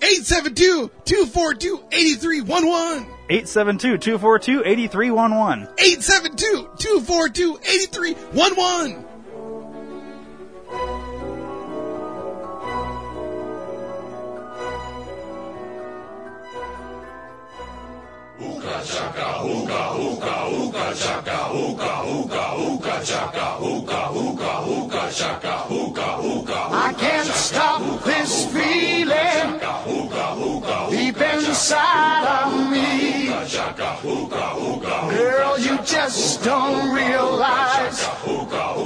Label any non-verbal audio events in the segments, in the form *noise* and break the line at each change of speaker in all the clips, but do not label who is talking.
872-242-8311.
872-242-8311.
872-242-8311.
I can't stop this feeling deep inside of me. Girl, you just don't realize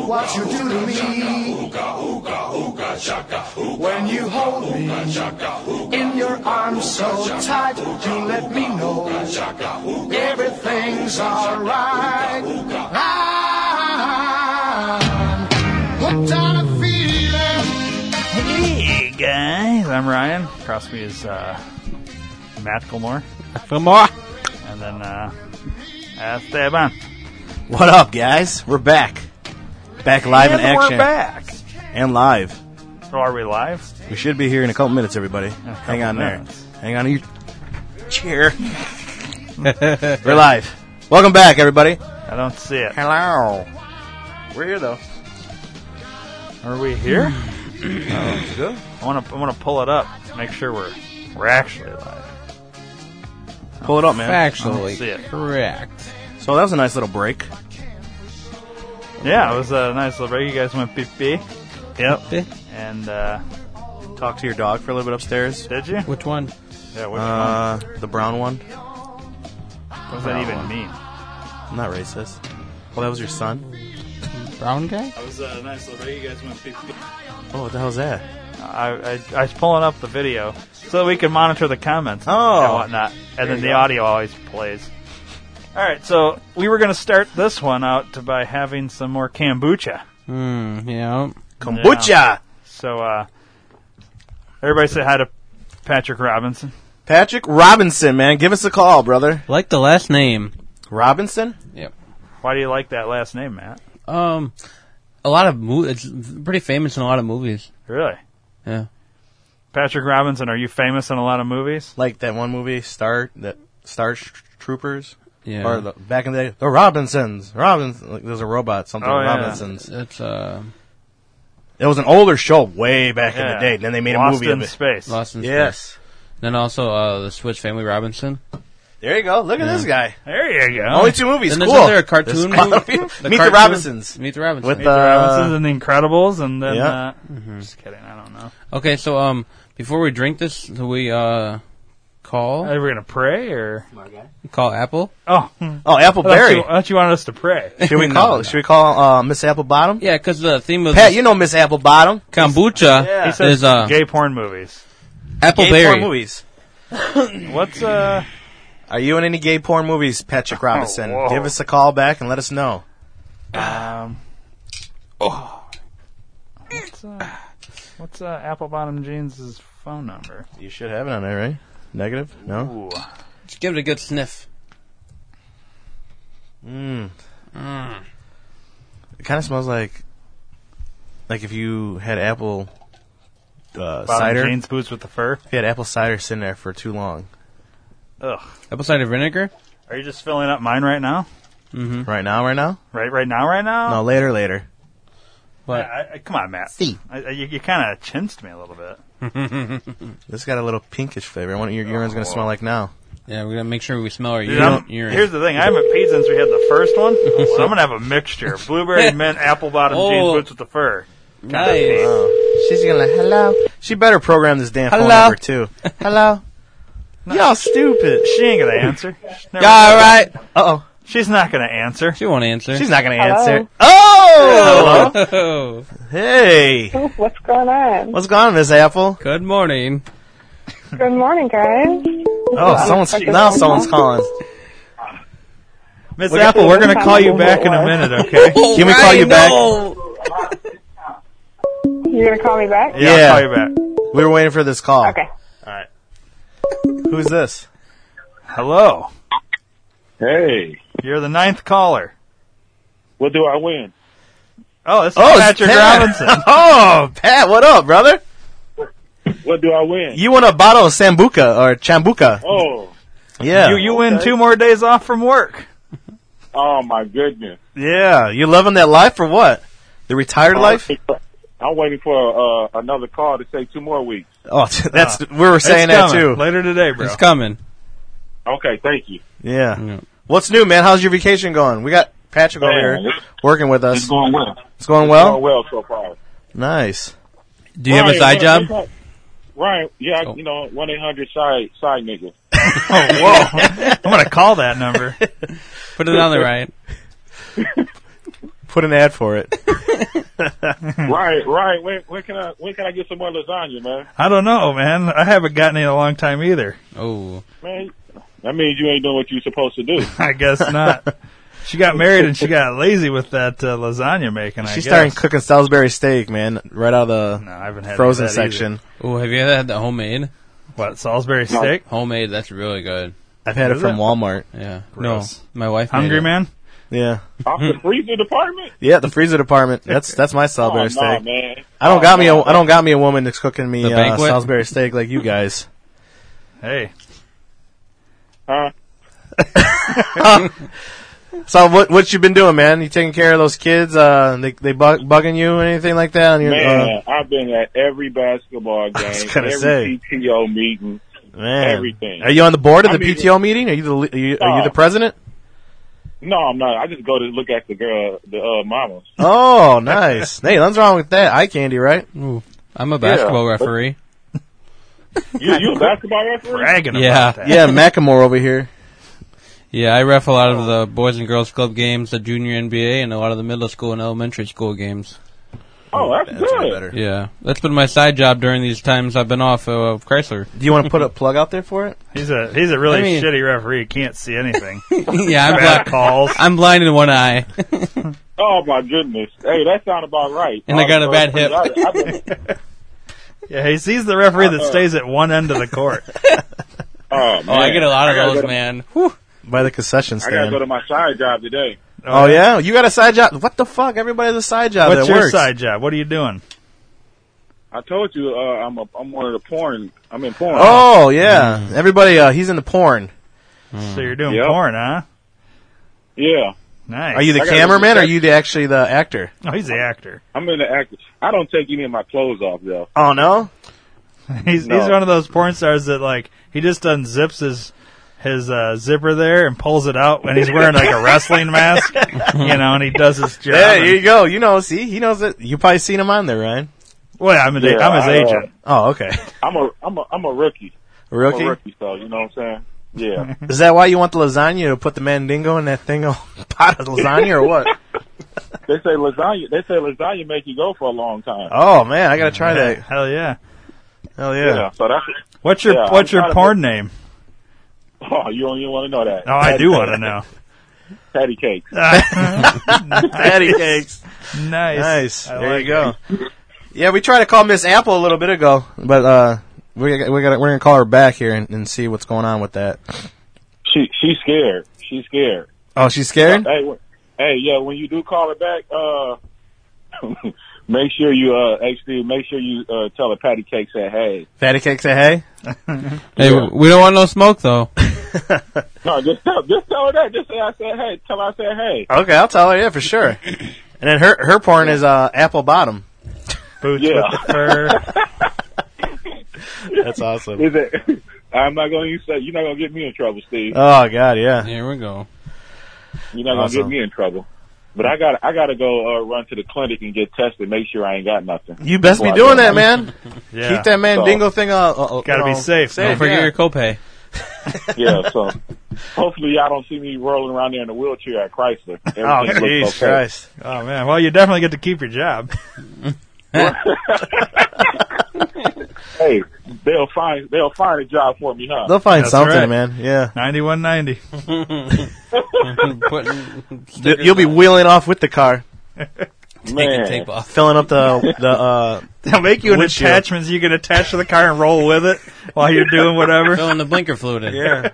what you do to me. When you hold me in your arms so tight, you let me know everything's alright. I'm hooked on a feeling.
Hey guys, I'm Ryan. Across me is uh, Matt Gilmore,
Fillmore.
and then uh, Esteban.
What up, guys? We're back. Back live in
and
action.
we're back.
And live.
So are we live?
We should be here in a couple minutes, everybody. Hang
couple
on
minutes.
there. Hang on
*laughs*
to your chair. We're live. Welcome back, everybody.
I don't see it.
Hello. We're here, though.
Are we here? *clears throat* I want to. I want to pull it up. to Make sure we're we're actually live.
Pull it up, man.
I don't see
Factually
it.
correct.
So that was a nice little break.
Yeah, it was a nice little break. You guys went pee pee. Yep.
Eh,
And uh,
Talk to your dog for a little bit upstairs.
did you?
Which one?
Yeah. Which
Uh, the brown one.
one? What does that even mean?
I'm not racist. Well, that was your son.
Brown guy?
It was a nice little break. You guys went pee pee.
Oh, what the hell's that?
I, I, I was pulling up the video so that we can monitor the comments
Oh.
and whatnot, and then the audio always plays. All right, so we were going to start this one out by having some more kombucha.
Hmm, yeah.
Kombucha.
So uh, everybody say hi to Patrick Robinson.
Patrick Robinson, man, give us a call, brother.
Like the last name.
Robinson.
Yep.
Why do you like that last name, Matt?
Um, a lot of mo- it's pretty famous in a lot of movies.
Really,
Yeah.
Patrick Robinson? Are you famous in a lot of movies?
like that one movie Star that Star Tr- Troopers
Yeah.
*laughs*
or the, back in the day the Robinsons Robins like there's a robot something
Oh, yeah.
Robinsons
That's uh,
it was an older show way back in the
Yeah.
day and then they made
Lost
a movie
in
of it
Space.
Lost in Space.
yes
Then also uh, the Switch Family Robinson.
there you go Oh, look at this guy
There you go.
only two movies
Then
cool
isn't there a cartoon
This-
movie?
Meet the
cartoon-
Robinsons
Meet the Robinsons.
with uh,
Meet the Robinsons
the
and the Incredibles, and then
Yeah. Mm-hmm.
uh, just kidding. I don't know.
Okay, so um, before we drink this, do we uh, call
Are we gonna pray or?
call Apple?
Oh,
oh
Barry,
Appleberry
I thought you wanted
*laughs*
us to pray.
*laughs*
should we call should we call uh, Miss Applebottom
Yeah, because the theme of
Pat
this
you know Miss Applebottom
kombucha
Yeah. He
It says
is uh,
gay porn movies.
gay porn
Appleberry.
movies *coughs*
What's uh?
are you in any gay porn
*laughs*
movies Patrick Robinson
Oh, whoa.
give us a call back and let us know
Um, What's uh? What's uh? Apple Bottom Jeans' phone number?
you should have it on there right negative no
Ooh,
Just give it a good sniff.
Mm.
Hmm.
It kind of smells like like if you had apple uh,
Bottom
cider.
Jeans boots with the fur.
If you had apple cider sitting there for too long.
Ugh.
Apple cider vinegar. Mm-hmm.
Are you just filling up mine right now?
Right now, right now?
Right, right now, right now.
No,
*laughs*
later, later.
I,
But
I, come on, Matt.
See.
I, I- you you kind of chinched me a little bit.
This got a little pinkish flavor. I wonder what your urine's gonna smell like now.
yeah, we gotta make sure we smell our
Oh. Dude,
urine.
I'm-
urine.
here's the thing: I haven't peed since we had the first
*laughs*
one, so I'm gonna have a mixture: blueberry mint, apple bottom jeans,
Oh.
boots with the fur.
nice.
She's gonna like, hello. She better program this damn phone
Hello?
number too. hello. Y'all stupid.
She ain't gonna answer. She's never-
All right. Uh oh.
She's not going to answer.
She won't answer.
She's not going to
Hello?
answer. Oh,
Oh,
hey,
Ooh, *laughs* What's going on?
what's going on, Miss Apple?
good morning.
Good morning, guys.
Oh, someone's
Okay.
now someone's calling.
Miss
We're-
Apple, we're going to call you back in a minute, okay?
Can we call you back?
You're gonna call me back?
Yeah,
Yeah.
I'll call you back.
We were waiting for this call.
Okay.
Who's this?
Hello.
Hey,
You're the ninth caller.
what do I win?
Oh, this is
Oh, it's
Patrick
Pat.
Robinson.
*laughs* Oh, Pat, what up, brother?
What do I win?
You want a bottle of sambuca or chambuca?
Oh,
Yeah.
You you win two more days off from work.
*laughs* oh my goodness!
yeah. You loving that life or what? The retired life?
I'm waiting for uh, another call to say two more
*laughs*
weeks.
Oh, *laughs* that's we were saying
It's
that
coming
too.
Later today, bro.
It's coming.
Okay, thank you.
Yeah.
Yeah.
What's new, man? How's your vacation going? We got Patrick over
Man,
here
it's-
working with
It's
us.
going well.
It's going
Going
well.
well so far.
Nice.
Do you have a side job?
Right. Yeah.
Oh.
You know, one eight hundred side
*laughs*
side nigga.
Oh, whoa.
*laughs*
I'm going to call that number.
Put it on the right.
*laughs* Put an ad
*laughs*
for it.
right. Right. When, when can I when can I get some more lasagna, man?
I don't know, man. I haven't gotten it in a long time either.
Oh,
Man, that means you ain't doing what you're supposed to do.
*laughs* I
*laughs*
guess not. she got married and she got lazy with that uh, lasagna making, I
She's
guess.
starting cooking Salisbury steak, man, right out of the
No, I haven't had
frozen
that either.
section.
oh, have you ever had the homemade?
What, Salisbury steak?
Homemade, that's really good.
I've had it
Is
from
it?
Walmart.
Yeah.
Gross.
No, my wife. made
Hungry
it.
man?
Yeah.
Off the freezer department.
Yeah, the freezer department. That's that's my
*laughs* Oh,
Salisbury steak.
nah, man. Oh,
I don't got me a
no.
I don't got me a woman that's cooking me
The
uh,
banquet?
Salisbury steak like you guys.
Hey.
Huh?
*laughs* So what what you been doing, man? You taking care of those kids? Uh, they they bug, bugging you or anything like that? On your, uh,
Man, I've been at every basketball game,
was gonna
every
say.
PTO meeting.
uh, man.
everything.
Are you on the board of
I
the
mean-
PTO meeting? Are you the le- are you, are you
No.
the president?
No, I'm not. I just go to look at the girl, the uh, mamas.
Oh, *laughs* nice. hey, nothing's wrong with that. Eye candy, right?
Ooh, I'm a basketball referee.
You,
*laughs*
you a basketball referee?
Bragging
Yeah.
about that.
Yeah, Macklemore over here.
Yeah, I ref a lot of the boys and girls club games, the junior NBA, and a lot of the middle school and elementary school games.
Oh, that's, good.
Yeah, that's been my side job during these times I've been off uh, of Chrysler.
Do you want
*laughs*
to put a plug out there for it?
He's a he's a really
I mean-
shitty referee. He can't see anything.
*laughs* yeah, I'm
Bad
blind.
calls.
*laughs* I'm blind in one eye.
*laughs* Oh my goodness. Hey, that sound about right.
And I got a
Uh,
bad hip.
I- I
*laughs*
just-
*laughs* Yeah, he sees the referee that stays at one end of the court.
oh, man.
Oh, I get a lot of
gotta go
those,
to-
man. Whew.
By the concession
I gotta
stand.
go to my side job today. Uh,
oh yeah, you got a side job. What the fuck? Everybody has a side job.
What's
that
your
works.
side job? What are you doing?
I told you, uh, I'm a, I'm one of the porn. I'm in porn.
Oh yeah,
Mm.
everybody. Uh, he's into porn.
So you're doing
Yep.
porn, huh?
Yeah,
Nice.
Are you the
I gotta
cameraman?
look
Or
at
are you the, actually the actor?
Oh, he's the actor.
I'm in the actor. I don't take any of my clothes off though.
Oh no.
*laughs* He's
No.
he's one of those porn stars that like he just unzips his his uh, zipper there and pulls it out when he's wearing like a wrestling
*laughs*
mask, *laughs* you know, and he does his job.
Yeah,
and-
here you go. You know, see, he knows it. You probably seen him on there, Ryan.
well, I'm, a,
Yeah,
am his
I, uh,
agent.
Oh,
*laughs*
okay.
I'm a I'm a I'm a rookie.
Rookie.
I'm a rookie, so you know what I'm saying?
*laughs*
Yeah.
Is that why you want the lasagna to put the mandingo in that thing? *laughs* Oh, pot of lasagna or what?
*laughs* They say lasagna. They say lasagna make you go for a long time.
Oh man, I gotta try that.
Hell yeah.
Hell yeah.
So that's.
What's your
Yeah,
what's
I'm trying
your
to
porn name?
Oh, you don't even want to know that.
Oh, I do want to know.
*laughs* Patty cake.
*laughs*
*laughs*
Patty cakes.
Nice.
Nice.
I
there
like
you go. Yeah, we tried to call Miss Apple a little bit ago, but uh, we we got we're gonna call her back here and, and see what's going on with that.
She she's scared. She's scared.
Oh, she's scared.
Uh, Hey, wh- hey, yeah. When you do call her back, uh, *laughs* make sure you uh actually make sure you uh tell her Patty Cake said hey.
Patty cake say hey.
*laughs*
Hey, w- we don't want no smoke though.
No, Uh, just tell just tell her that. Just say I said hey. Tell her I said hey.
*laughs* Okay, I'll tell her yeah for sure. And then her her porn is uh, apple bottom.
Boots
Yeah.
with the
*laughs*
fur.
That's awesome.
Is it? *laughs* I'm not gonna use that. You're not gonna get me in trouble, Steve.
Oh god, yeah.
Here we go.
You're not gonna
Awesome.
get me in trouble. But I got I gotta go uh, run to the clinic and get tested. Make sure I ain't got nothing.
You best be
Well,
doing that, man.
*laughs* Yeah.
Keep that mandingo thing. Uh, uh,
Gotta
you
be
know,
safe, man.
Don't forget
yeah.
your copay.
yeah, so
*laughs*
hopefully y'all don't see me rolling around there in a wheelchair
*laughs*
at Chrysler. Everything
Oh,
looks
jeez,
okay.
Christ.
Oh man, well you definitely get to keep your job.
Hey, they'll find they'll find a job for me, huh?
They'll find
That's
something,
right. *laughs*
man. Yeah.
Ninety one
*laughs*
ninety.
Putting
You'll you'll be wheeling off with the car,
*laughs* taking
Man,
tape off.
filling up the the uh,
*laughs* They'll make you an
Windshield.
attachments you can attach to the car and roll with it while you're doing whatever.
Filling the blinker fluid in.
yeah,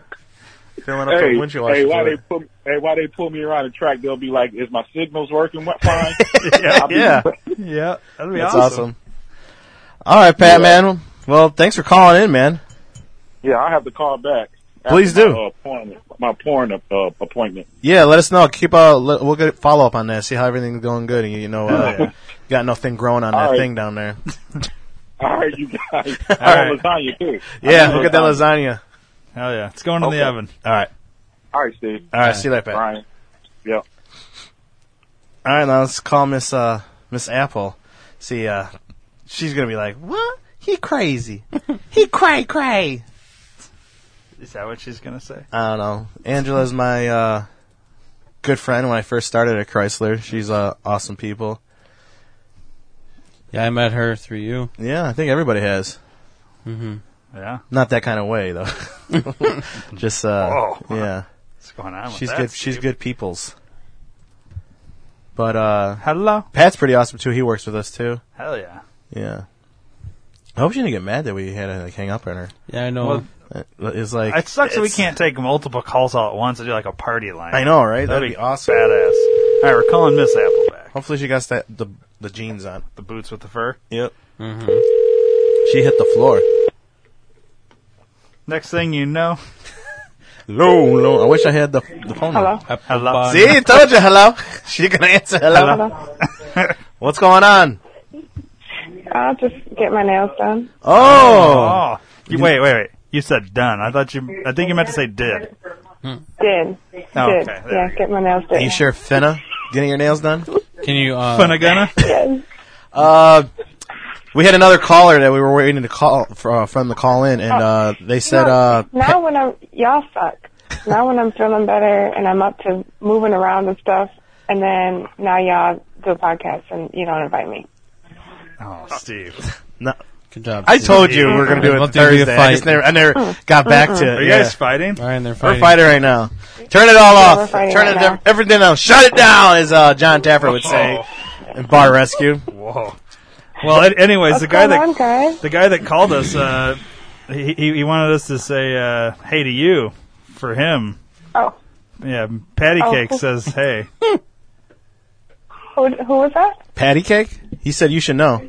filling up
Hey,
the windshield.
hey,
washer
why they
fluid.
put hey, why they pull me around the track? They'll be like, "Is my signals working What- fine?"
yeah,
*laughs* yeah,
yeah, that'd be
that's
awesome.
awesome. All right, Pat, man. Well, thanks for calling in, man.
yeah, I have to call back. after
Please
my,
do.
uh, appointment, my porn uh, appointment. *laughs*
Yeah, let us know. Keep uh, le- we'll get follow up on that. See how everything's going good, and you know,
Oh,
uh,
Yeah.
got nothing growing on that
All right.
thing
*laughs*
down there.
All right,
*laughs*
you guys. I
right.
want lasagna too. I
Yeah,
want
we'll get that lasagna.
Hell yeah, it's going in the
Okay.
oven.
All right,
All right, Steve.
all right. See you later, Pat.
Brian. Yep.
All right, now let's call Miss uh, Miss Apple. See, uh, she's gonna be like, "What? He crazy? he cray cray?"
Is that what she's gonna say?
I don't know. Angela's my uh, good friend when I first started at Chrysler. She's uh, awesome people.
Yeah, I met her through you. Mm-hmm.
Yeah, I think everybody has.
Yeah,
Not that kind of way though.
*laughs*
Just uh,
Whoa.
yeah,
what's going on?
she's
with
good.
That,
She's
Steve?
good peoples. But uh,
Hello.
Pat's pretty awesome too. He works with us too.
Hell yeah.
Yeah. I hope she didn't get mad that we had to like hang up on her.
Yeah, I know.
Well,
Uh, It's like
It sucks that we
it's-
can't take multiple calls all at once and do like a party line.
I know, right?
That'd,
That'd,
be,
be awesome.
Badass. All right, we're calling Miss Apple back.
Hopefully, she got that the the jeans on.
The boots with the fur.
Yep. Mm-hmm. She hit the floor.
Next thing you know,
Low, low. I wish I had the the phone.
Hello.
Apple
hello.
bottom.
See, told you. Hello. *laughs* She gonna answer. Hello.
Hello.
*laughs* What's going on?
I'll just get my nails done.
Oh,
Oh, you, wait, wait, wait. You said done. I thought you. I think you meant to say did.
Did.
Oh,
Did.
okay. There
Yeah,
we go.
get my nails done.
you sure finna getting your nails done?
Can you uh,
Funagunna.
Yes.
Uh, we had another caller that we were waiting to call uh, from the call in,
Oh.
and uh, they said uh,
now when I'm y'all suck. Now when I'm feeling better and I'm up to moving around and stuff, and then now y'all do a podcast and you don't invite me.
Oh, Steve.
*laughs* no,
Good job.
I
Steve.
told you we are gonna do
We'll
it
do the
Thursday. I, just
fight.
never, I never got back to it.
Are you
yeah.
guys fighting?
All right, they're
We're
fighting.
fighting right now. Turn it all
we're
off.
fighting
Turn
right
it
now.
everything down. Shut it down, as uh, John Taffer would say
Oh.
in Bar Rescue.
Whoa. Well, an- anyways, the
What's
guy
going Oh, on,
that
guys?
the guy that called us, uh, he he he wanted us to say uh, hey to you for him.
Oh,
Yeah, Patty
Oh.
Cake says hey.
who who was that?
Patty cake? He said you should know.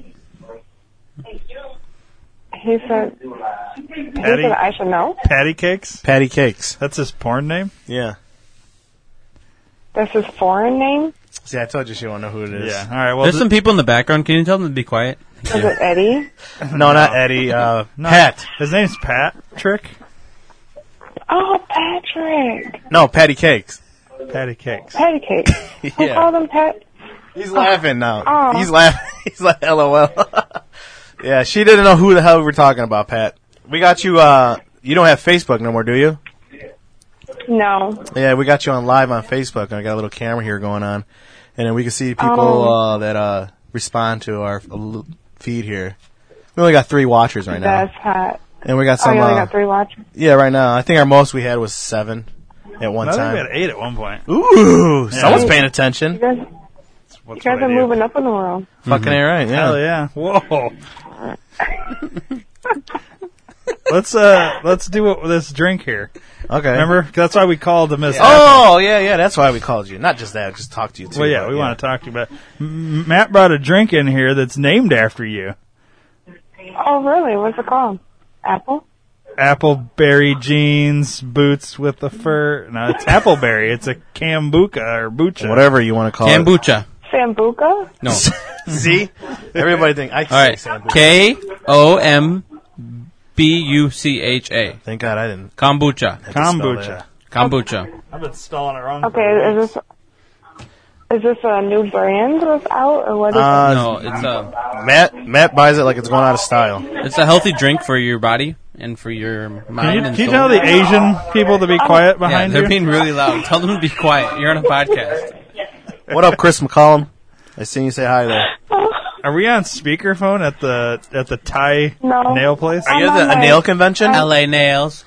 He said. He
Patty?
said I should know.
Patty Cakes.
Patty cakes.
That's his porn name.
Yeah.
That's his foreign name.
See, I told you she won't know who it is.
Yeah. All right. Well,
There's some *laughs* people in the background. Can you tell them to be quiet?
Was it Eddie?
*laughs* No, not Eddie. Uh,
No.
Pat.
His name's Pat Trick.
Oh, Patrick.
No, Patty cakes.
Patty
*laughs*
Cakes.
Patty cake. Who called him Pat?
He's laughing now.
Oh.
Oh.
Aw.
He's laughing. *laughs* He's like, LOL. *laughs* yeah, she didn't know who the hell we were talking about, Pat. We got you. Uh, you don't have Facebook no more, do you?
No.
Yeah, we got you on live on Facebook, and I got a little camera here going on, and then we can see people
Oh.
uh, that uh, respond to our l- feed here. We only got three watchers right now,
That's hot.
and we got
Oh,
some.
you only
uh,
got three watchers.
yeah, right now, I think our most we had was seven at one
I think we had
time.
eight at one point.
Ooh,
Yeah.
someone's paying
You
attention.
guys,
What's
you guys
what I
are
do.
moving up in the world.
Fucking ain't right. Yeah.
Mm-hmm. Hell yeah! Whoa.
*laughs*
let's uh let's do it with this drink here.
Okay.
Remember, that's why we called the Miss. Apple.
Oh yeah, yeah. That's why we called you. Not just that, just talk to you too.
well, yeah,
but
we want to talk to you about. M- Matt brought a drink in here that's named after you:
Oh, really? What's it called? Apple?
appleberry jeans, boots with the fur. No, it's appleberry. It's a kombucha or bucha.
whatever you want to call it.
Kombucha.
Sambuca?
*laughs*
No. All
See, everybody think I can
right.
say Sambuca.
K O M B U C H A.
Thank God I didn't.
Kombucha.
have to spell
kombucha.
Kombucha.
I've been spelling it wrong.
Okay, is this is this a new brand that's out or what is
that. Uh,
*laughs* No, it's uh, a
Matt Matt buys it like it's going out of style.
it's a healthy drink for your body. and for your mind.
Can you,
and
can you
soul.
tell the Asian people to be
Um,
quiet
yeah,
behind
they're
you?
being really loud. Tell them to be quiet. You're on a podcast.
What up, Chris McCollum? I seen you say hi there.
*laughs*
Are we on speakerphone at the at the Thai
No.
nail place?
Are
You at
I'm
the, a
on
nail
my-
convention?
LA nails.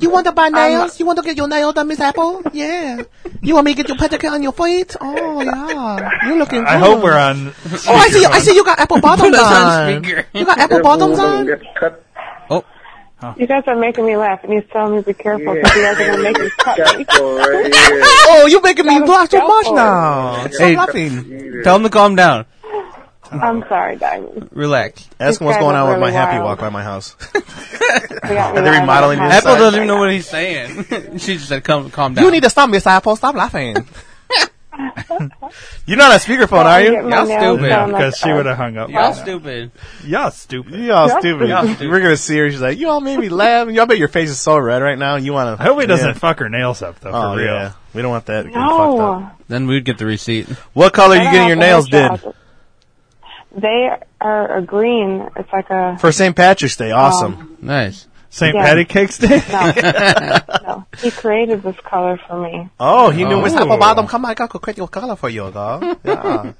You want to buy nails? you want to get your nail done, Miss Apple? Yeah. You want me to get your pedicure on your feet? Oh yeah. You're looking. Good.
I hope we're on.
Oh, I see. I see. You got apple
*laughs*
bottoms on.
speaker.
You got apple bottoms on.
You guys are making me laugh, and he's telling me to be careful because you guys are gonna make me cut me.
Oh, you're making me blush so much
scalpel.
now. Stop
Hey,
laughing.
Tell them to calm down.
I'm sorry, Diamond.
Relax.
Ask him what's
These guys
going on
are
with my
really
happy
wild.
walk by my
*laughs*
house.
They got
Are they
me lying
remodeling
on
your
my
Apple
Sorry.
doesn't even know what he's saying. *laughs* she just said, "Calm, calm down."
You need to stop, Miss Apple. Stop laughing.
You're not on speakerphone, are
Get
you?
my
Y'all
nails
stupid.
Yeah,
done like
because she
us.
would have hung up.
Y'all stupid.
Yeah, stupid.
Y'all stupid.
Y'all stupid.
We're gonna see her. She's like, "Y'all made me laugh." Y'all bet your face is so red right now. You want to?
I hope he doesn't fuck her nails up though.
Oh
for real.
yeah. We don't want that. getting fucked up.
No.
Then we'd get the receipt.
What color are
I
you
don't
getting your
have
nails
to wash your
did
houses. They are a green. It's like a Um,
for St. Patrick's Day? Awesome.
Um, Nice.
St.
Yeah.
Patty Cakes
*laughs*
Day.
no.
*laughs*
no. He created this color for me.
oh, he knew Miss
Ooh.
Apple Bottom. Come, I got to create your color for you, girl. Yeah.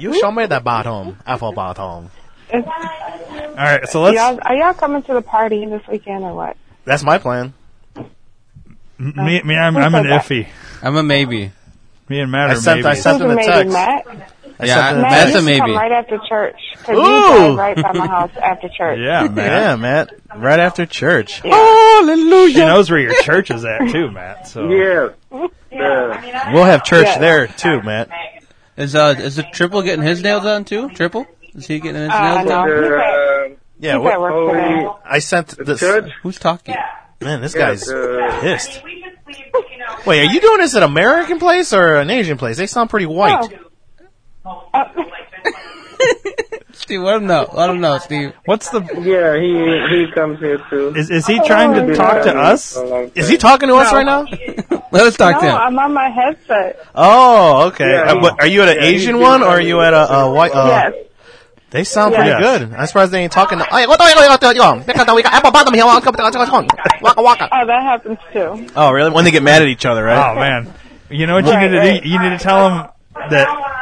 you show me the bottom, Apple Bottom.
It's,
All right, so let's.
y'all, are y'all coming to the party this weekend or what?
That's my plan.
Me, me, I'm, I'm an iffy.
I'm a maybe.
Me and Matt
I
are
sent-
maybe.
I sent- Send them a
maybe
text.
Matt.
I
Yeah,
sent
I-
the
Matt,
that's
text.
you
a
should come
maybe.
right after church because
Ooh.
you drive right by my house after church.
yeah, Matt.
Yeah, Matt. Right after church. *laughs*
She knows where your church is at too, Matt. So
Yeah.
We'll have church
*laughs* Yeah.
there too, Matt.
Is uh is the triple getting his nails done too? Triple? Is he getting his
Uh,
nails
no.
done?
He's at,
Yeah,
he's
what,
at work today.
I sent this.
Who's talking?
Man, this guy's
uh,
pissed. Wait, are you doing this at an American place or an Asian place? They sound pretty white.
*laughs*
Uh,
Steve, let him know. Let him know, Steve.
what's the?
Yeah, he he comes here too.
Is is he trying to talk to us?
Is he talking to us right now?
*laughs* Let us talk
no,
to him.
I'm on my headset.
Oh, okay.
Yeah,
Uh, what- are you at an
yeah, he's
Asian
been
one or are
talking
you
to
at a, a white? Uh,
yes.
They sound pretty
Yes.
good. I'm surprised they ain't talking. To, Hey, what the- what the- what the- because we got apple bottom here. Waka, waka, waka, waka, waka.
Oh, that happens too.
Oh, really? When they get mad at each other,
Oh
right?
man, you know what you need
Right,
to
right.
do? You need to tell them that.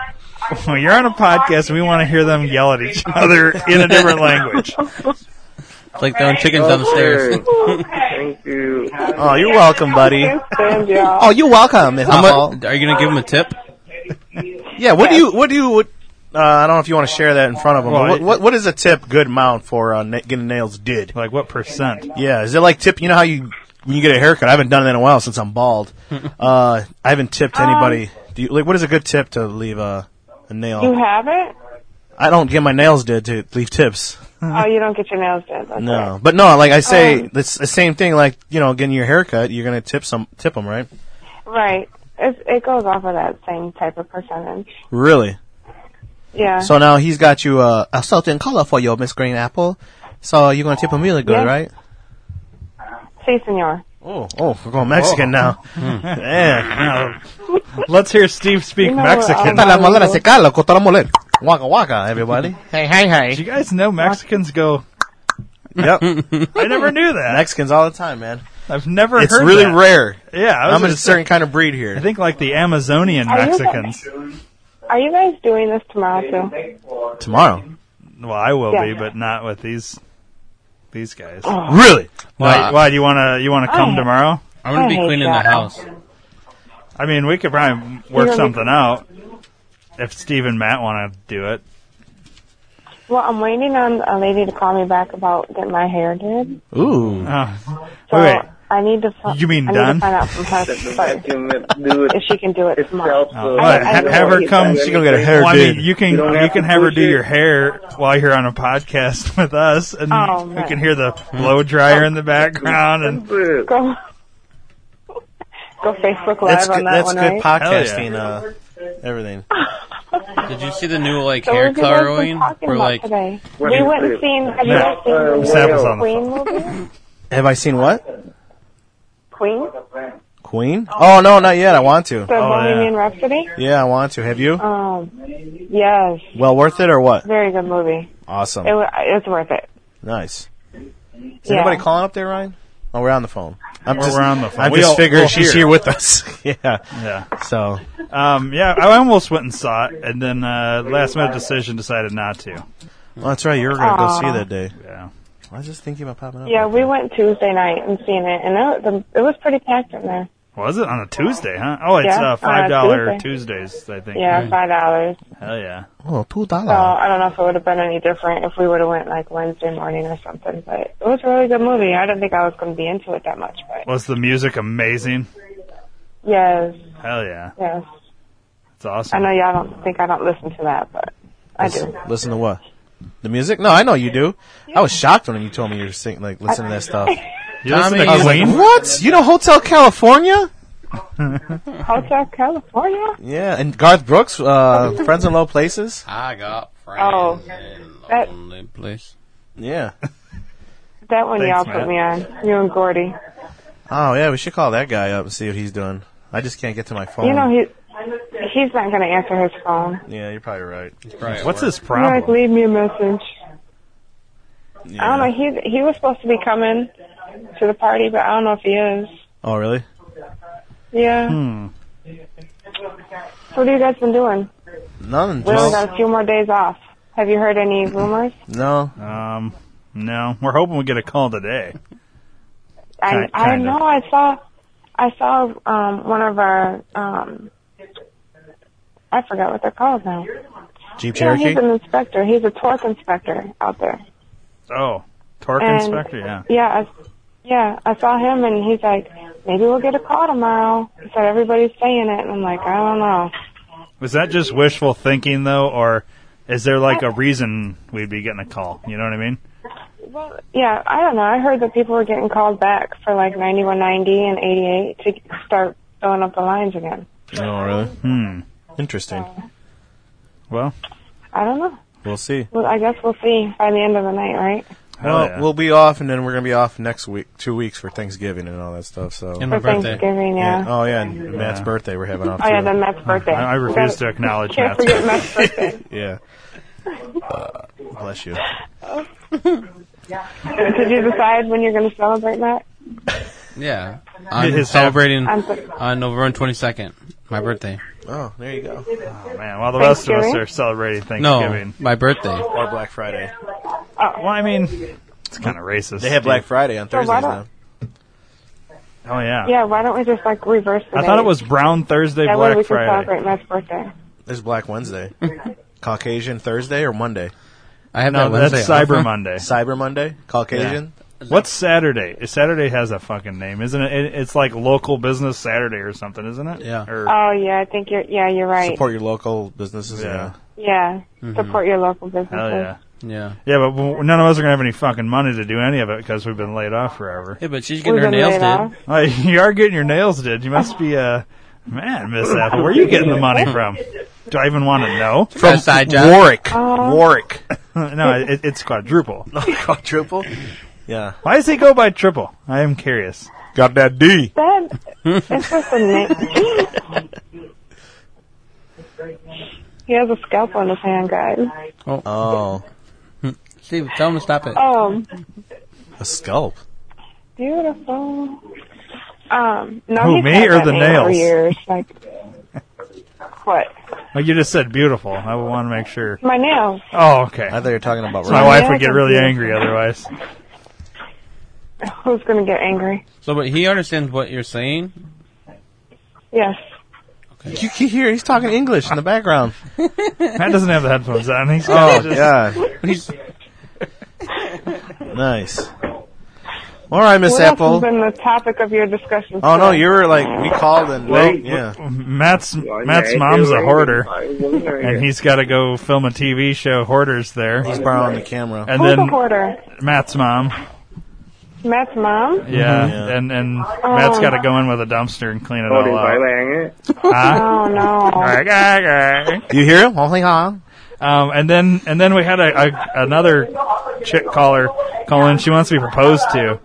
Well, you're on a podcast. and We want to hear them yell at each other in a different language.
It's like throwing *laughs* chickens down the
*laughs*
stairs.
Thank you.
Oh, you're welcome, buddy.
Can't stand y'all.
Oh, you're welcome, Miss
How
Apple.
much, are you gonna give him a tip?
Yeah, what do you, what do you, what, uh, I don't know if you want to share that in front of them. but
Well,
what,
it-
what, what is a tip good amount for uh, na- getting nails did?
Like what percent?
Yeah, is it like tip? You know how you when you get a haircut? I haven't done that in a while since I'm
*laughs*
bald. uh, I haven't tipped anybody. do you, like, what is a good tip to leave a, a nail?
Um, You haven't?
I don't get my nails did to leave tips.
Oh, you don't get your nails done. That's
Uh-huh. No,
right.
but no, like I say,
Um,
it's the same thing. Like you know, getting your haircut, you're gonna tip some, tip them, right?
Right. It's, it goes off of that same type of percentage.
Really?
Yeah.
So now he's got you uh, a certain color for your Miss Green Apple. So you're gonna tip him really good,
Yeah.
right?
See, senor.
Oh, oh, we're going
*laughs*
Mexican now.
Hmm.
Man,
Let's hear Steve speak
You know,
Mexican.
um,
waka waka, everybody.
*laughs* Hey, hey,
Do you
hey.
guys know Mexicans
*laughs*
go?
yep,
I never knew that.
Mexicans all the time, man.
I've never
It's
heard
really
that.
rare.
Yeah, I was
I'm
gonna
a
say-
certain kind of breed
I
here.
think like the Amazonian
Are you the-
Mexicans.
Are you guys doing this tomorrow too?
Tomorrow.
Well, I will
Yeah.
be, but not with these these guys.
Really?
Why? Why do you wanna you wanna come
Oh.
tomorrow?
I'm gonna
I
be
hate
cleaning
that.
the house.
I mean, we could probably work
don't
something out if Steve and Matt want to do it.
Well, I'm waiting on a lady to call me back about getting my hair did.
Ooh.
Oh,
So
Wait.
I need to. fi-
You mean
I
done?
Need to find out
*laughs*
from her first
Do it
if she can do it tomorrow.
yourself.
All right, ha- have her come.
She gonna get her hair
Well, I mean,
did.
you can
You
you,
don't have
can
to
have her
push
do
it.
your hair while you're on a podcast *laughs* with us, and
Oh,
you
man.
can hear
*laughs*
the blow dryer in the background. And
Go. Go Facebook Live
That's
on
good.
that
That's
one,
good
right?
podcasting. Uh, everything.
Did you see the new like
so
hair
what have you guys been
coloring?
talking
Or
about
like
today? We went and seen. Have you
Yeah.
guys seen
Uh,
the
Sapple's on the
Queen movie?
Have I seen what?
Queen,
Queen? Oh no, not yet. I want to.
the
yeah.
Bohemian Rhapsody.
Oh, Yeah, I want to. Have you?
Um, yes,
Well worth it or what?
very good movie.
Awesome.
It wa- it's worth it.
Nice. Is anybody calling up there, Ryan? Oh, we're on the phone. I'm
We're- we're on the phone.
I'm
We
just
all-
figuring
we're
she's
here.
here with us. *laughs* yeah.
Yeah.
So
Um, yeah, I almost went and saw it, and then uh, last minute decision decided not to.
well, that's right. You were going to go
Aw.
see that day.
Yeah.
I was just thinking about popping up.
Yeah, we went Tuesday night and seen it, and it, the, it was pretty packed in there.
Was it on a Tuesday, huh? Oh, it's
Yeah,
uh, five dollar
on a
Tuesdays, I think.
Yeah, five dollars.
Hell yeah.
Oh, two
So
dollars.
I don't know if it would have been any different if we would have went like Wednesday morning or something. But it was a really good movie. I didn't think I was going to be into it that much, but
Was the music amazing?
yes,
Hell yeah.
yes.
It's awesome.
I know y'all don't think I don't listen to that, but I do.
Listen to what? The music? No, I know you do. I was shocked when you told me you were sing- like listening to that stuff.
*laughs* You listen to
I was like,
Queen?
what? You know Hotel California?
*laughs*
Hotel California.
Yeah, and Garth Brooks, uh, Friends in Low Places.
I got
Oh,
friends in
that-
lonely place.
*laughs*
Yeah.
That one
Thanks,
y'all
Matt.
put me on. You and Gordy.
Oh yeah, we should call that guy up and see what he's doing. I just can't get to my phone.
You know he he's not going to answer his phone.
yeah, you're probably right.
What's his
He's like,
problem?
leave me a message. I
Yeah.
don't know. He he was supposed to be coming to the party, but I don't know if he is.
Oh really?
Yeah.
Hmm.
So What have you guys been doing?
Nothing.
We only
Just,
got a few more days off. Have you heard any rumors?
no.
Um, no, we're hoping we get a call today.
I
Kind-
I
kinda.
know. I saw I saw um one of our um I forgot what they're called now.
Jeep
Yeah,
Cherokee.
he's an inspector. He's a torque inspector out there.
Oh, Torque
And-
Inspector. Yeah.
Yeah, I, yeah. I saw him, and he's like, maybe we'll get a call tomorrow. He said everybody's saying it, and I'm like, I don't know.
Was that just wishful thinking though, or is there like a reason we'd be getting a call? You know what I mean?
Well, yeah, I don't know. I heard that people were getting called back for like 9190 and 88 to start filling up the lines again.
No, Oh, really.
Hmm.
Interesting.
Well,
I don't know.
We'll see.
Well, I guess we'll see by the end of the night, right?
hell
Well,
yeah.
we'll be off, and then we're gonna be off next week, two weeks for Thanksgiving and all that stuff. So.
And
For
my birthday.
Thanksgiving, yeah.
Oh yeah, and Matt's birthday we're having off
Oh yeah,
too.
then Matt's birthday.
uh, I, I refuse to acknowledge
Can't
Matt's
forget Matt's birthday.
*laughs* Yeah. Uh, bless you.
Oh. *laughs* Did you decide when you're going to celebrate Matt?
Yeah. I'm
his
celebrating
I'm so-
on November 22nd, my birthday.
Oh, there you go.
man. While the rest of us
Thanksgiving?
are celebrating Thanksgiving.
No, my birthday.
Or Black Friday.
Oh.
Well, I mean, it's kind of racist.
They have Black Friday on
why
Thursdays now.
don't-
Oh yeah.
Yeah, why don't we just like reverse the
I thought it
date?
was Brown Thursday,
That way
Black
we can
Friday.
celebrate Matt's birthday.
There's Black Wednesday. Caucasian Thursday or Monday?
I have
No,
that Wednesday
that's Cyber
off.
Monday.
Cyber Monday? Caucasian?
What's Saturday? Saturday has a fucking name, isn't it? It- It's like local business Saturday or something, isn't it?
Yeah.
Or,
Oh yeah, I think you're. Yeah, you're right.
Support your local businesses.
Yeah.
Yeah.
Yeah, support your local businesses.
Mm-hmm. hell yeah.
Yeah.
Yeah, but w- none of us are gonna have any fucking money to do any of it because we've been laid off forever.
Yeah, but she's
We've
getting her
been
nails
laid off.
did.
Oh, *laughs* you are getting your nails did. You must be a man, Miss Apple. Where are you getting the money from? Do I even want to know?
From side job.
Warwick.
Oh.
Warwick.
*laughs* no, it, it's
*laughs*
quadruple.
Quadruple? Yeah.
Why does he go by triple? I am curious.
Got that D.
That it's just a name. *laughs* he has a scalpel in his hand, guys.
Oh.
Steve, tell him to stop it.
Um,
A scalp.
beautiful. Um, no,
Who,
he's
me
had
or
that
the
name For
nails?
years, like what?
Like you just said, beautiful. I want to make sure.
My nails.
Oh, okay.
I thought you were talking about
My
Ryan.
wife would get really angry otherwise.
Who's gonna get angry?
So, but he understands what you're saying.
Yes.
You can hear he's talking English in the background.
*laughs* Matt doesn't have the headphones on. He's
Oh,
got just-
God.
He's,
Nice. All right, Miss
What
Apple.
else has been the topic of your discussion?
Oh, no,
today?
you were like, we called and,
Well,
yeah.
Matt's Matt's mom's a hoarder, and he's got to go film a TV show, Hoarders, there.
He's borrowing the camera. Mm-hmm.
And
Who's a
then
hoarder?
Matt's mom,
Matt's mom.
yeah,
Yeah.
and and Matt's got to go in with a dumpster and
Oh,
clean it all out. Huh?
Oh no.
Alright, alright.
*laughs* You hear him? Oh, Holy ha.
Um, and then and then we had a, a another chick caller call in. She wants to be proposed to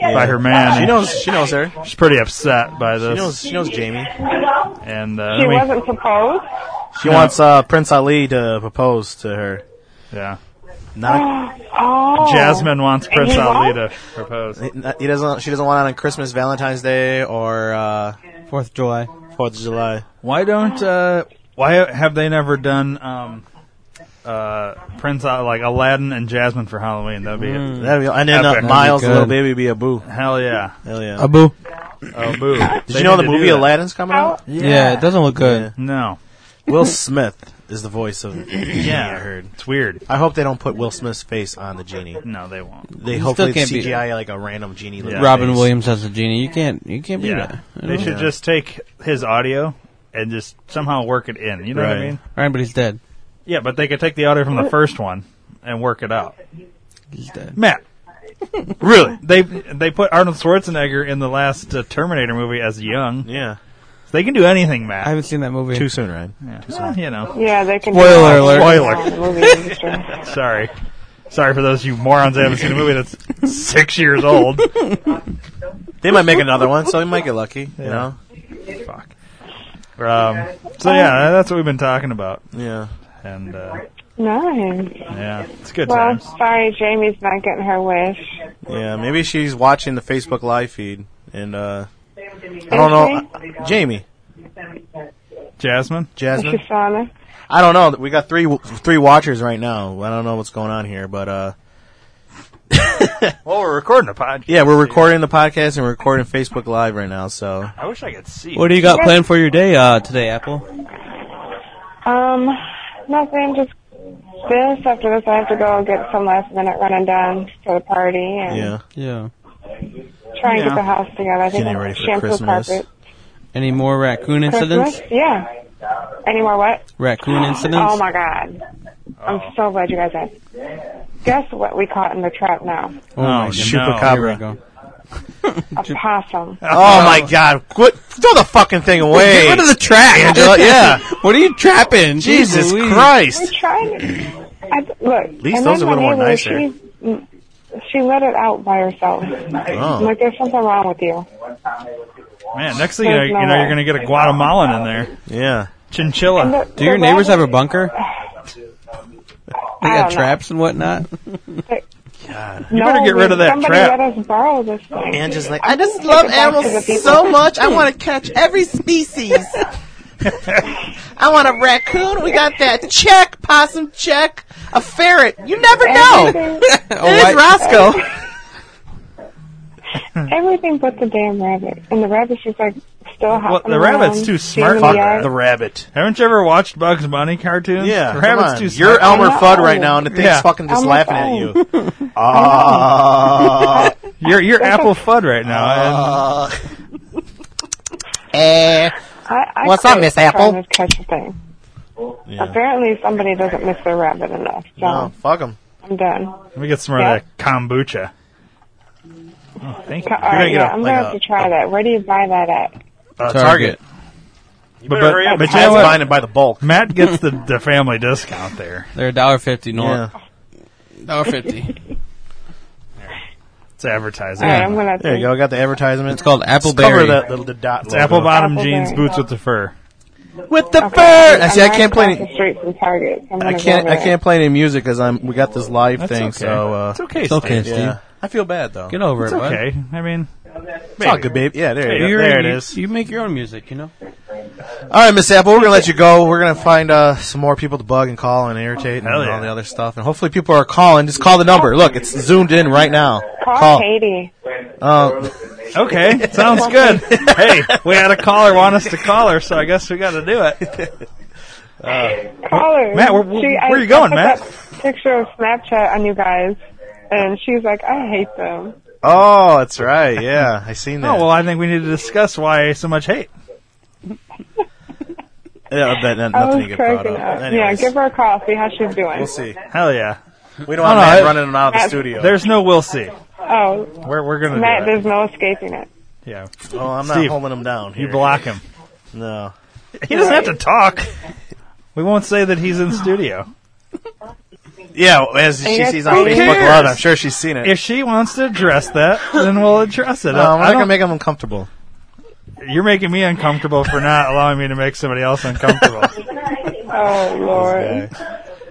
by her man.
She knows. She knows her.
She's pretty upset by this.
She knows. She knows Jamie.
and uh,
She
then we-
wasn't proposed.
She wants uh, Prince Ali to propose to her.
yeah.
Not
*gasps* Oh.
Jasmine wants Prince
You what?
Ali to propose.
he doesn't. She doesn't want it on Christmas, Valentine's Day, or uh,
Fourth of July.
Fourth of July.
Why don't? Uh, why have they never done um, uh, Prince Ali, like Aladdin and Jasmine for Halloween? That'd be it.
That'd be, and then uh,
Epic.
Miles,
That'd be
little
good.
baby, be a boo.
Hell yeah!
Hell yeah.
Abu. *laughs*
Oh boo!
Did you know the movie Aladdin's coming out?
Oh. Yeah.
Yeah. it doesn't look good.
Yeah.
No.
Will Smith is the voice of the genie,
Yeah,
I heard.
It's weird.
I hope they don't put Will Smith's face on the genie.
No, they won't.
They
He
hopefully
still can't be
CGI like a random genie. looking
Robin
face.
Williams as a genie. You can't. You can't be
Yeah,
that.
they should
Yeah.
just take his audio and just somehow work it in. You know what I
Right.
mean?
All right, but he's dead.
Yeah, but they could take the audio from the first one and work it out.
He's dead.
Matt. really? They they put Arnold Schwarzenegger in the last uh, Terminator movie as young.
Yeah.
They can do anything, Matt.
I haven't seen that movie.
Too soon, Ryan.
Yeah. Well, you know.
Yeah, they can.
Spoiler
do that.
alert.
Yeah, the movie industry.
Sorry. Sorry for those of you morons that haven't seen a movie that's six years old.
They might make another one, so we might get lucky. You
Yeah.
know.
Fuck. Um, so yeah, that's what we've been talking about,
Yeah.
and uh,
Nice.
yeah, it's good
Well,
times.
sorry, Jamie's not getting her wish.
Yeah. Maybe she's watching the Facebook live feed, and uh, I don't know. uh, Jamie,
Jasmine,
Jasmine.
Shoshana.
I don't know. We got three three watchers right now. I don't know what's going on here, but uh,
well, we're recording a podcast.
yeah, we're recording the podcast and we're recording Facebook Live right now. So
I wish I could see.
What do you got planned for your day uh, today, Apple?
Um, nothing. Just this. After this, I have to go get some last minute running done for the party and
yeah,
Yeah.
try and
Yeah.
get the house together. I think
Getting
I
ready for
shampoo
Christmas.
carpet.
Any more raccoon incidents?
Christmas? Yeah. Any more what?
Raccoon incidents?
Oh my god. I'm so glad you guys asked. Guess what we caught in the trap now?
Oh, my
Oh,
God.
chupacabra.
Here we go.
A possum.
Oh my God! Quit throw the fucking thing away.
Get rid of the trap, *laughs*
*laughs*
Angela, yeah.
what are you trapping?
Jesus
Oh,
Louise.
We're
Christ!
trying to. I, look. At
least those are a little more nicer.
She, mm, she let it out by herself. I'm
Oh,
like, there's something wrong with you.
Man, next thing you know, you know you're gonna get a Guatemalan in there,
yeah.
And
chinchilla.
the-
Do your
the
neighbors have
rabbit-
a bunker? They
I
got
don't know.
traps and whatnot.
You better
No,
get rid of that
somebody
trap.
let us borrow this thing.
And just like I just
Take it back to the people.
much. I want to catch every
*laughs*
species. I want a raccoon. We got that check, possum check, a ferret. You never know.
Everything,
*laughs* It is Roscoe.
Hmm.
everything but the damn rabbit. And the rabbit, she's like, still hopping
Well, the
around,
rabbit's too
being
smart
in
for
the yard.
the rabbit.
Haven't you ever watched Bugs Bunny cartoons?
Yeah,
the
come
rabbit's
on.
too
You're
smart.
Elmer
I'm
Fudd
not
right
old.
now, and the thing's
Yeah.
fucking just
I'm not
laughing at
old.
you.
*laughs*
Ah.
You're you're Apple Fudd right now. and-
Ah. *laughs*
Eh,
I, I
What's up,
quit
Miss Apple?
trying to catch the thing.
yeah.
Apparently, somebody doesn't miss their rabbit enough, so
No, fuck him.
I'm done.
let me get some more of that kombucha. Oh, thank you.
All right,
get
yeah,
a-
I'm
like
gonna
a-
have to try that. Where do you buy that at?
Uh,
Target.
But, but, but you know
That's
what?
buying it by the bulk.
Matt gets the, the family discount there.
They're a dollar fifty.
Yeah.
No, dollar
*laughs*
fifty.
It's advertising.
All right, I'm gonna have
There
to
you go. I got the advertisement. It's
Called
Cover
Appleberry.
that little the dot.
It's apple bottom
Appleberry.
jeans, boots with the fur.
with the
Okay,
bird.
I'm
I see. I
right
can't play.
across
Any,
The street from Target. so I'm
I
gonna
can't.
Go over
I can't play any music because I'm. We got this live
That's
thing.
okay.
So uh,
it's okay.
It's okay,
yeah.
Steve.
I feel bad though.
Get over
It's
it. bud.
okay. I mean,
It's all good, babe. Yeah, there you go.
You're-
there it
you-
is.
You make your own music, you know.
All right, Miss Apple, we're gonna let you go. We're gonna find uh, some more people to bug and call and irritate and
Hell yeah.
all the other stuff. And hopefully, people are calling. Just call the number. Look, it's zoomed in right now.
Call, Haiti.
Uh,
*laughs* okay. Sounds good. hey, we had a caller want us to call her, so I guess we got to do it. *laughs*
Call her.
Matt, where- where-
She- I-
where you
I
going,
took
Matt?
that Picture of Snapchat on you guys, and she's like, I hate them.
oh, that's right. Yeah, I seen that.
No, Oh, well, I think we need to discuss why so much hate.
yeah, that, that-
I
nothing
was
you get proud
cracking
of.
up.
Anyways,
Yeah, give her a call. See how she's doing.
we'll see.
Hell yeah.
We don't want
no, I-
Matt running out of the
Matt-
studio.
There's no we'll see.
Oh,
We're we're gonna do
Matt,
it.
there's no escaping it.
Yeah,
oh, I'm not
Steve,
holding him down. Here.
you block him.
No.
He doesn't have to talk. We won't say that he's in studio.
Yeah, as she
guys
sees on
crazy?
Facebook
cares?
Live, I'm sure she's seen it.
If she wants to address that, then we'll address it.
no, I'm
I
not
don't-
gonna make him uncomfortable.
You're making me
Oh,
uncomfortable for not allowing me to make somebody else uncomfortable.
Oh Lord.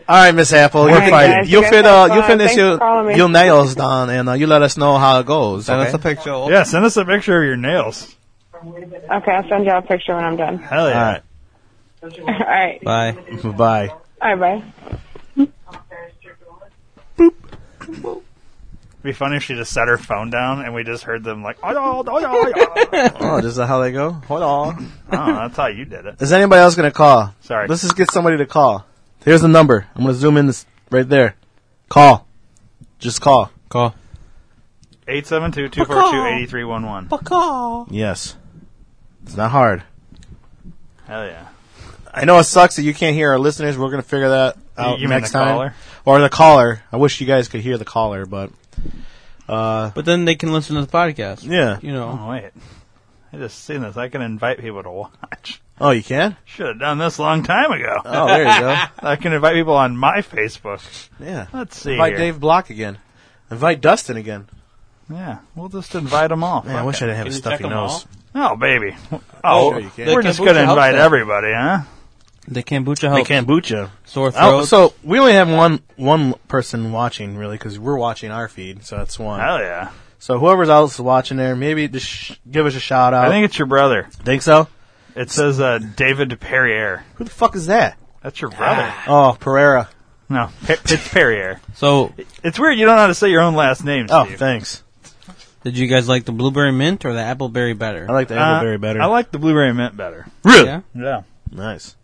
All right, Miss Apple, you
right, guys,
can, you'll
you guys
fit.
have
Uh,
fun.
you finish
Thanks for calling
your
me.
your nails down, and uh, you let us know how it
*laughs*
goes.
Send us
okay?
a picture.
Yeah, send us a picture of your nails.
Okay, I'll send y'all a picture when I'm done.
Hell yeah.
All
*laughs* All right.
Bye.
right, bye.
All right, bye.
It'd be funny if she just set her phone down and we just heard them like, oh, oh, oh, oh, oh.
Oh, this is how they go. Hold on.
oh that's how you did it.
Is anybody else gonna call?
Sorry.
Let's just get somebody to call. Here's the number. I'm gonna zoom in this right there. Call. Just call.
Call.
872-242-8311.
Bacall.
Yes. It's not hard.
Hell yeah.
I know it sucks that you can't hear our listeners. We're gonna figure that out
you mean
next
the
time.
caller?
Or the caller. I wish you guys could hear the caller, but uh,
But then they can listen to the podcast.
yeah.
You know.
Oh, wait. I just seen this. I can invite people to watch.
Oh, you can.
Should have done this a long time ago.
Oh, there you go.
*laughs* I can invite people on my Facebook.
Yeah.
Let's see
Invite
here.
Dave Block again. Invite Dustin again.
Yeah, we'll just invite them all.
Man, I wish I didn't have
Can
a
you
stuffy
check 'em
nose.
Oh, baby. Oh,
Sure you can.
we're
They
just
kombucha
going to
helps
invite
that.
everybody, huh?
The kombucha helps.
kombucha.
Sore throat.
Oh, so we only have one one person watching really because we're watching our feed, so that's one.
Hell yeah.
So whoever's else is watching there, maybe just sh- give us a shout out.
I think it's your brother.
Oh. Think so.
It says uh, David Perrier.
Who the fuck is that?
That's your brother.
Oh, Pereira.
No, Pe- it's Perrier.
so,
It's weird you don't know how to say your own last name,
Oh,
Steve.
thanks.
did you guys like the blueberry mint or the appleberry better?
I like the
Uh,
Appleberry better.
I like the blueberry mint better.
really
Yeah.
Yeah.
nice.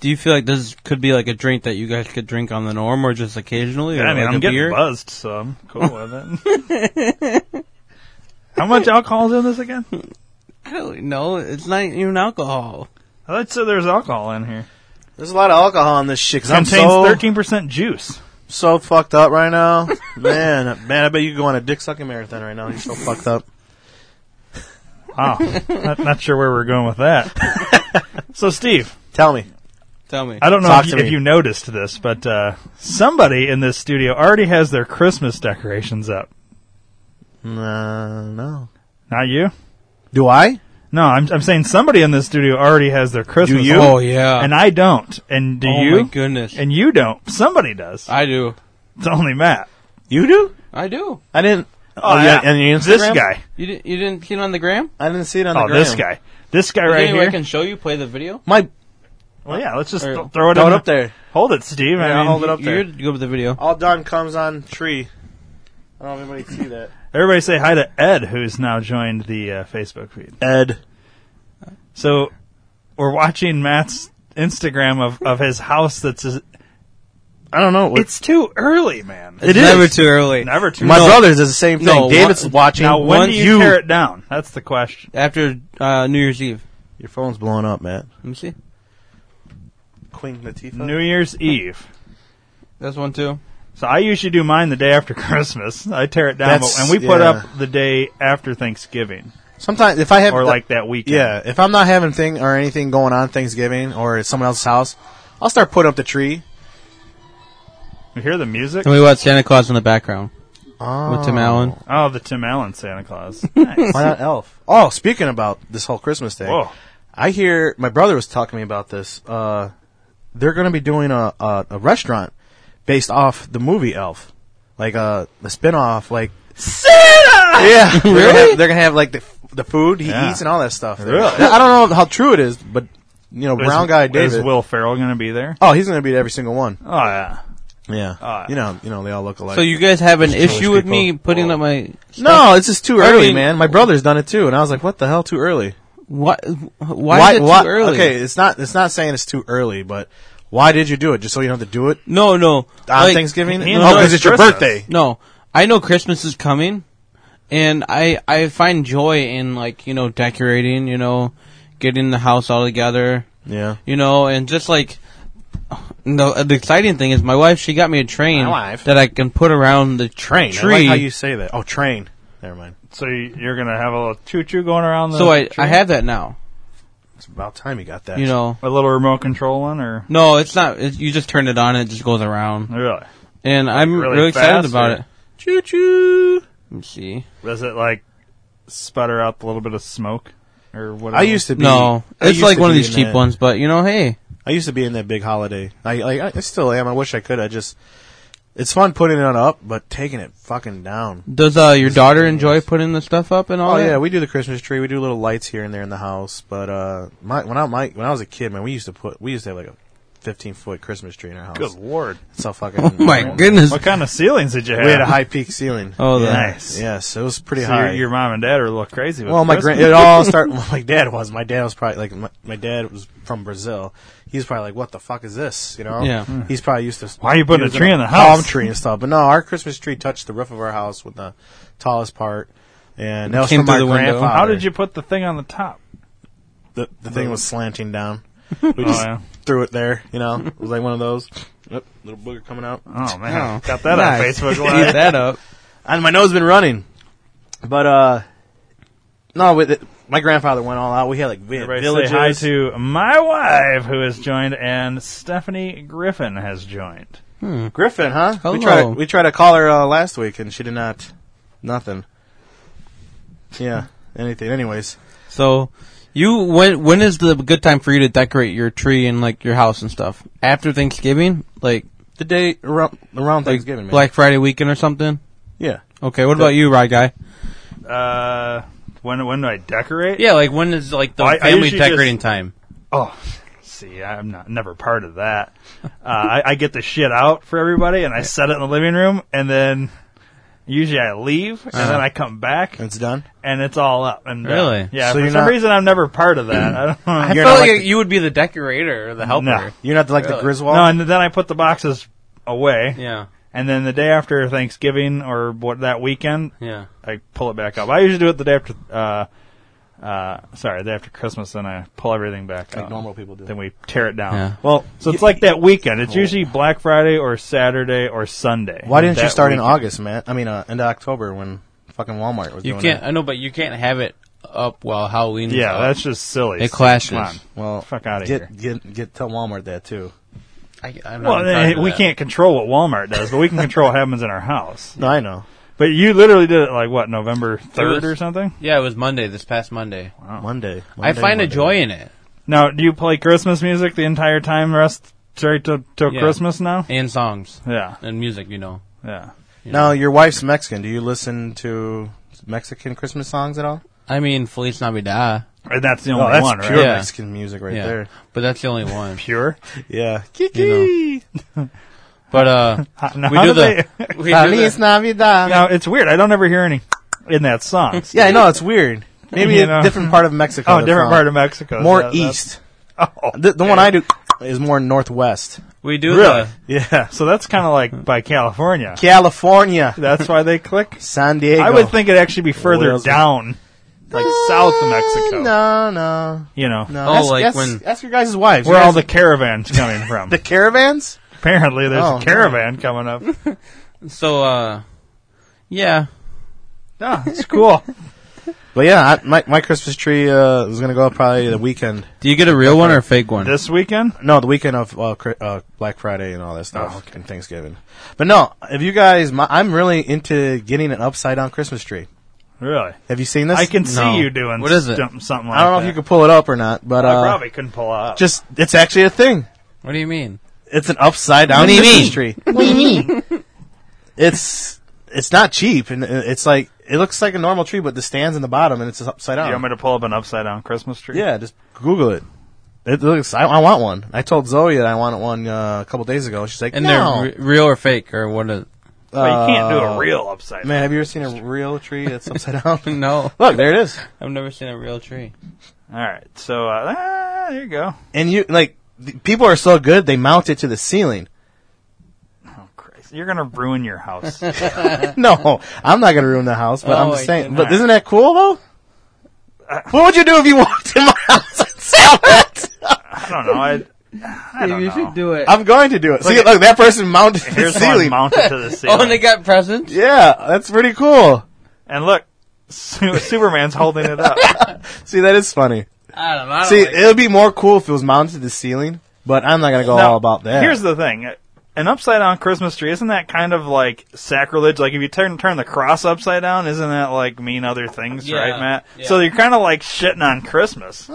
Do you feel like this could be like a drink that you guys could drink on the norm or just occasionally? Or
I mean,
like
I'm
a
getting
beer?
buzzed, so I'm cool with it.
*laughs*
how much alcohol is in this again?
I don't know. It's not even alcohol.
I thought it said there's alcohol in here.
There's a lot of alcohol in this shit. Cause I'm
Contains
so
13% juice.
so fucked up right now, *laughs* man. Man, I bet you could go on a dick sucking marathon right now. You're so fucked up.
Wow. not, not sure where we're going with that.
*laughs*
so, Steve,
Tell me.
Tell me.
I don't know
Talk
if you,
to me.
if you noticed this, but uh, somebody in this studio already has their Christmas decorations up.
No, Uh, no.
Not you?
Do I?
No, I'm, I'm saying somebody in this studio already has their Christmas.
you?
up,
Oh yeah.
And I don't. And do
oh
you?
my goodness.
And you don't. Somebody does.
I do.
it's only Matt.
You do?
I do.
I didn't. Oh,
yeah.
And your Instagram?
This guy.
You didn't. You didn't see it on the gram.
I didn't see it on
Oh,
the gram.
this guy. This guy
Is there
right
any way
here.
I can show you. Play the video.
My
well, yeah, let's just
Or-
th- throw it
throw
in
it up there.
Hold it, Steve. I
Yeah,
mean,
hold it up there.
You go with the video.
All done comes on tree. I don't know if anybody see that.
Everybody say hi to Ed, who's now joined the uh, Facebook feed.
Ed.
So we're watching Matt's Instagram of, of his house that's his,
I don't know. It's
It's too early, man.
It's never too early.
Never too
my
early.
brother's is the same thing.
No,
David's
one-
watching.
Now, when do you,
you
tear it down? That's the question.
After uh, New Year's Eve.
Your phone's blowing up, man.
Let me see.
Queen Latifah.
New Year's Eve.
That's one too.
So I usually do mine the day after *laughs* Christmas. I tear it down,
That's-
and we put
yeah.
up the day after Thanksgiving
Sometimes if I have
or
the-
like that weekend.
yeah, if I'm not having thing or anything going on Thanksgiving or at someone else's house, I'll start putting up the tree.
*laughs* You hear the music?
And we watched Santa Claus in the background
Oh.
with Tim Allen.
Oh, the Tim Allen Santa
*laughs*
Claus. Nice.
Why not Elf? Oh, speaking about this whole Christmas thing,
Whoa.
I hear my brother was talking to me about this. Uh, they're going to be doing a, a a restaurant based off the movie Elf, like a a spinoff. Like Santa.
*laughs*
Yeah, really? They're gonna have, they're gonna have, like the f- the food he
Yeah.
eats and all that stuff.
Really?
I don't know how true it is, but you know, Oh, brown
Is-
guy David.
Is Will Ferrell going to be there?
oh, he's going to be at every single one.
Oh yeah.
Yeah.
Ah.
you know, you know, they all look alike.
So you guys have an issue with me
people.
putting up my
no, it's just too early,
mean-
man. My brother's done it too, and I was like, "What the hell? Too early."
why? Why, is it too early?
Okay, it's not it's not saying it's too early, but why did you do it? Just so you don't have to do it
No, no.
on
Like,
Thanksgiving?
he
oh,
knows
because it's your
Christmas.
birthday.
No, I know Christmas is coming, and I I find joy in like you know decorating, you know, getting the house all together,
Yeah.
you know, and just like the the exciting thing is my wife she got me a train
My wife.
that I can put around the
Train. I
tree.
like how you say that. Oh, train. Never mind.
So you- you're going to have a little choo choo going around. The
so I
tree?
I have that now,
It's about time you got that.
you know.
a little remote control one, or
No, it's not. It, you just turn it on and it just goes around,
really?
and I'm
Really
really, excited
fast,
about
or-
it. Choo choo. Let me see.
Does it like sputter out a little bit of smoke or whatever?
I used to be.
No,
I
it's
used *laughs*
like
to
one of
be
these
in
cheap
that-
ones, but you know, hey,
I used to be in that big holiday. I like I still am. I wish I could. I just it's fun putting it up, but taking it fucking down.
Does uh, your daughter enjoy putting the stuff up and all
Oh
that?
yeah, we do the Christmas tree. We do little lights here and there in the house. But uh, my when I my when I was a kid, man, we used to put we used to have like a fifteen foot Christmas tree in our house.
Good lord.
It's all fucking.
*laughs* Oh my goodness.
What kind of ceilings did you have?
We had a high peak ceiling.
Oh,
yeah.
nice.
Yes, it was pretty
So
high.
your, your mom and dad are a little crazy with
well, my
Christmas.
grand
*laughs*
it all started. Well, my dad was. My dad was probably like my, my dad was from Brazil. He was probably like, "What the fuck is this?" You know.
Yeah.
He's probably used to.
Hmm. Why are you putting a
using
tree in the
Palm
house?
tree and stuff. But no, our Christmas tree touched the roof of our house with the tallest part, and that was
Came
from
through
my
the window.
grandfather.
How did you put the thing on the top?
The, the thing was
*laughs*
slanting down. We just
Oh, yeah.
threw it there. You know, it was like one of those. Yep, little booger coming out.
Oh man,
Oh.
got that
Nice. *laughs*
*laughs*
on Facebook
Keep
Live.
that up.
and my nose been running. But uh, no, with it, my grandfather went all out. We had like vi-
Everybody
villages.
say hi to my wife who has joined, and Stephanie Griffin has joined.
Griffin, huh?
Hmm. Hello.
We tried to, we tried to call her uh, last week, and she did not. Nothing. Yeah. Anything. Anyways,
So, you when when is the good time for you to decorate your tree and like your house and stuff? After Thanksgiving, like
the day around, around
like
Thanksgiving, man.
Black Friday weekend or something.
yeah.
Okay, what about you, Rod Guy?
Uh, when when do I decorate?
Yeah, like when is like the
I- I
family
usually
decorating
just-
time?
Oh, see, I'm not never part of that. *laughs* Uh, I, I get the shit out for everybody, and I set it in the living room, and then usually I leave, and then I come back,
Uh-huh. It's done.
and it's all up. And done.
Really?
yeah.
So
for
you're
some
not-
reason, I'm never part of that. I don't know.
I
You're
felt
not
like,
like
you would be the decorator or the helper.
No.
You're not like the
Really?
Griswold.
No, and then I put the boxes away,
Yeah,
and then the day after Thanksgiving or what that weekend,
yeah.
I pull it back up. I usually do it the day after. Uh, uh, sorry, the day after Christmas, then I pull everything back.
Like
up.
normal people do.
Then we tear it down.
Yeah.
well,
So it's like that weekend. It's usually Black Friday or Saturday or Sunday.
Oh. why didn't you
That
start in
weekend.
August, man? I mean, uh, end of October when fucking Walmart was
You
doing
can't.
it.
I know, but you can't have it up while Halloween. is
Yeah,
up.
that's just silly.
It clashes.
Come on.
Well,
Fuck outta
get,
here.
Get get tell Walmart that too.
I, I'm not
Well,
in charge
eh,
of
we
that.
can't control what Walmart does, but we can control what happens in our house.
No, I know.
But you literally did it like what November
was-
third or something.
Yeah, it was Monday. This past Monday,
Monday,
I find a joy in it
Now, do you play Christmas music the entire time, rest straight to, to
Yeah.
Christmas now? *laughs*
and songs
Yeah,
and music. You know,
yeah.
Now, your wife's Mexican. Do you listen to Mexican Christmas songs at all?
I mean, Feliz Navidad.
And that's the only
Oh, that's
one, right?
pure
Yeah.
Mexican music right
yeah,
there.
but that's the only
*laughs*
one.
Pure.
Yeah.
You
*laughs*
But uh,
Now,
we
how
do
do
the.
they-
*laughs* we do the-
Navidad.
now it's weird. I don't ever hear any in that song.
*laughs* Yeah, I know. It's weird. Maybe
You
a
know.
different part of
*laughs*
Mexico.
Oh,
they're
different
from.
part of Mexico.
More
That- that's- *laughs* Oh,
east. The, the one I do is more northwest.
we do
Really?
the.
Yeah. So that's kind of like by California.
California.
That's why they click.
San Diego.
I would think it'd actually be
What
further
else?
down, like south
Mm.
of Mexico.
No, no,
You know,
no.
Oh,
Ask-
like
ask-
when-
ask your guys' wives.
where
You
all the
guys-
caravans coming from.
*laughs* the caravans.
Apparently, there's
Oh,
a caravan coming
*laughs*
up.
So uh, yeah.
No, it's Ah, cool.
*laughs* But yeah, I, my my Christmas tree uh, is gonna go up probably the weekend.
Do you get a real one or a fake one?
this weekend. Oh,
No, the weekend of uh, Cri- uh, Black Friday and all that stuff, and Thanksgiving. But no, if you guys, my, I'm really into getting an upside down Christmas tree.
Really?
Have you seen this?
I can
No.
see you doing
What is it?
stum- something like
I don't know
that.
if you could pull it up or not, but
I
uh,
probably couldn't pull out.
just it's actually a thing.
what do you mean?
It's an upside
*laughs*
down
What do you
Christmas
mean?
tree. What do you mean? It's it's not cheap, and it- it's like it looks like a normal tree, but the stands in the bottom, and it's upside
you
down.
want me to pull up an upside down Christmas tree?
yeah, just Google it. It looks. I, I want one. I told Zoe that I wanted one uh, a couple days ago. She's like,
And
no.
they're re- real or fake or what is?
But you can't do a
Uh,
real upside.
Man, have you ever seen a real tree
*laughs*
that's upside down?
No,
Look, there it is.
I've never seen a real tree.
All right. So uh, ah, there you go.
And you like th- people are so good they mount it to
*laughs*
the ceiling.
Oh, Christ. You're gonna ruin your house. *laughs*
No, *laughs* I'm not gonna ruin the house, but I'm
Oh,
just
I
saying.
didn't.
But isn't that cool though?
Uh,
what would you do if you walked in my house and
*laughs*
sell it?
I don't know. I, I don't
you
know.
should do it.
I'm going to do it. See,
Look at-
look, that person mounted
*laughs*
to the
Here's one
ceiling.
mounted
*laughs*
to the ceiling.
oh, and they got presents.
yeah, that's pretty cool.
And look, Su- Superman's holding it
*laughs*
up.
See, that is funny.
I don't know. I don't
See,
like-
it would be more cool if it was mounted to the ceiling, but I'm not gonna go
Now,
all about that.
Here's the thing. an upside down Christmas tree isn't that kind of like sacrilege? Like if you turn turn the cross upside down, isn't that like mean other things,
Yeah,
right, Matt?
yeah.
So you're kind of like shitting on Christmas.
Uh,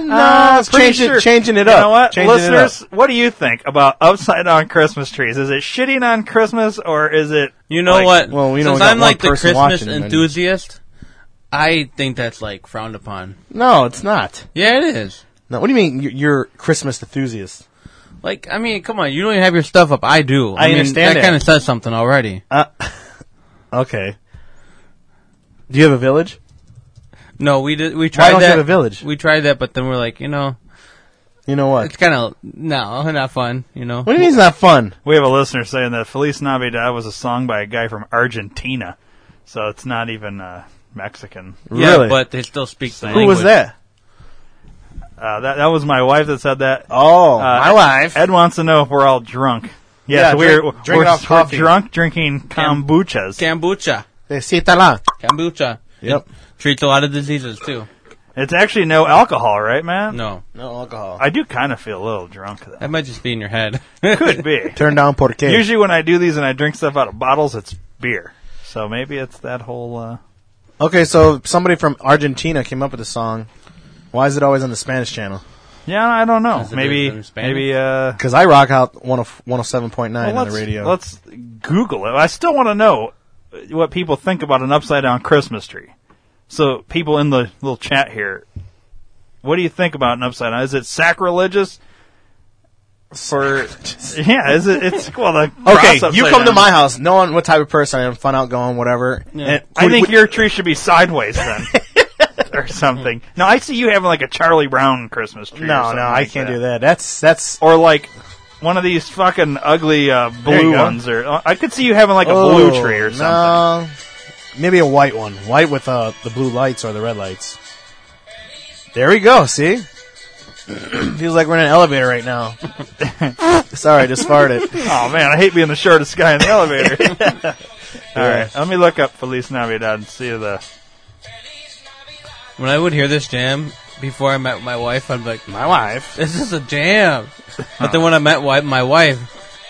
no,
Uh,
it's
pretty
changing,
sure-
changing it
You
up.
know what,
Changing it up.
listeners?
*laughs*
What do you think about upside down Christmas trees? Is it shitting on Christmas or is it?
You know
like-
what?
Well, we
Since
only got
I'm
one
like the
person
Christmas
watching, then-
enthusiast, I think that's like frowned upon.
No, it's not.
Yeah, it is.
No, what do you mean you- you're Christmas enthusiast?
Like, I mean, come on, you don't even have your stuff up. I do.
I
mean,
understand
that.
that. Uh,
kind of says something already.
*laughs* *laughs* Okay. Do you have a village?
No, we did. We tried
don't you
that.
have a village?
We tried that, but then we're like, you know,
You know what?
it's kind of no, not fun. You know,
What do you mean it's not fun?
We have a listener saying that Feliz Navidad was a song by a guy from Argentina, so it's not even uh, Mexican.
yeah,
really?
but they still speak the
Who
language.
was that?
Uh, that that was my wife that said that.
Oh,
Uh,
my wife.
Ed wants to know if we're all drunk. Yes,
Yeah,
we're,
drink-
we're,
drink it off
we're
coffee.
drunk drinking kombuchas.
Kombucha.
They see it that long.
Kombucha.
Yep.
It treats a lot of diseases too.
It's actually no alcohol, right, man?
No,
No alcohol.
I do kind of feel a little drunk though.
that might just be in your head.
Could be.
*laughs*
Turn down porque.
Usually when I do these and I drink stuff out of bottles, it's beer. So maybe it's that whole. Uh,
Okay, so somebody from Argentina came up with a song. Why is it always on the Spanish channel?
yeah, I don't know.
Is it in
Maybe
Spanish?
maybe. Uh,
Because I rock out 107.9
well,
on
let's
the radio.
let's Google it. I still want to know what people think about an upside down Christmas tree. So people in the little chat here, what do you think about an upside down? Is it sacrilegious?
*laughs*
for yeah, is it? It's well, the
okay,
cross upside
you come to
down.
my house knowing what type of person I am, fun outgoing, whatever. And
I
we-
think
we-
your tree should be sideways
*laughs*
then, or something. No, I see you having like a Charlie Brown Christmas tree. or
no,
something
no, I
like
can't
that.
do that. That's that's
Or like one of these fucking ugly uh,
There you
blue
go. Oh,
ones, or uh, I could see you having like a blue tree or something.
No, maybe a white one, white with uh, the blue lights or the red lights. There we go. See, *clears throat* feels like we're in an elevator
*laughs*
right now. Sorry, I just farted.
Oh man, I hate being the shortest guy in the elevator.
*laughs*
All right, let me look up Feliz Navidad and see the.
when I would hear this jam before I met my wife, I'd be like,
My
*laughs*
wife.
this is a jam. But then when I met wi- my wife,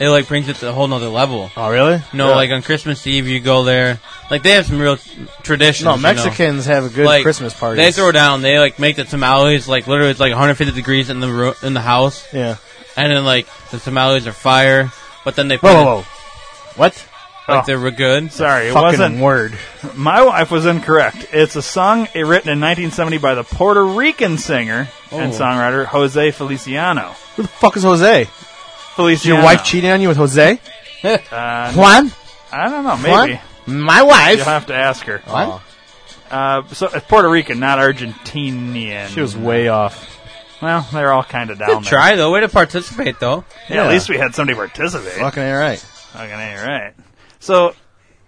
it like brings it to a whole nother level.
Oh, really?
You know, like on Christmas Eve, you go there. Like they have some real traditions.
No,
you know.
Mexicans have a good
like
Christmas party.
They throw down. They like make the tamales. Like literally, it's like 150 degrees in the ro- in the house,
Yeah.
and then like the tamales are fire. But then they put
Whoa,
it-
whoa, whoa. What?
like
Oh.
they were good.
Sorry, it
Fucking
wasn't.
word.
My wife was incorrect. It's a song eh, written in 1970 by the Puerto Rican singer and
Oh.
songwriter Jose Feliciano.
Who the fuck is Jose? Is
Feliciano.
your wife cheating on you with Jose?
Uh,
Juan?
I don't know. Maybe
Juan? My wife.
you'll have to ask her.
Juan?
Uh, so it's Puerto Rican, not Argentinian.
She was way off.
well. They're all kind of down
Good
there.
try though. Way to participate though.
Yeah, at least we had somebody participate.
Fucking all right.
Fucking a right. So, all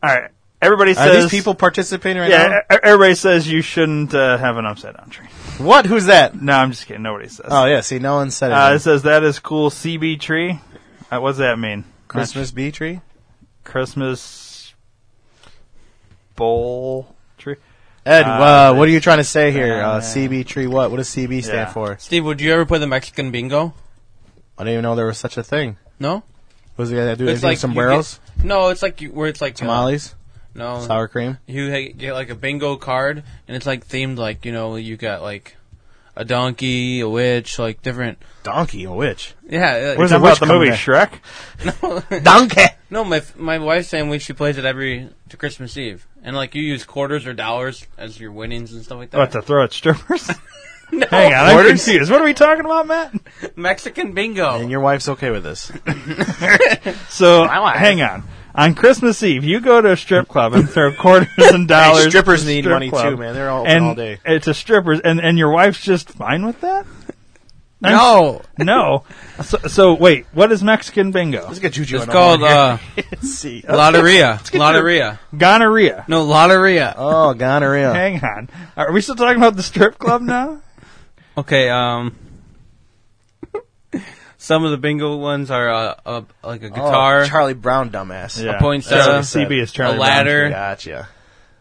right. Everybody
Are
says
these people participating right
Yeah, e- everybody says you shouldn't uh, have an upside down tree.
now? What? Who's that?
No, I'm just kidding. Nobody says.
Oh yeah. See, no one said it.
uh, it says that is cool CB tree. Uh, what does that mean?
Christmas bee tree.
Christmas bowl tree.
Ed,
Uh,
uh, what are you trying to say here?
uh,
Uh, CB tree. What? What does CB stand
Yeah.
for?
Steve, would you ever play the Mexican bingo?
I didn't even know there was such a thing.
No.
Was the guy that do
It's
anything
like
with sombreros,
you get- No, it's like you, where it's like uh,
tamales,
no,
sour cream?
you ha- get like a bingo card, and it's like themed like you know you got like a donkey, a witch, like different.
Donkey, a witch.
Yeah, like-
What is
a
it about
witch
the
coming
movie
there.
Shrek?
*laughs* Donkey.
*laughs* No, my my wife's family she plays it every to Christmas Eve, and like you use quarters or dollars as your winnings and stuff like that.
What to throw Oh, at
*laughs*
strippers? Hang on, I'm
Orders?
confused. What are we talking about, Matt?
*laughs* Mexican bingo.
And your wife's okay
*laughs*
with this.
So
My wife.
hang on. On Christmas Eve, you go to a strip club and
*laughs*
throw quarters and dollars.
Hey, strippers
to
need
strip
money
club.
too, man. They're all open
and
all day.
It's a strippers, and and your wife's just fine with that.
No,
No. So, so wait, what is Mexican bingo?
Let's get Juju.
it's
on the
called
horn here. *laughs*
uh,
See.
loteria. Loteria.
Gonorrhea.
No, loteria.
Oh, gonorrhea.
Hang on. Are we still talking about the strip club
*laughs*
now?
Okay. Um. Some of the bingo ones are uh, uh, like a guitar,
Oh, Charlie Brown, dumbass.
Yeah.
poinsettia,
That's what CB is Charlie
a
Brown.
ladder.
Gotcha.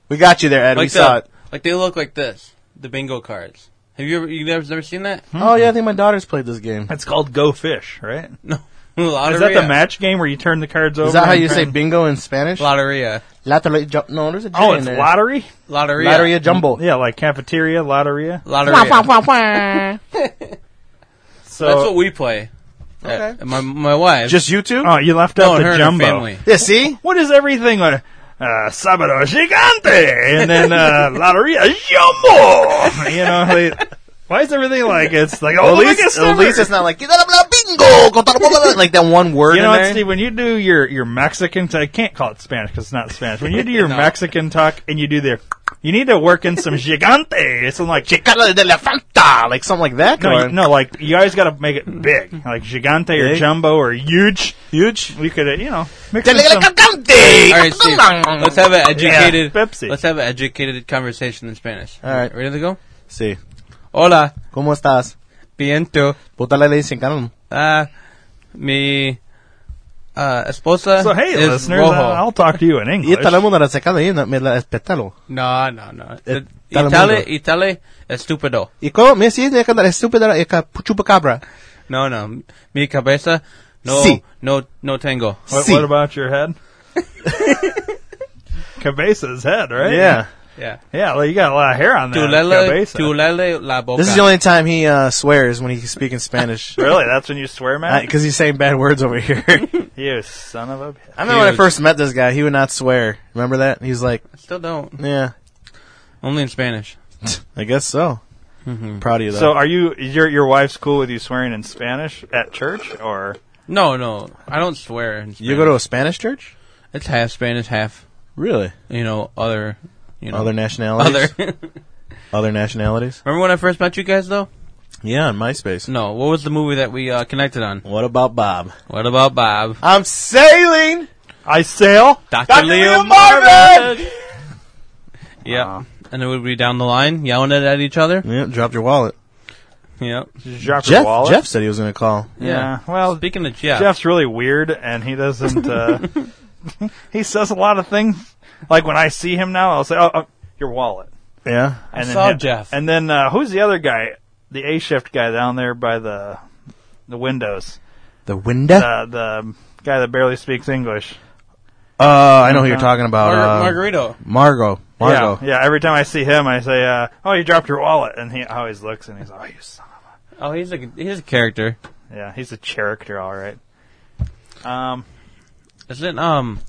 We got you there, Ed. we
like
saw
the,
it.
like they look like this. The bingo cards.
Hmm.
Have you ever you guys never seen that?
Oh yeah, I think my daughter's played this game.
It's called Go Fish, right?
No.
Is that the match game where you turn the cards over?
Is that how
and
you say
turn-
bingo in Spanish?
Lotteria.
Lottery jump. No, there's a J
Oh,
in
it's
there.
lottery. Mm-hmm.
Lotteria.
Lotteria jumbo.
Yeah, like cafeteria, lotteria.
Lotteria.
Wah, wah, wah, wah.
So
That's what we play. Okay. my my wife.
Just you two?
oh, you left
no,
out
her
the
and
jumbo.
her family.
yeah. See,
What is everything like? Uh, Sabado Gigante, and then *laughs* uh, Lotteria Jumbo. You know, they, why is everything like it's like oh,
at
look,
least,
it's
at least it's not like "Blah, blah,
Oh,
bingo, blah, blah, blah," like that one word
You know
in
what,
there.
Steve? When you do your your Mexican, I can't call it Spanish because it's not Spanish. When you do your
*laughs* No.
Mexican talk and you do their, you need to work in some gigante. It's like
Chicala de la Fanta, like something like that.
no,
going.
you- no, like you always got to make it big, like gigante or
Big?
jumbo or huge.
huge.
We could, uh, you know, mix
De
in some,
la Cagante.
All right, Steve. Let's have an educated.
Yeah, Pepsi.
Let's have an educated conversation in Spanish.
All right.
Ready to go?
See,
Hola,
cómo estás?
viento.
Puta la ley sin canon.
Ah, mi uh, esposa.
so hey,
is
listeners, uh,
rojo.
I'll, I'll talk to you in
Y
English.
esta la mundo la secada y no- me la espetalo.
No, no, no.
Eh,
Itale,
Telemundo.
Itale, estúpido.
Y cómo me sigue de cantar estúpida y ca- chupacabra.
No, no. Mi cabeza, no,
Sí.
no, no tengo.
What,
See.
what about your head? *laughs* Cabeza's head, right?
Yeah.
Yeah.
yeah. Well, you got a lot of hair on that.
Tulele,
cabeza.
tulele la boca.
This is the only time he uh, swears when he's speaking
*laughs*
Spanish.
Really? That's when you swear, man?
Because he's saying bad words
*laughs*
over here. I
you son of a. bitch.
remember when I
Huge.
first met this guy, he would not swear. Remember that? He's like,
Still don't.
yeah,
Only in Spanish.
*laughs* I guess so. Proud of you,
Mm-hmm.
though.
So are you is your your wife's cool with you swearing in Spanish at church or
No, no. I don't swear. In Spanish.
you go to a Spanish church?
It's half Spanish, half,
Really?
you know, other, you know.
Other nationalities?
Other. *laughs*
*laughs* Other nationalities?
Remember when I first met you guys, though?
Yeah, on MySpace.
No. What was the movie that we uh, connected on?
What about Bob?
What about Bob?
I'm sailing!
I sail?
Dr.
Leo Marvin!
Yep. and then we'd be down the line yelling it at each other.
Yeah, dropped Uh, your wallet.
Yep.
Jeff,
Jeff, Jeff said he was going to call.
Yeah. Well,
Speaking of Jeff.
Jeff's really weird and he doesn't
*laughs*
uh he says a lot of things like when I see him now I'll say oh, oh your wallet.
Yeah.
And then
saw
him-
Jeff.
And then uh who's the other guy? The A shift guy down there by the the windows.
The window? Uh,
Uh, the guy that barely speaks English.
Uh, I know who you're talking about.
Mar-
uh,
Margarito.
Margo. Margo.
Yeah, yeah. Every time I see him, I say, uh, "Oh, you dropped your wallet," and he always looks and he's, "Oh, you son."
Oh, he's a he's a character.
Yeah, he's a character, all right. Um,
Isn't um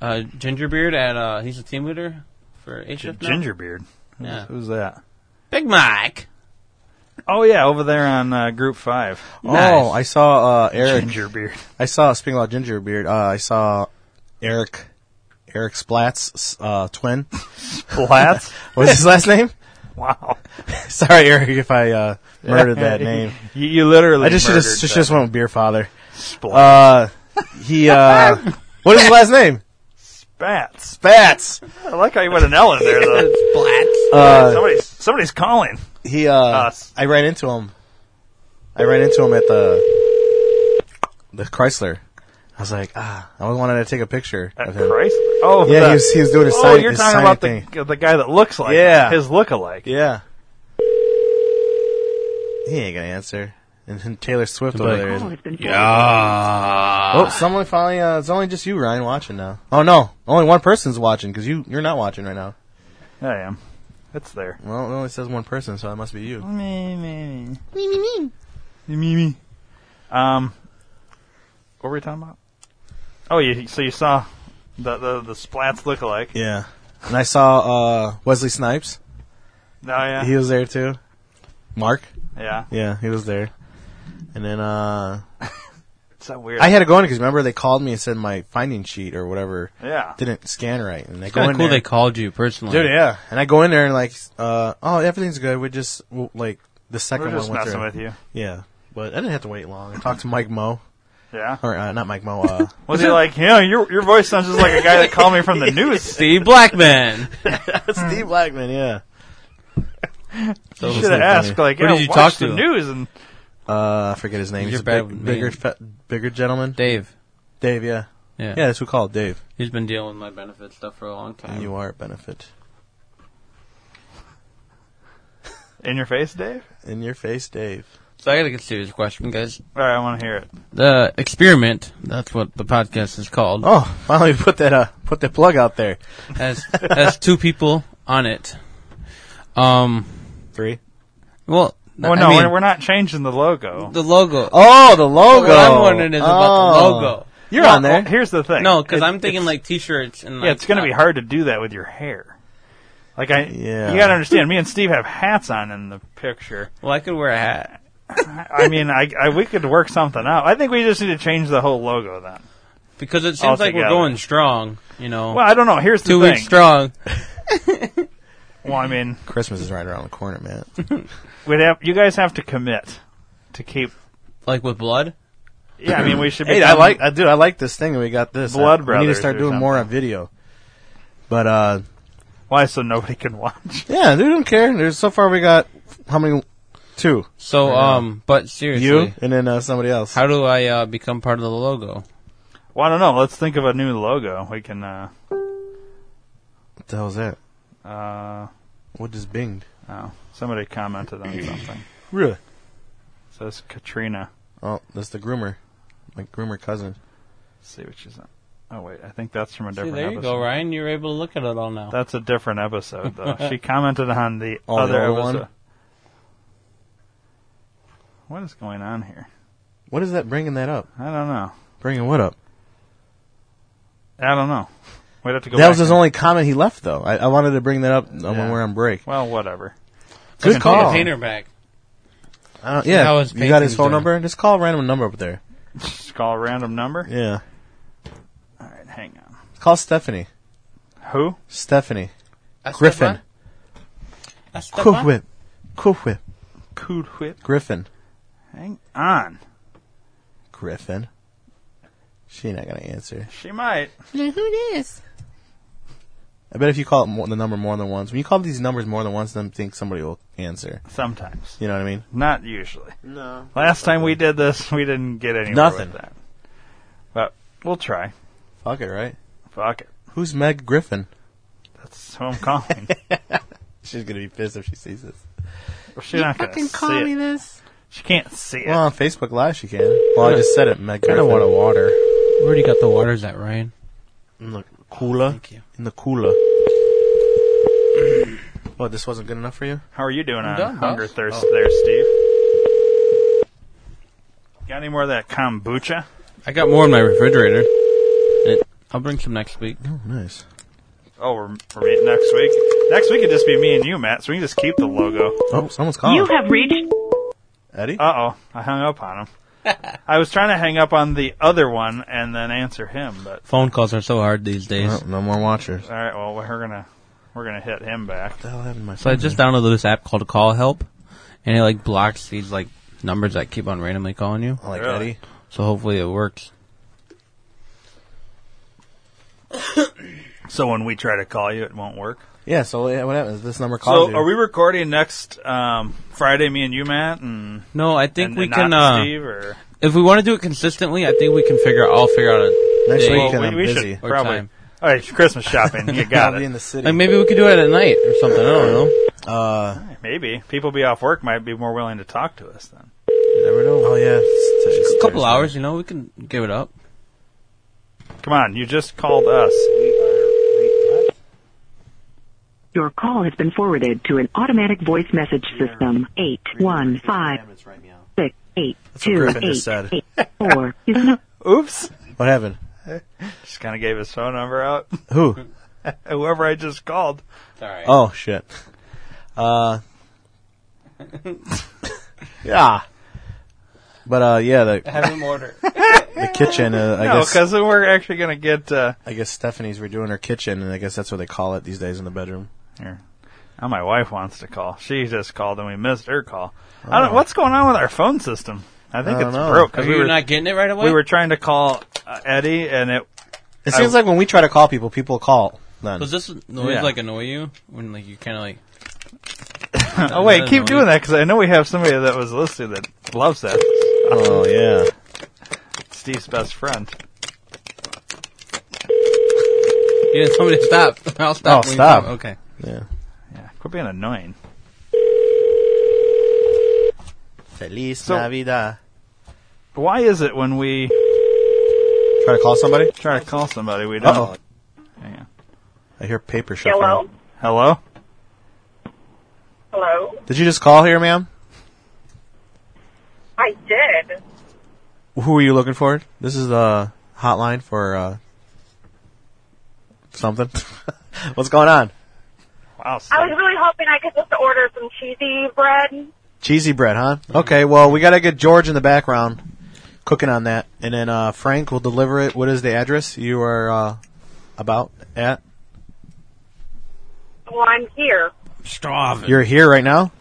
uh Gingerbeard at uh he's a team leader for H
G- Gingerbeard.
Yeah.
Who's that?
Big Mike.
Oh yeah, over there on uh, Group Five.
Nice.
Oh, I saw uh, Eric.
Gingerbeard.
I saw speaking about ginger beard. Uh, I saw Eric, Eric Splatz' uh, twin. *laughs*
Platts.
What's his last name?
wow.
*laughs* Sorry, Eric, if I uh, murdered that name.
*laughs* you, you literally.
I just should
murdered
have just, just went with beer father.
Splat.
Uh, he.
*laughs*
Uh, what is his last name?
Bats.
Spatz.
I like how you put an L in there
*laughs*
though.
Uh,
somebody's somebody's calling.
he. Uh,
Us.
I ran into him. I ran into him at the the Chrysler. I was like, ah, I wanted to take a picture
At
of him.
Chrysler. Oh
Yeah,
the-
he was, he was doing his
Oh,
sign.
you're
his
talking
sign
about
thing.
the the guy that looks like
Yeah.
him, his lookalike.
Yeah. He ain't gonna answer. And then Taylor Swift over there. is- Oh, someone finally. Uh, it's only just you, Ryan, watching now. Oh no, only one person's watching because you you're not watching right now.
I am. It's there.
Well, it only says one person, so that must be you.
Me, me, me. Me, me, me. Um, what were we talking about? Oh, you, so you saw the, the, the Splats lookalike.
Yeah. And I saw uh, Wesley Snipes.
Oh, yeah.
He was there too. Mark.
yeah.
Yeah, he was there. And then
*laughs*
uh,
It's so weird.
I had to go in because remember they called me and said my finding sheet or whatever
yeah.
didn't scan right, and they go
Kind
in
of cool
there.
they called you personally.
Dude, yeah. And I go in there and like, uh, oh, everything's good. We just w like the
We're
second
just
one went
messing
through.
with you.
Yeah, but I didn't have to wait long. I talked to Mike Mo,
Yeah.
or uh, not Mike Mo. Uh,
*laughs* Was he like, you know, your, your voice sounds just like a guy that called me from the
*laughs*
news. *laughs*
Steve Blackman.
Steve Blackman. Yeah.
You should have asked, like,
Who
yeah,
did you
watch
talk
the
to?
news and
Uh, I forget his name.
You're
He's a
bad
big,
with
bigger,
names.
fe- bigger gentleman.
Dave.
Dave. Yeah.
Yeah.
Yeah, that's who called Dave.
He's been dealing with my benefit stuff for a long time.
You are a benefit.
in your face, Dave.
In your face, Dave.
So I got a good serious question, guys.
All right, I want to hear it.
The experiment, that's what the podcast is called,
Oh, finally put that uh, put that plug out there. *laughs*
has has two people on it. Um,
Three.
well,
Well,
I
no,
mean,
we're, we're not changing the logo.
the logo.
Oh, the logo.
What I'm wondering is about the
Oh.
logo.
You're
Well,
on there.
well, here's the thing.
No, because
It-
I'm thinking
it's-
like t-shirts and like,
yeah, it's going to be
uh,
hard to do that with your hair. Like I,
Yeah.
you got to understand. Me and Steve have hats on in the picture.
Well, I could wear a hat.
*laughs* I mean, I, I we could work something out. I think we just need to change the whole logo then.
Because it seems like
Altogether.
we're going strong, you know.
Well, I don't know. Here's the
Two
thing.
weeks strong.
*laughs* Well, I mean,
Christmas is right around the corner, man.
we'd have you guys have to commit to keep.
Like with blood?
Yeah, I mean, we should.
*clears throat* hey, I
become-
like, I do, I like this thing that we got. This
Blood
I, We need
Brothers
to start
or
doing more on video. But uh,
Why so nobody can watch?
yeah, they don't care. There's so far we got how many? Two.
So, um, but seriously,
You and then uh, somebody else.
how do I uh, become part of the logo?
Well, I don't know. Let's think of a new logo. We can. uh
What the hell is that?
uh
What just binged?
Oh, somebody commented
*clears throat*
on something.
Really?
It says Katrina.
Oh, that's the groomer, my groomer cousin.
Let's see what she's on. Oh wait, I think that's from a
See,
different.
there you
episode.
go, Ryan. You're able to look at it all now.
That's a different episode,
*laughs*
though. she commented on the
Oh, the
other
other
episode.
one?
What is going on here?
What is that bringing that up?
I don't know.
Bringing what up?
I don't know. We'd have to go.
that
back
was his
and-
only comment he left, though. I, I wanted to bring that up uh, when
Yeah.
we're on break.
Well, whatever.
That's
Good call.
Painter back.
I don't-
how
Uh, yeah,
his
you got his
painting's
phone
doing.
number. Just call a random number up there.
Just call a random number.
Yeah,
All right, hang on.
call Stephanie.
Who?
Stephanie Griffin. Cool whip. Cool whip.
Cood Whip.
Griffin.
Hang on.
Griffin. She not gonna answer.
She might.
I bet if you call it more, the number more than once, when you call these numbers more than once, then think somebody will answer.
Sometimes.
You know what I mean?
Not usually.
No.
Last time we did this, we didn't get anywhere
Nothing.
with that. But we'll try.
Fuck it, right?
Fuck it.
Who's Meg Griffin?
That's who I'm calling.
*laughs* She's gonna be pissed if she sees this.
She's not gonna
fucking
see
call
it.
me this.
She can't see it.
Well, on Facebook Live, she can. Well, I just said it, Meg Griffin.
water. Where do you got the waters at, Ryan?
in the cooler.
Thank you.
In the cooler. oh, this wasn't good enough for you?
*clears throat* How are you doing on
done,
hunger
boss.
thirst
Oh.
there, Steve? Got any more of that kombucha?
I got more in my refrigerator. It- I'll bring some next week.
Oh, nice.
Oh, we're, we're meeting next week. Next week could just be me and you, Matt, so we can just keep the logo.
Oh, someone's calling.
You have reached.
Eddie.
Uh oh, I hung up on him.
*laughs*
I was trying to hang up on the other one and then answer him, but
Phone calls are so hard these days.
Oh, no more watchers.
all right, well we're gonna we're gonna hit him back.
What the hell happened to my
So I just downloaded this app called Call Help, and it like blocks these like numbers that keep on randomly calling you.
like
Really?
Eddie.
So hopefully it works.
So when we try to call you, it won't work.
Yeah. So yeah, what happens? This number calls
So
you.
are we recording next um, Friday, me and you, Matt, and
No, I think
and
we
not
can. Uh,
Steve or
if we want to do it consistently, I think we can figure. out I'll figure out a
Next
day
week,
Well,
I'm
we, we
busy.
should
or
probably.
time.
All right, Christmas *laughs* shopping. You
I'll
got
be in
it.
the city.
Like maybe we could do it at night or something. I don't know.
uh,
Maybe people be off work might be more willing to talk to us then.
you never know. Oh yeah, it's- it's
A couple
Thursday.
hours, you know, we can give it up.
Come on, you just called us.
Your call has been forwarded to an automatic voice message system. Eight one five six eight
That's what
two
Griffin just said.
eight eight four is not
Oops,
What happened?
*laughs* just kind of gave his phone number out.
Who?
*laughs* Whoever I just called.
Sorry.
Oh shit. Uh. Oh.
*laughs*
yeah. But uh, yeah, the,
Have him order.
*laughs* the kitchen. Uh, I
No,
guess
because we're actually gonna get. Uh,
I guess Stephanie's redoing her kitchen, and I guess that's what they call it these days in the bedroom.
here. Now my wife wants to call. She just called and we missed her call. I don't. What's going on with our phone system? I think
Oh. I don't
it's
know.
broke
Are
because
you
we were
not getting it right away?
we were trying to call uh, Eddie and it.
It
*laughs*
seems like when we try to call people, people call. Then
Does this noise
Yeah.
like annoy you when like you kind of like? *laughs*
Oh wait,
that
keep
annoying?
doing that because I know we have somebody that was listening that loves that.
oh yeah,
Steve's best friend.
Yeah, somebody stop. I'll stop.
Oh,
when you
stop.
come. Okay.
yeah.
Yeah, quit being annoying.
Feliz
So-
Navidad.
Why is it when we
Try to call somebody?
try to call somebody we don't?
Uh oh.
Hang on.
I hear paper shuffling.
Hello?
Hello?
Hello?
Did you just call here, ma'am?
I did.
Who are you looking for? This is the hotline for uh, something. *laughs* What's going on?
Wow.
I was really hoping I could just order some cheesy bread.
Cheesy bread, huh? Okay, well, we got to get George in the background cooking on that. And then uh, Frank will deliver it. What is the address you are uh, about at?
Well, I'm here.
You're here right now?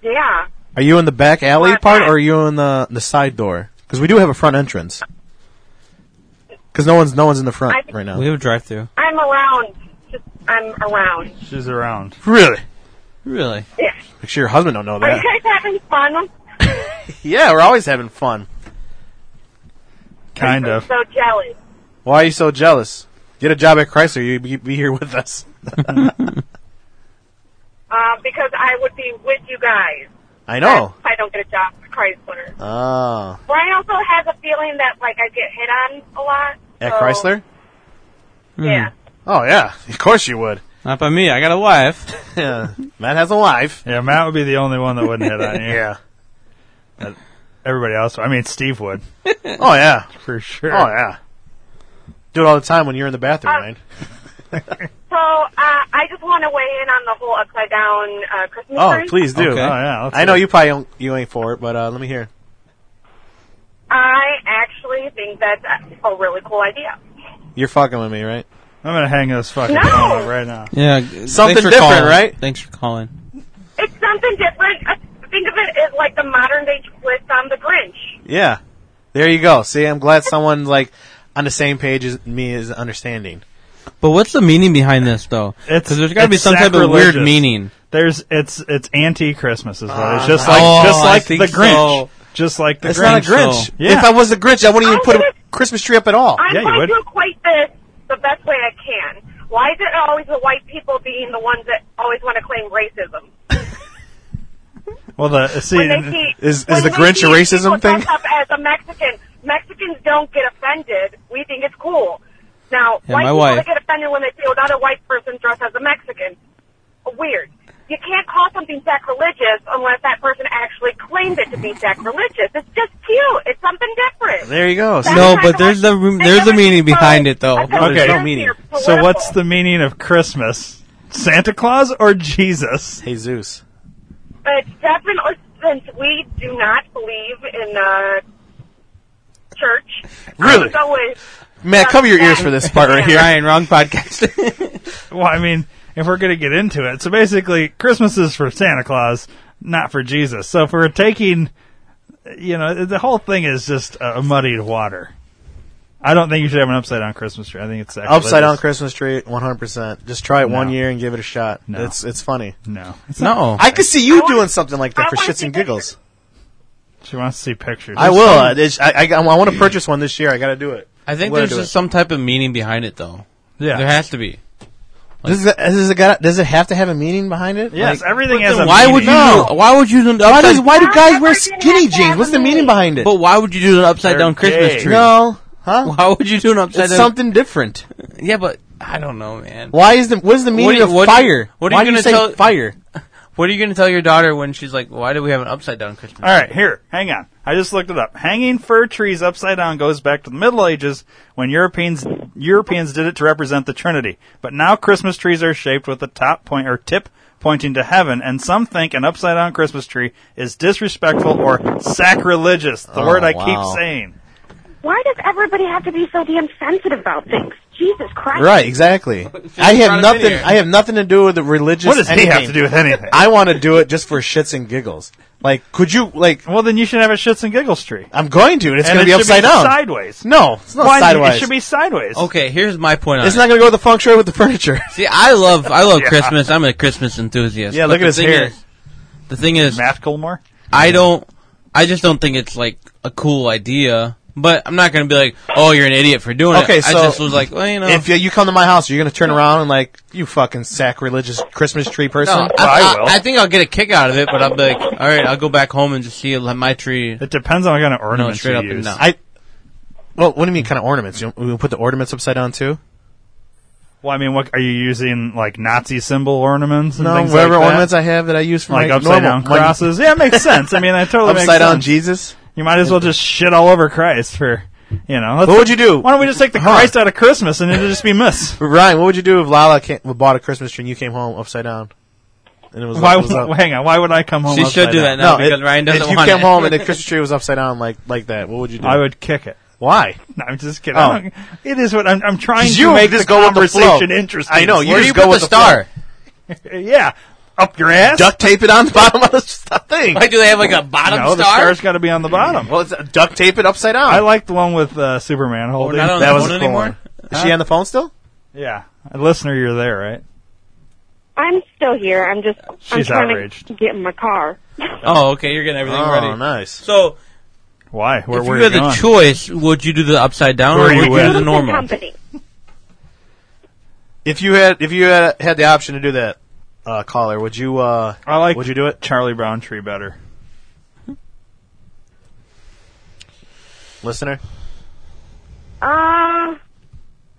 Yeah.
Are you in the back alley part or are you in the, the side door? Because we do have a front entrance. Because no one's no one's in the front right now.
We have a drive-through.
I'm around. Just, I'm around.
She's around.
Really?
Really?
Yeah.
Make sure your husband don't know
Are you *laughs*
that.
guys having fun?
yeah, we're always having fun.
Kind of.
So jealous.
Why are you so jealous? Get a job at Chrysler. You'd be, be here
*laughs*
with us.
Uh, because I would be with you guys.
I know.
If I don't get a job at Chrysler.
Oh.
Brian also has a feeling that, like, I get hit on a lot.
At
so-
Chrysler?
Oh. Yeah.
Oh, yeah. Of course you would.
Not by me. I got a wife.
*laughs* Yeah. Matt has a wife.
Yeah, Matt would be the only one that wouldn't hit
*laughs*
on you. Everybody else. I mean, Steve would
Oh, yeah.
*laughs* for sure.
Oh, yeah. Do it all the time when you're in the bathroom, right?
So, uh, I just want to weigh in on the whole upside down uh, Christmas
Oh,
tree.
please do.
Okay.
Oh, yeah. let's
I know
see.
you probably don't, you ain't for it, but uh, let me hear.
I actually think that's a really cool idea.
You're fucking with me, right?
I'm gonna hang this fucking
No!
phone up right now.
Yeah.
Something
thanks for
different,
calling.
right?
Thanks for calling.
It's something different. I think of it as like the modern day twist on the Grinch.
Yeah. There you go. See, I'm glad someone like on the same page as me is understanding.
But what's the meaning behind this, though?
It's-
Because there's got to be
it's
some type of weird
sacrilegious.
mean.
There's it's it's anti Christmas is what it is.
Ah.
Just like
Oh,
just
I
like
think
the Grinch.
so.
Just like the
It's
Grinch.
not a
Grinch,
Grinch.
though.
Yeah.
If I was the Grinch, I wouldn't even
I'm
put a
gonna-
Christmas tree up at all.
I'm
Yeah, you
going
would.
to equate this the best way I can. Why is it always the white people being the ones that always want to claim racism?
Well, the see,
When they see,
Is- is
when
the
we
Grinch a
see
racism
people
thing?
dressed Up as a Mexican, Mexicans don't get offended. We think it's cool. Now,
Yeah, my
white people
wife.
get offended when they see another white person dressed as a Mexican. Weird. You can't call something sacrilegious unless that person actually claimed it to be sacrilegious. It's just cute. It's something different.
There you go. See?
No,
That's
but
why
there's
I-
the room-
they
there's the
never
meaning behind
exposed
it, though.
a
No,
there's no
conspiracy
meaning.
or
so what's
political.
the meaning of Christmas? Santa Claus or Jesus?
Hey Zeus.
But definitely, since we do not believe in uh, church,
Really?
I would go with
Matt, cover your ears for this part right here.
Ryan, wrong podcast.
*laughs*
Well, I mean, if we're gonna get into it, so basically, Christmas is for Santa Claus, not for Jesus. So if we're taking, you know, the whole thing is just a muddied water. I don't think you should have an upside down Christmas tree. I think it's sacrilegious.
Upside down Christmas tree, 100%. Just try it one
No.
year and give it a shot.
No.
It's it's funny.
No,
no.
I could see you
want-
doing something like that
I
for
want
shits
to
and
see
giggles.
she wants to see pictures.
I will. Uh, it's- I, I, want to purchase one this year. I got to do it.
I think
What
there's
do I do
just some type of meaning behind it, though.
Yeah.
There has to be.
Does it, does, it got, does it have to have a meaning behind it?
yes,
Like,
everything has.
Then
a
why would you?
meaning.
Do, why would you do an
why,
upside?
does, why do
Why
guys wear
does it have
skinny
to
jeans?
have
What's
a
the meaning
meaning?
behind it?
but why would you do an upside
They're
down
gay.
Christmas tree?
no.
*laughs*
Huh?
Why would you do an upside
It's
down? *laughs*
something different.
Yeah, but I don't know, man.
Why is the what is the meaning
do you-
of
what do you-
fire?
what are
Why
you
do
gonna
you say
tell-
fire?
*laughs* What are you going to tell your daughter when she's like, "Why do we have an upside down Christmas?"
*laughs*
All right, here, hang on. I just looked it up. Hanging fir trees upside down goes back to the Middle Ages when Europeans Europeans did it to represent the Trinity. But now Christmas trees are shaped with the top point or tip pointing to heaven, and some think an upside down Christmas tree is disrespectful or sacrilegious. The
Oh,
word I
wow.
keep saying.
Why does everybody have to be so damn sensitive about things? Jesus Christ.
Right,
*laughs*
exactly. I
brought
have
it
nothing.
in here.
I have nothing to do with the religious.
What does he have
anything.
to do with anything?
I want to do it just for shits and giggles. Like, could you? Like,
well, then you should have a shits and giggles tree.
I'm going to. and It's
and
going to
it
be
should
upside down.
Sideways.
No, it's not
Why-
sideways.
It should be sideways.
Okay, here's my point on
It's
it.
not going to go with the feng shui with the furniture.
Oh, See, I love I love
*laughs* Yeah.
Christmas. I'm a Christmas enthusiast.
Yeah,
But
look at
the
his
thing
hair.
is- The thing is,
Matt Gilmore.
I don't. I just don't think it's like a cool idea. But I'm not gonna be like, oh, you're an idiot for doing
okay,
it.
so
I just was like, well, you know,
if you, you come to my house, you're gonna turn around and like, you fucking sacrilegious Christmas tree person.
No, I, I- I think I'll get a kick out of it, but I'll be like, all right, I'll go back home and just see let my tree.
It depends on what kind of ornament
straight
you
up
use.
And down.
I- well, what do you mean, kind of ornaments? You we put the ornaments upside down too.
Well, I mean, what are you using? Like Nazi symbol ornaments? And
No,
things
whatever
like that?
ornaments I have that I use for
like
my
upside down
normal-
crosses. yeah, it makes sense. I mean, that totally makes
Upside down
sense.
Jesus?
You might as well just shit all over Christ for, you know. let's-
What would you do?
Why don't we just take the
Huh.
Christ out of Christmas and it'll just be miss?
*laughs* Ryan, what would you do if Lala came, bought a Christmas tree and you came home upside down? And it was
Why?
it was up.
would- *laughs* hang on. Why would I come home?
She should
upside
do
down?
that now because Ryan doesn't
If you
want
came
it. *laughs*
home and the Christmas tree was upside down like like that, what would you do?
I would kick it.
Why?
*laughs* No, I'm just kidding.
Oh.
I don't- It is what I'm, I'm trying
Did
to
you
make
just
the
go with the flow?
conversation interesting.
I know, you
Where
just
do
go
put
with the star?
flow? *laughs* yeah, up your ass.
Duct tape it on the *laughs* bottom of the st- thing.
Why do they have like a bottom
no, the
star?
star's got to be on the bottom.
Well, it's uh, duct tape it upside down.
I like the one with uh, Superman holding.
not on
that
the
was
phone
a cool
anymore?
one. Is she on the phone still?
yeah, Uh, listener, you're there, right?
I'm still here. I'm just I'm
She's
trying to
outraged.
get in my car.
Oh, okay, you're getting everything
oh,
ready.
nice.
So,
Why? Where
if
were
you had the
going?
choice, would you do the upside down
Who
or
are
would
you
you
with?
do the
Who's
normal?
Company.
If you had if you had, had the option to do that, uh, caller, would you? Uh,
I like
Would you do it?
Charlie Brown tree better.
Listener,
Uh, are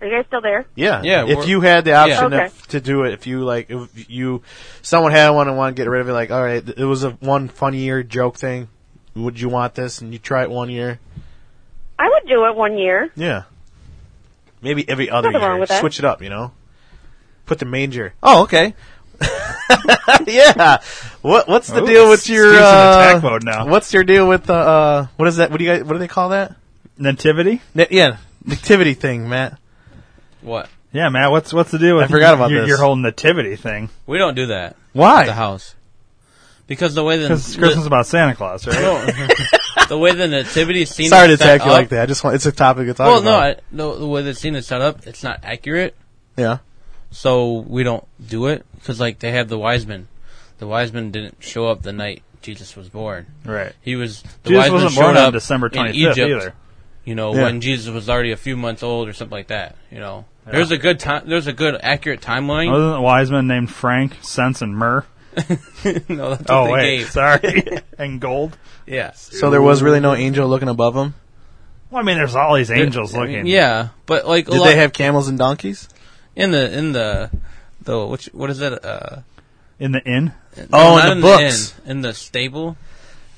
you guys still there?
yeah,
Yeah,
If
we're-
you had the option
Yeah. Okay.
to, to do it, if you like, if you someone had one and want to get rid of it, like, all right, it was a one funny year joke thing. Would you want this? And you try it one year,
I would do it one year.
yeah. Maybe every other
Nothing wrong
year,
with that.
switch it up. You know, put the manger. Oh, okay. *laughs* yeah. What what's the
Ooh,
deal with your
Steve's in
uh,
attack mode now.
What's your deal with the uh, what is that? What do you guys? What do they call that?
Nativity?
Na- yeah, nativity thing, Matt.
What?
Yeah, Matt. What's what's the deal with
forgot about
your,
this.
your whole nativity thing?
We don't do that at the
Why?
house because the way the
Because Christmas is about Santa Claus, right?
the, *laughs* the way the nativity scene.
Sorry to
is set
attack you
up-
like that. I just want it's a topic to talk
Well, no,
about.
I, no, the way the scene is set up, it's not accurate.
yeah.
so we don't do it because like they have the wise men. The wise men didn't show up the night Jesus was born.
Right.
He was the
Jesus
wise men
wasn't
showed
born on
up
December
in
25th
Egypt,
either.
You know
Yeah.
when Jesus was already a few months old or something like that. You know there's a good time. There's a good accurate timeline. *laughs*
Wasn't the wise men named Frank, Sense, and Myrrh?
no, that's what
Oh
they
wait,
gave.
sorry,
*laughs*
and gold.
Yeah.
So there was really no angel looking above him.
Well, I mean, there's all these angels
I mean,
looking.
Yeah, but like a
Did
lot
they have camels and donkeys?
in the in the the which what is that? Uh,
in the inn.
Oh, in
not
the
in
books.
inn, in the stable.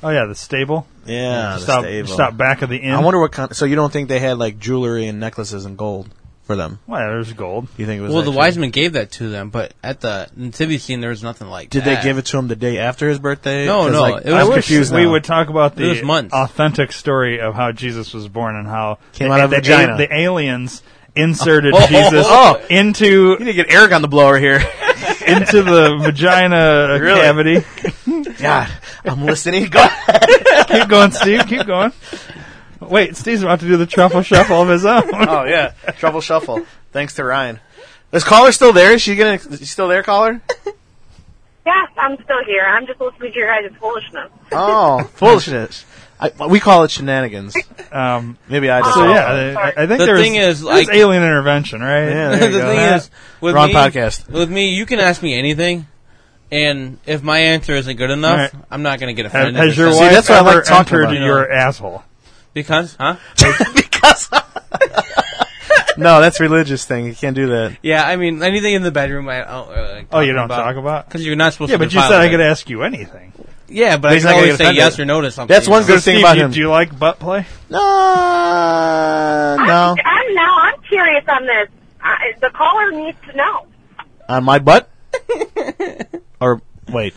Oh yeah, the stable.
Yeah, the
stop,
stable.
stop back of the inn.
I wonder what kind. So you don't think they had like jewelry and necklaces and gold for them?
Well, there's gold.
You think it was
Well, the
actually-
wise men gave that to them, but at the nativity scene, there was nothing like
Did
that. *laughs*
they give it to him the day after his birthday?
No,
'Cause,
no,
Like,
it
I'm
was-
I wish
confused.
we
now.
would talk about
It was
the
months.
authentic story of how Jesus was born and how
Came
the,
out of
the,
vagina.
the aliens
*laughs*
inserted
Oh.
Jesus
Oh.
into
You need to get Eric on the blower here.
*laughs* into the vagina
*laughs* Really?
cavity.
God, I'm listening. Go ahead.
*laughs* Keep going, Steve. Keep going. Wait, Steve's about to do the truffle shuffle of his own.
*laughs* Oh yeah, trouble shuffle. Thanks to Ryan. Is caller still there? Is she gonna? Is she still there, caller?
Yes, I'm still here. I'm just listening to your guys' foolishness.
Oh, *laughs* foolishness. I, we call it shenanigans.
Um,
Maybe I just.
so
Oh,
yeah,
sorry.
I, I think
The
there
thing
was,
is,
there was
like-
alien intervention, right?
Yeah,
the
there you go.
thing
That-
is, with
wrong
me,
podcast.
With me, you can ask me anything, and if my answer isn't good enough,
Alright.
I'm not going to get
Has,
offended.
has
or
your
something.
wife
that's what I
ever
like talking
entered
about.
your asshole?
because
*laughs*
huh?
because. *laughs* no, that's religious thing. You can't do that.
*laughs* Yeah, I mean anything in the bedroom. I don't really like
Oh, you don't talk about?
because you're not supposed
Yeah,
to.
but you
defile
said I
it.
could ask you anything.
Yeah, but I
He's
can
not gonna
always
get
say
offended.
yes or no to something.
That's
you
one
know?
good thing
Steve,
about
do,
him.
do you like butt play?
No, no.
I'm, I'm now. I'm curious on this. I, the caller needs to know
On Uh,
*laughs*
my butt. or wait.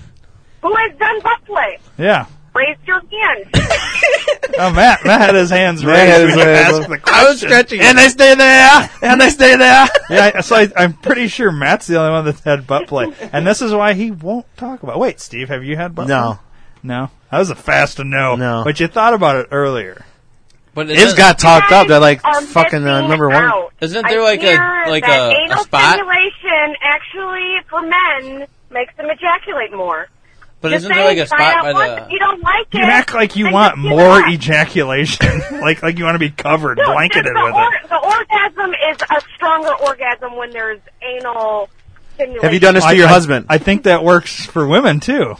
who has done butt play.
Yeah.
Raise
*laughs*
your hand.
Oh, Matt, Matt had his hands raised.
had his
when you
hands
asked
up.
the question.
And they stay there. And they stay there.
Yeah, I- so I, I'm pretty sure Matt's the only one that's had butt play, and this is why he won't talk about. Wait, Steve, have you had butt?
No.
play? no, that was a fast to no.
No.
but you thought about it earlier.
But
It's
isn't-
got talked up. They're like
Are
fucking uh,
missing
number one.
um, out.
Isn't there
I
like a-
hear
like
that
a- a
anal
spot?
stimulation actually for men makes them ejaculate more?
But
Just
isn't there like
saying,
a
try
spot by
out once.
the?
If you don't like
You
it,
act like you want more ejaculation, *laughs* like like you want to be covered,
No,
blanketed
the,
with
or,
it.
the orgasm is a stronger orgasm when there's anal stimulation.
I- I- I think that works for women too.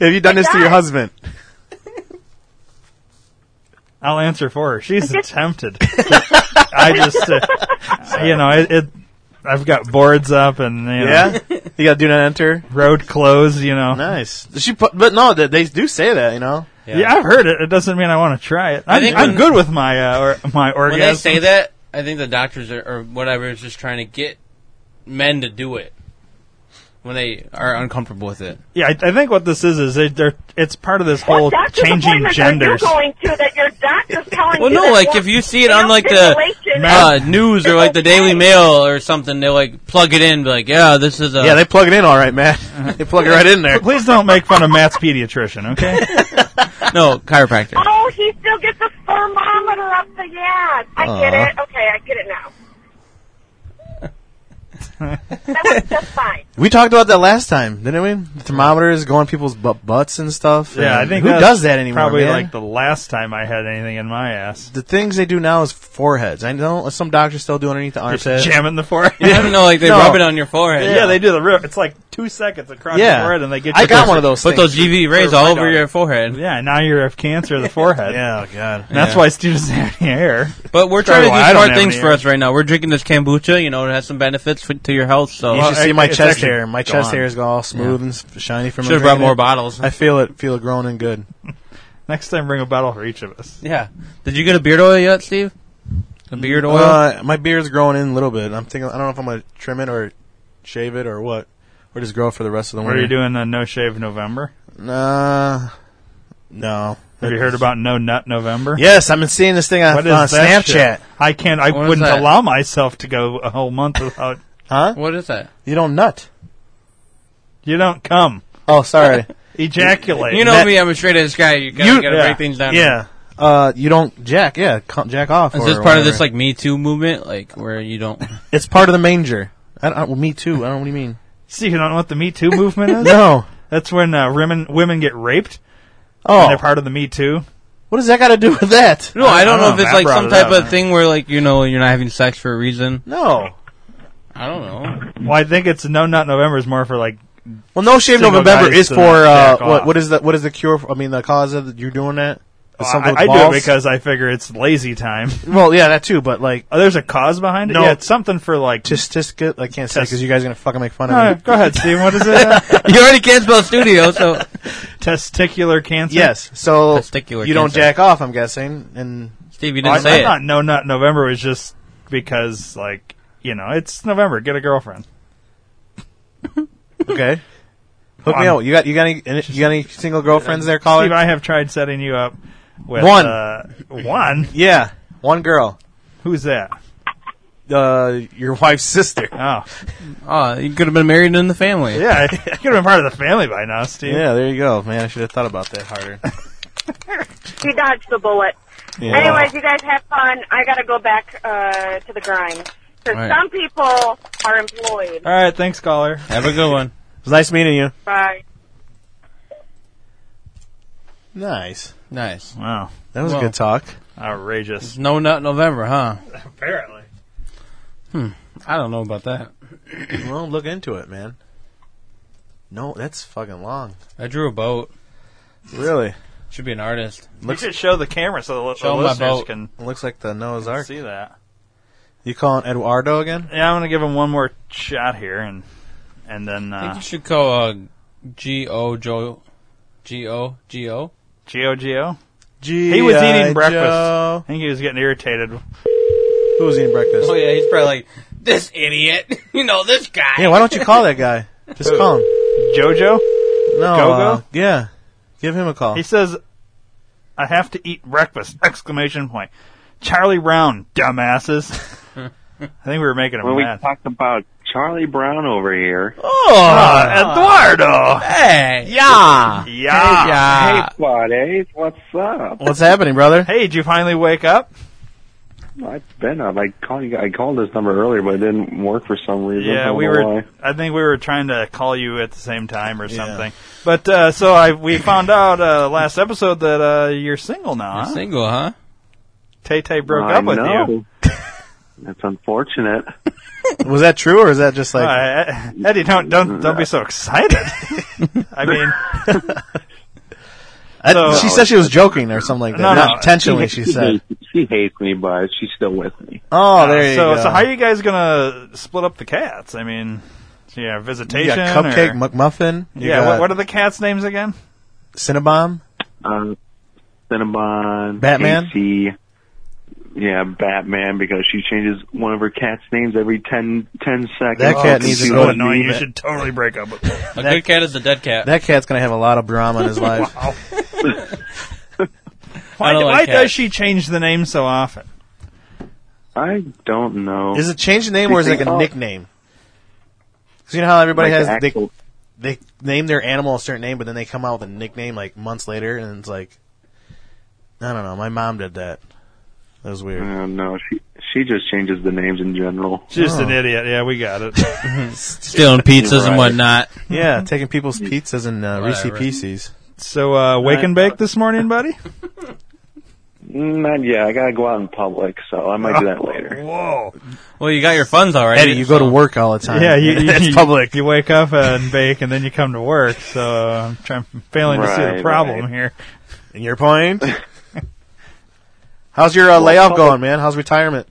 Have you done
It this to your does.
husband?
*laughs* I'll answer for her.
*laughs*
She's tempted. I just, uh, you know, it, it. I've got boards up and you
Yeah?
know,
You got to do not enter.
road closed. You know,
Nice. She put, but no, they, they do say that. You know.
Yeah. I've heard it. It doesn't mean I want to try it.
I
I'm,
think
I'm
when-
good with my uh, or, my
When
orgasm.
they say that, I think the doctors are, or whatever is just trying to get men to do it when they are uncomfortable with it.
yeah, I, I think what this is is they, they're. It's part of this whole
doctor's
changing
appointments
genders.
Are you going to that your
*laughs*
doctor's telling
Well,
you?
no,
that
like
one-
if you see it
they
on
don't
like the
stimulate you,
uh, news or like the Daily Mail or something, they like plug it in, be like, yeah, this is a
Yeah, they plug it in all right, man. *laughs* they plug it right in there.
Uh-huh. Please don't make fun of Matt's pediatrician,
*laughs*
okay?
no chiropractor.
Oh, he still gets a thermometer up the yeah. I get
Aw.
it. Okay, I get it now. that was just fine.
*laughs* We talked about that last time, didn't we? The thermometers going people's butt butts and stuff.
Yeah, I
and
think
who
that's
does that anymore?
Probably
man?
like the last time I had anything in my ass.
the things they do now is foreheads. I know some doctors still do underneath the armpit.
Jamming the forehead.
*laughs*
*laughs*
I don't know, like they
No.
rub it on your forehead.
Yeah, they do the rip. It's like two seconds across
Yeah.
your forehead, and they get.
I
your-
got one of those
Put those GV rays all over
Right
your forehead.
Yeah, now you have cancer of the forehead.
yeah, oh god.
And that's
*laughs* Yeah.
why Steve doesn't have any hair.
But we're
Sorry,
trying to
well, I don't
do smart
have
things
any
for
hair.
us right now. We're drinking this kombucha. You know, it has some benefits for, to your health. So
You should
Well,
see my
it's
chest
actually
hair. My chest
gone.
hair is all smooth and s- shiny from.
should have
my
brought
drinking
more
it.
bottles.
I feel it. Feel it growing and good.
Next time, bring a bottle for each of us.
yeah. Did you get a beard oil yet, Steve? A beard oil.
Uh, my beard's growing in a little bit. I'm thinking. I don't know if I'm gonna trim it or shave it or what, or just grow it for the rest of the
What
winter.
are you doing on No Shave November?
Nah, no.
Have you heard about No Nut November?
Yes, I've been seeing this thing on,
What is
on
that
Snapchat.
shit? I can't. I
What is
wouldn't
that?
allow myself to go a whole month without.
*laughs* Huh?
what is that?
You don't nut.
you don't come. *laughs*
Oh, sorry.
Ejaculate.
You know
that-
me. I'm a straight edge guy. You gotta,
You-
gotta
yeah.
break things down.
yeah. Uh, you don't jack. Yeah, co- jack off.
Is
or
this part of this
whatever.
like Me Too movement, like where you
*laughs*
don't?
It's part of the manger. I don't, I- Uh, well, me too. I don't. What do you mean?
See, you don't know what the Me Too movement is?
*laughs* No.
That's when uh, women women get raped. And
Oh,
they're part of the Me Too.
what does that got to do with that?
No, I don't know if
Matt
it's like
brought
some
it
type
up.
of thing where like you know you're not having sex for a reason.
No.
I don't know.
Well, I think it's No Nut November is more for like
Well, no shave
Single
November
guys
is
to
for uh,
jack
what?
off.
What is the what is the cure? For, I mean, the cause of that you're doing that. It's something
I,
with
I do
balls?
it because I figure it's lazy
*laughs*
time.
well, yeah, that too. But like,
Oh, there's a cause behind it.
No.
Yeah, it's something for like.
just just get. I can't say
Test-
because you guys are gonna fucking make fun
All
of
right,
me.
go ahead, Steve. What is
*laughs*
it? *laughs*
you already can't spell studio, so
Testicular cancer.
Yes. So
Testicular
you don't
cancer.
jack off. I'm guessing. And
Steve, you
Oh,
didn't
I,
say
I
it.
thought No Nut November was just because like you know it's November. Get a girlfriend. *laughs*
okay. Hook
Well,
me
I'm-
up. You got you got any any- you got any single girlfriends there, caller?
Steve, I have tried setting you up with
One.
Uh, one.
yeah, one girl.
Who's that?
Uh, your wife's sister. *laughs*
Oh,
Oh, you could have been married in the family.
yeah. *laughs* You could have been part of the family by now, Steve.
Yeah, there you go, man. I should have thought about
*laughs*
that harder.
He dodged the bullet.
Yeah.
Anyways, you guys have fun. I gotta go back uh, to the grind because
All right.
some people are employed.
All right. Thanks, caller.
Have a good one.
It was nice meeting you.
Bye.
Nice.
Nice.
Wow.
That was
Wow.
a good talk.
Outrageous.
No nut November, huh?
Apparently.
I don't know about that.
*coughs* well, look into it, man. No, that's fucking long.
I drew a boat.
Really?
Should be an artist.
Let's just show the camera so the, li-
Show
the
'em my
listeners
boat.
can
It looks like the Noah's Ark.
see that.
You calling Eduardo again?
Yeah, I'm gonna give him one more shot here, and and then
I think
uh,
you should call uh, G O Joe. G O G O.
Geo Geo.
G.
He was eating breakfast. I think he was getting irritated.
Who was eating breakfast?
Oh yeah, he's probably like this idiot. you know this guy.
Yeah, why don't you call that guy? Just
Who?
call him.
Jojo.
No.
Go-Go?
uh, yeah. Give him a call.
He says, "I have to eat breakfast!" Exclamation point. Charlie Brown,
*laughs*
dumbasses. I think we were making him
When we
mad.
talked about Charlie Brown over here.
Ah, Oh, Eduardo.
Hey. Yeah.
Yeah.
Yeah.
Hey, buddies, what's up?
What's happening, brother?
Hey, did you finally wake up?
I've been up. I called you. I called this number earlier, but it didn't work for some reason. I
Yeah,
don't
we
know
were.
why.
I think we were trying to call you at the same time or something. But uh, so I we found out uh, last episode that uh, you're single now. huh?
single, huh?
Tay Tay broke
I
up with
know.
you.
That's unfortunate.
*laughs* Was that true, or is that just like
Uh, *laughs* Eddie, don't don't don't be so
*laughs*
excited. I mean,
I-
So-
she said she was joking or something like that?
No,
Not
no.
intentionally, she
*laughs*
said.
hates- she hates me, but she's still with me.
Oh, there you
so
go.
so how are you guys gonna split up the cats? I mean, yeah,
you
visitation.
got cupcake,
or-
McMuffin. you
yeah,
got
what, what are the cats' names again?
Cinnabon.
Uh, Cinnabon,
Batman?
Casey, yeah, Batman, because she changes one of her cat's names every 10, 10 seconds.
That cat
Oh,
needs to
She
go
loves
to
me.
You should
totally break up with
*laughs* A good cat is a dead cat.
That cat's gonna have a lot of
*laughs*
*laughs*
drama in his life.
Why,
I don't
why
like
does
cats.
she change the name so often?
I don't know. Oh,
Is it change the name or is it like a nickname? Because you know how everybody
Like
has
the
they, they name their animal a certain name, but then they come out with a nickname like months later, and it's like I don't know. My mom did that. That was weird.
Uh, no, she she just changes the names in general.
Just
Oh.
an idiot. Yeah, we got
*laughs*
it.
*laughs* Stealing pizzas and
Right.
whatnot.
Yeah, taking people's pizzas and uh, Reese
Whatever.
Pieces.
So uh, wake and bake this morning, buddy.
Mm, Not yet. I gotta go out in public, so I might do
Oh,
that
*laughs*
later.
Whoa!
Well, you got your funds already.
Eddie, you go to work all the time.
Yeah, *laughs* you, you,
it's
you-
public.
You wake up and bake, and then you come to work. So uh, I'm trying, failing to see the
Right,
problem
right.
here.
And
*laughs*
your point? How's your uh, layoff going, man? How's retirement?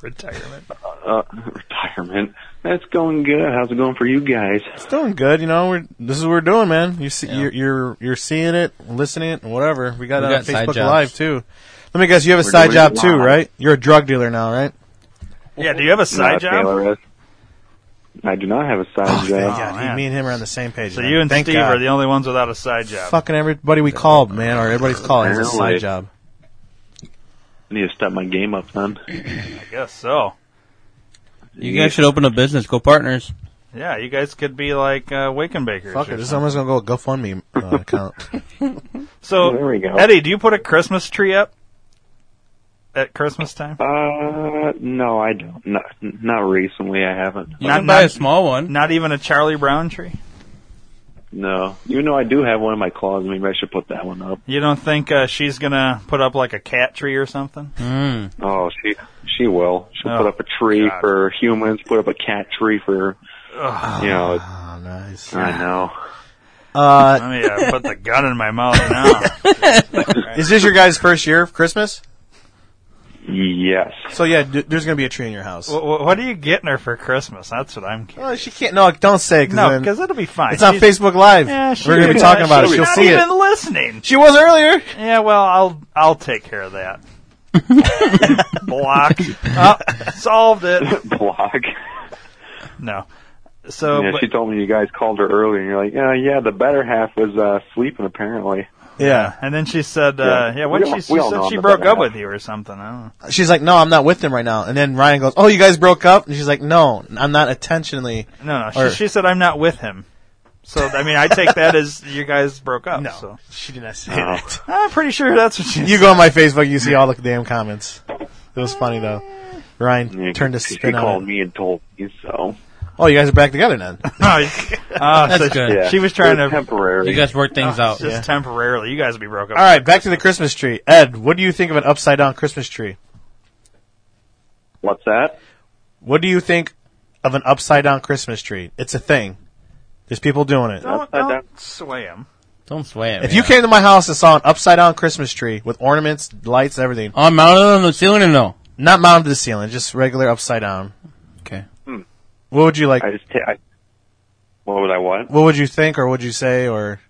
Retirement.
Uh, retirement. That's going good. How's it going for you guys?
It's doing good. You know, we're this is what we're doing, man. You see, you're, you're you're seeing it, listening it, and whatever. We got
We
it
got
on
side
Facebook
jobs.
Live too. Let me guess, you have a
We're
side
doing
job
it
too,
live.
right? You're a drug dealer now, right?
Yeah. Do you have a side
No,
job? Oh,
Taylor, I do not have a side
Thank
job.
God.
man.
Me and him are on the same page.
So
man.
you and
Thank
Steve
God.
are the only ones without a side job.
fucking everybody we called, man, or everybody's calling has a
Apparently.
side job.
I need to step my game up, then.
I guess so.
You guys should open a business. Go partners.
Yeah, you guys could be like uh, Wake and Bakers.
Fuck
or
it, this is
something.
almost gonna go GoFundMe
*laughs*
uh, account.
So
Oh, There we go.
Eddie, do you put a Christmas tree up at Christmas time?
Uh, no, I don't. Not, not recently. I haven't. Um,
You
Not-
can buy
not-
a small one.
Not even a Charlie Brown tree.
No. Even though I do have one in my closet, maybe I should put that one up.
You don't think uh, she's gonna put up like a cat tree or something?
Mm.
Oh, she she will. She'll
Oh,
put up a tree
God.
for humans. Put up a cat tree for
Ugh,
you know.
oh, nice.
I know.
Uh,
let me uh, put the *laughs* gun in my mouth
*laughs*
now.
is this your guys' first year of Christmas?
Yes.
So yeah, d- there's gonna be a tree in your house.
Wh- wh- what are you getting her for Christmas? That's what I'm.
Oh, she can't. No, don't say it, 'cause
No,
then-
because it'll be fine.
it's on
She's-
Facebook Live.
Yeah, she-
We're gonna be
yeah,
talking about it.
she's
She'll
not
see
even
it.
listening.
She was earlier.
Yeah, well, I'll I'll take care of
*laughs*
that. Block. Oh, solved it.
*laughs* Block.
No. So,
yeah,
but,
she told me you guys called her earlier, and you're like, yeah, yeah. The better half was uh sleeping apparently.
Yeah.
and then she said, uh,
Yeah.
yeah, what
We all-
she, she
we all
said
know
she
I'm
broke
about
up
that.
with you or something. I don't know.
She's like, no, I'm not with him right now. And then Ryan goes, oh, you guys broke up? And she's like, no, I'm not intentionally.
No, no. She,
*laughs* Or-
she said I'm not with him. So I mean, I take that as you guys broke up. So
she did not say
that.
I'm pretty sure that's what she.
You go on my Facebook, you see all the damn comments. It was funny though. Ryan
Yeah,
turned a
she
spin
called
on it.
me and told me so.
Oh, you guys are back together then.
*laughs* Ah,
That's
so
good.
Yeah.
She was trying
It
to.
temporary.
You guys work things out.
Just temporarily, you guys would be broke up.
All right, back to the Christmas tree. Ed, what do you think of an upside down Christmas tree?
What's that?
What do you think of an upside down Christmas tree? It's a thing. There's people doing it.
Don't,
Upside
don't sway him.
Don't sway it.
If you came to my house and saw an upside down Christmas tree with ornaments, lights, everything,
on mounted on the ceiling or no?
not mounted to the ceiling, just regular upside down.
Okay.
Hmm. What would you like?
I just. ta- I, what would I want?
What would you think, or would you say, or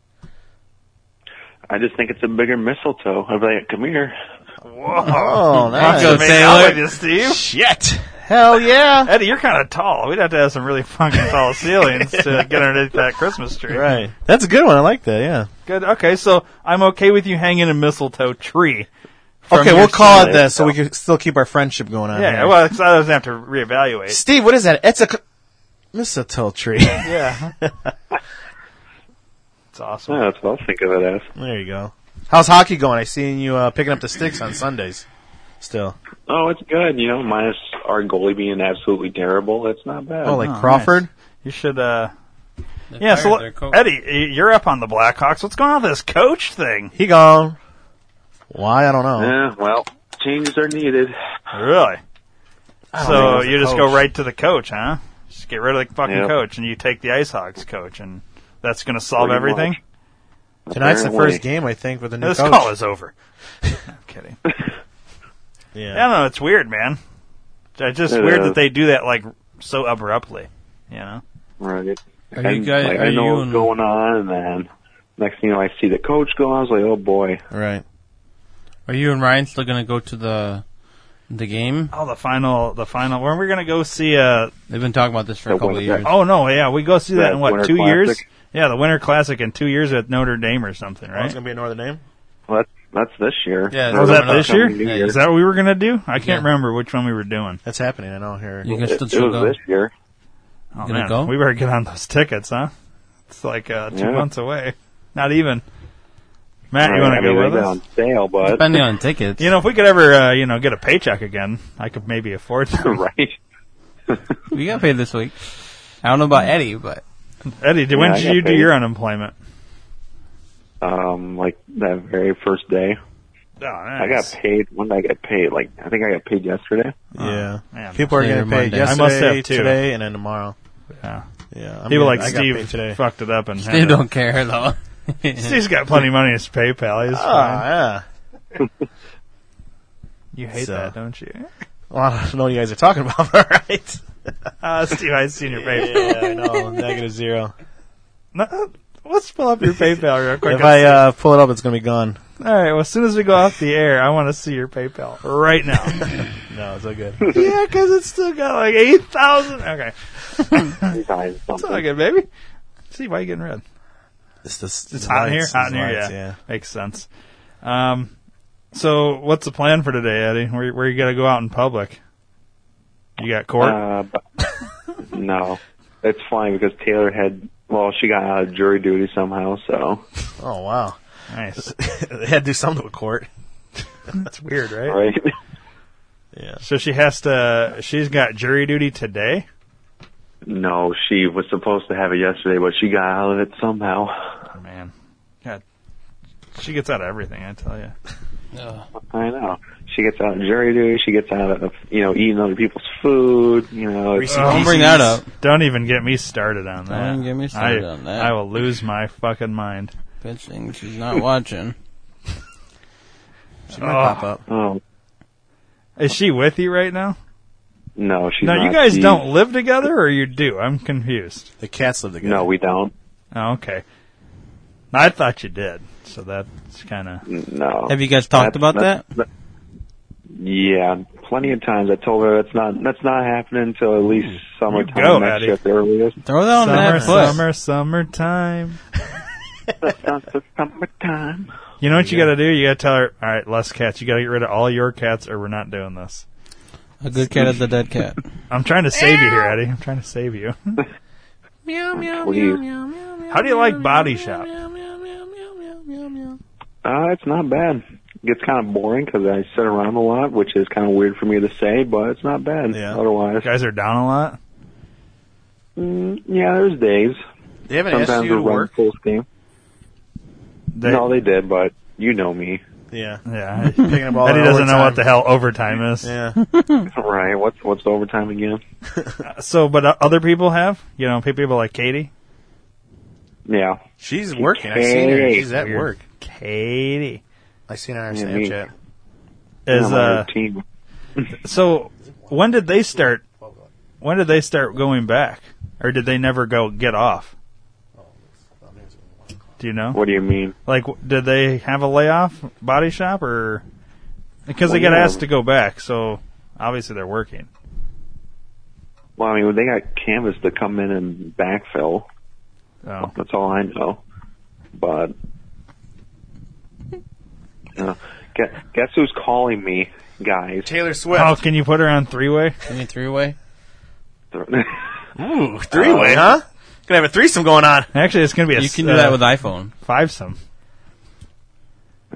I just think it's a bigger mistletoe. I'd be like, come here.
*laughs* oh, nice.
Go,
Make out
Taylor.
with you, Steve.
shit, hell yeah,
Eddie, you're kind of tall. We'd have to have some really fucking tall ceilings to get underneath that Christmas tree.
right? That's a good one. I like that. Yeah.
Good. Okay, so I'm okay with you hanging a mistletoe tree. from
okay,
your
we'll call
ceiling.
it that, so we can still keep our friendship going on.
Yeah,
here.
well, so I doesn't have to reevaluate.
Steve, what is that? It's a c- mistletoe tree.
*laughs*
*laughs*
Yeah, it's awesome.
Yeah, that's what I'll think of it as.
there you go. How's hockey going? I seen you uh, picking up the sticks on Sundays. Still.
Oh, it's good. You know, minus our goalie being absolutely terrible. It's not bad.
Oh, like Crawford?
You should. uh Yeah. So
fired
let-
their coach.
Eddie, y- you're up on the Blackhawks. What's going on with this coach thing?
He gone. Why? I don't know.
Yeah. Well, changes are needed.
Really?
I don't think it
So
was the
you just go
coach.
right to the coach, huh? Just get rid of the fucking
Yep.
coach, and you take the Ice Hogs coach, and that's going to solve
Pretty
everything.
Tonight's the
Apparently.
first game, I think, with the new
this
coach.
call is over. *laughs* I'm kidding.
Yeah.
I don't know. It's weird, man. It's just
It
weird
is.
that they do that like so abruptly. You know.
Right.
Are
And,
you guys-
Like,
are
I know
you
what's
and-
going on, and then next thing you know, I see the coach go. I was like, oh boy.
Right.
Are you and Ryan still gonna go to the the game?
Oh, the final, the final. When we're gonna go see? Uh,
They've been talking about this for a couple of years.
Oh no, yeah, we go see that
The
in what
Winter
two years?
Classic?
Yeah, the Winter Classic in two years at Notre Dame or something,
Oh,
Well, it's
right?
going to be another name.
Well, that's that's this year.
Oh, was that this year? Is that what we were gonna do? I can't
Yeah.
remember which one we were doing.
That's happening. I know here.
You can
It, it was this year.
Oh,
Gonna
man.
go?
We better get on those tickets, huh? It's like uh, two
Yeah.
months away. Not even. Matt, you
Yeah,
want
I
to go
mean,
with
they're
us?
on sale, but- Depending on tickets.
You know, if we could ever, uh, you know, get a paycheck again, I could maybe
*laughs*
afford them.
right.
*laughs* We got paid this week. I don't know about Eddie, but
Eddie, did- when
Yeah, I
did
got
you do
paid.
your unemployment?
Um, like that very first day.
Oh,
I got paid. When did I get paid? Like I think I got paid yesterday.
Yeah.
Oh, man.
People are
Later
getting paid
Monday.
yesterday,
I must have, too.
today, and then tomorrow.
Yeah.
Yeah.
People
I'm getting-
like
I got paid
Steve
today.
fucked it up and
Steve
had it.
don't care, though. Ah,
Steve's
*laughs*
got plenty of money in his PayPal. He's
Oh,
fine.
yeah. *laughs*
You hate
So.
that, don't you?
Well, I don't know what you guys are talking
*laughs*
about, all right?
Uh, Steve, I've seen
*laughs*
your PayPal.
yeah, I know. Negative zero.
No, let's pull up your PayPal real quick.
If I uh, pull it up, it's going to be gone.
All right. Well, as soon as we go off the air, I want to see your PayPal right now.
*laughs* No, it's okay.
yeah, because it's still got like eight thousand.
*laughs*
Okay,
Besides
it's
something.
all good, baby. See why you getting red?
It's, this,
It's hot in here. Hot in here. Yeah. makes sense. Um, so what's the plan for today, Eddie? Where where you got to go out in public? You got court.
Uh, but- no, it's funny because Taylor had. Well, she got out of jury duty somehow, so
Oh, wow.
Nice.
*laughs* they had to do something with court.
*laughs* That's weird, right?
right.
Yeah.
So she has to. She's got jury duty today.
No, she was supposed to have it yesterday, but she got out of it somehow.
Oh, man, God, she gets out of everything. I tell you.
I know. She gets out of jury duty. She gets out of you know eating other people's food. You know, Oh, it's-
Don't bring that up. Don't even get me started on that.
Don't even get me started
I,
on that.
I will lose my fucking mind.
bitching. She's not watching.
She might pop
up.
Oh
Is she with you right now?
no, she's
no,
not.
you guys
She-
don't live together, or you do? I'm confused.
The cats live together.
No, we don't.
Oh, okay. I thought you did, so that's kind of.
No.
Have you guys talked
That's-
about
that's- that- Yeah, plenty of times. I told her that's not that's not happening until at least summertime
go,
next
Eddie.
year at the earliest.
Throw that on
Summer,
that foot.
summer,
*laughs*
summertime.
summertime.
You know what you got to do? You got to tell her, all right, less cats. You got to get rid of all your cats, or we're not doing this.
A good cat is a dead cat.
*laughs* I'm trying to save you here, Eddie. I'm trying to save you. *laughs*
meow meow
Please.
How do you like Body Shop?
Uh, it's not bad. It gets kind of boring because I sit around a lot, which is kind of weird for me to say, but it's not bad
Yeah.
otherwise.
guys are down a lot.
Mm, yeah, there's days.
They haven't
Sometimes
asked you to
we run
work?
full steam.
They-
no, they did, but you know me, *laughs*
Yeah.
Yeah,
*laughs* Picking up all
Eddie
that
doesn't know
overtime.
what the hell overtime is.
Yeah.
right? What's what's the
*laughs*
overtime again?
*laughs* So, but uh, other people have, you know, people like Katie.
Yeah,
She's working. I've seen her. She's at
Weird.
work.
Katie
I seen her on her
Yeah, me.
Snapchat.
is
I'm on her
uh.
team. *laughs*
So, when did they start? When did they start going back, or did they never go get off? Do you know?
What do you mean?
Like, w- did they have a layoff body shop, or because they
Well,
get
yeah.
asked to go back? So obviously they're working.
Well, I mean, they got Canvas to come in and backfill.
Oh.
That's all I know. But uh, guess, guess who's calling me, guys?
Taylor
*laughs*
Swift.
Oh, can you put her on three way?
Any three way?
Ooh, three way, huh? Gonna have a threesome going on.
uh, Actually, it's gonna be a
You
s-
can do
uh,
that with iPhone.
fivesome.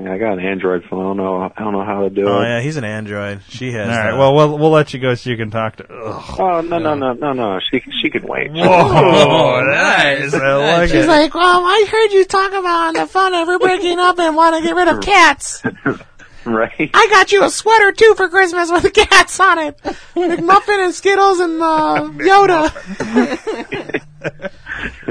Yeah, I got an Android phone. I don't know. I don't know how to do
Oh
it.
yeah, he's an Android. She has.
All right.
that.
Well, we'll we'll let you go so you can talk to. Ugh.
Oh no no no no no! She she can wait.
Whoa, *laughs* nice. I like
She's
it.
like, well, I heard you talk about on the phone that we're breaking up and want to get rid of cats.
right?
I got you a sweater too for Christmas with cats on it, McMuffin and Skittles and
*laughs*
uh, Yoda.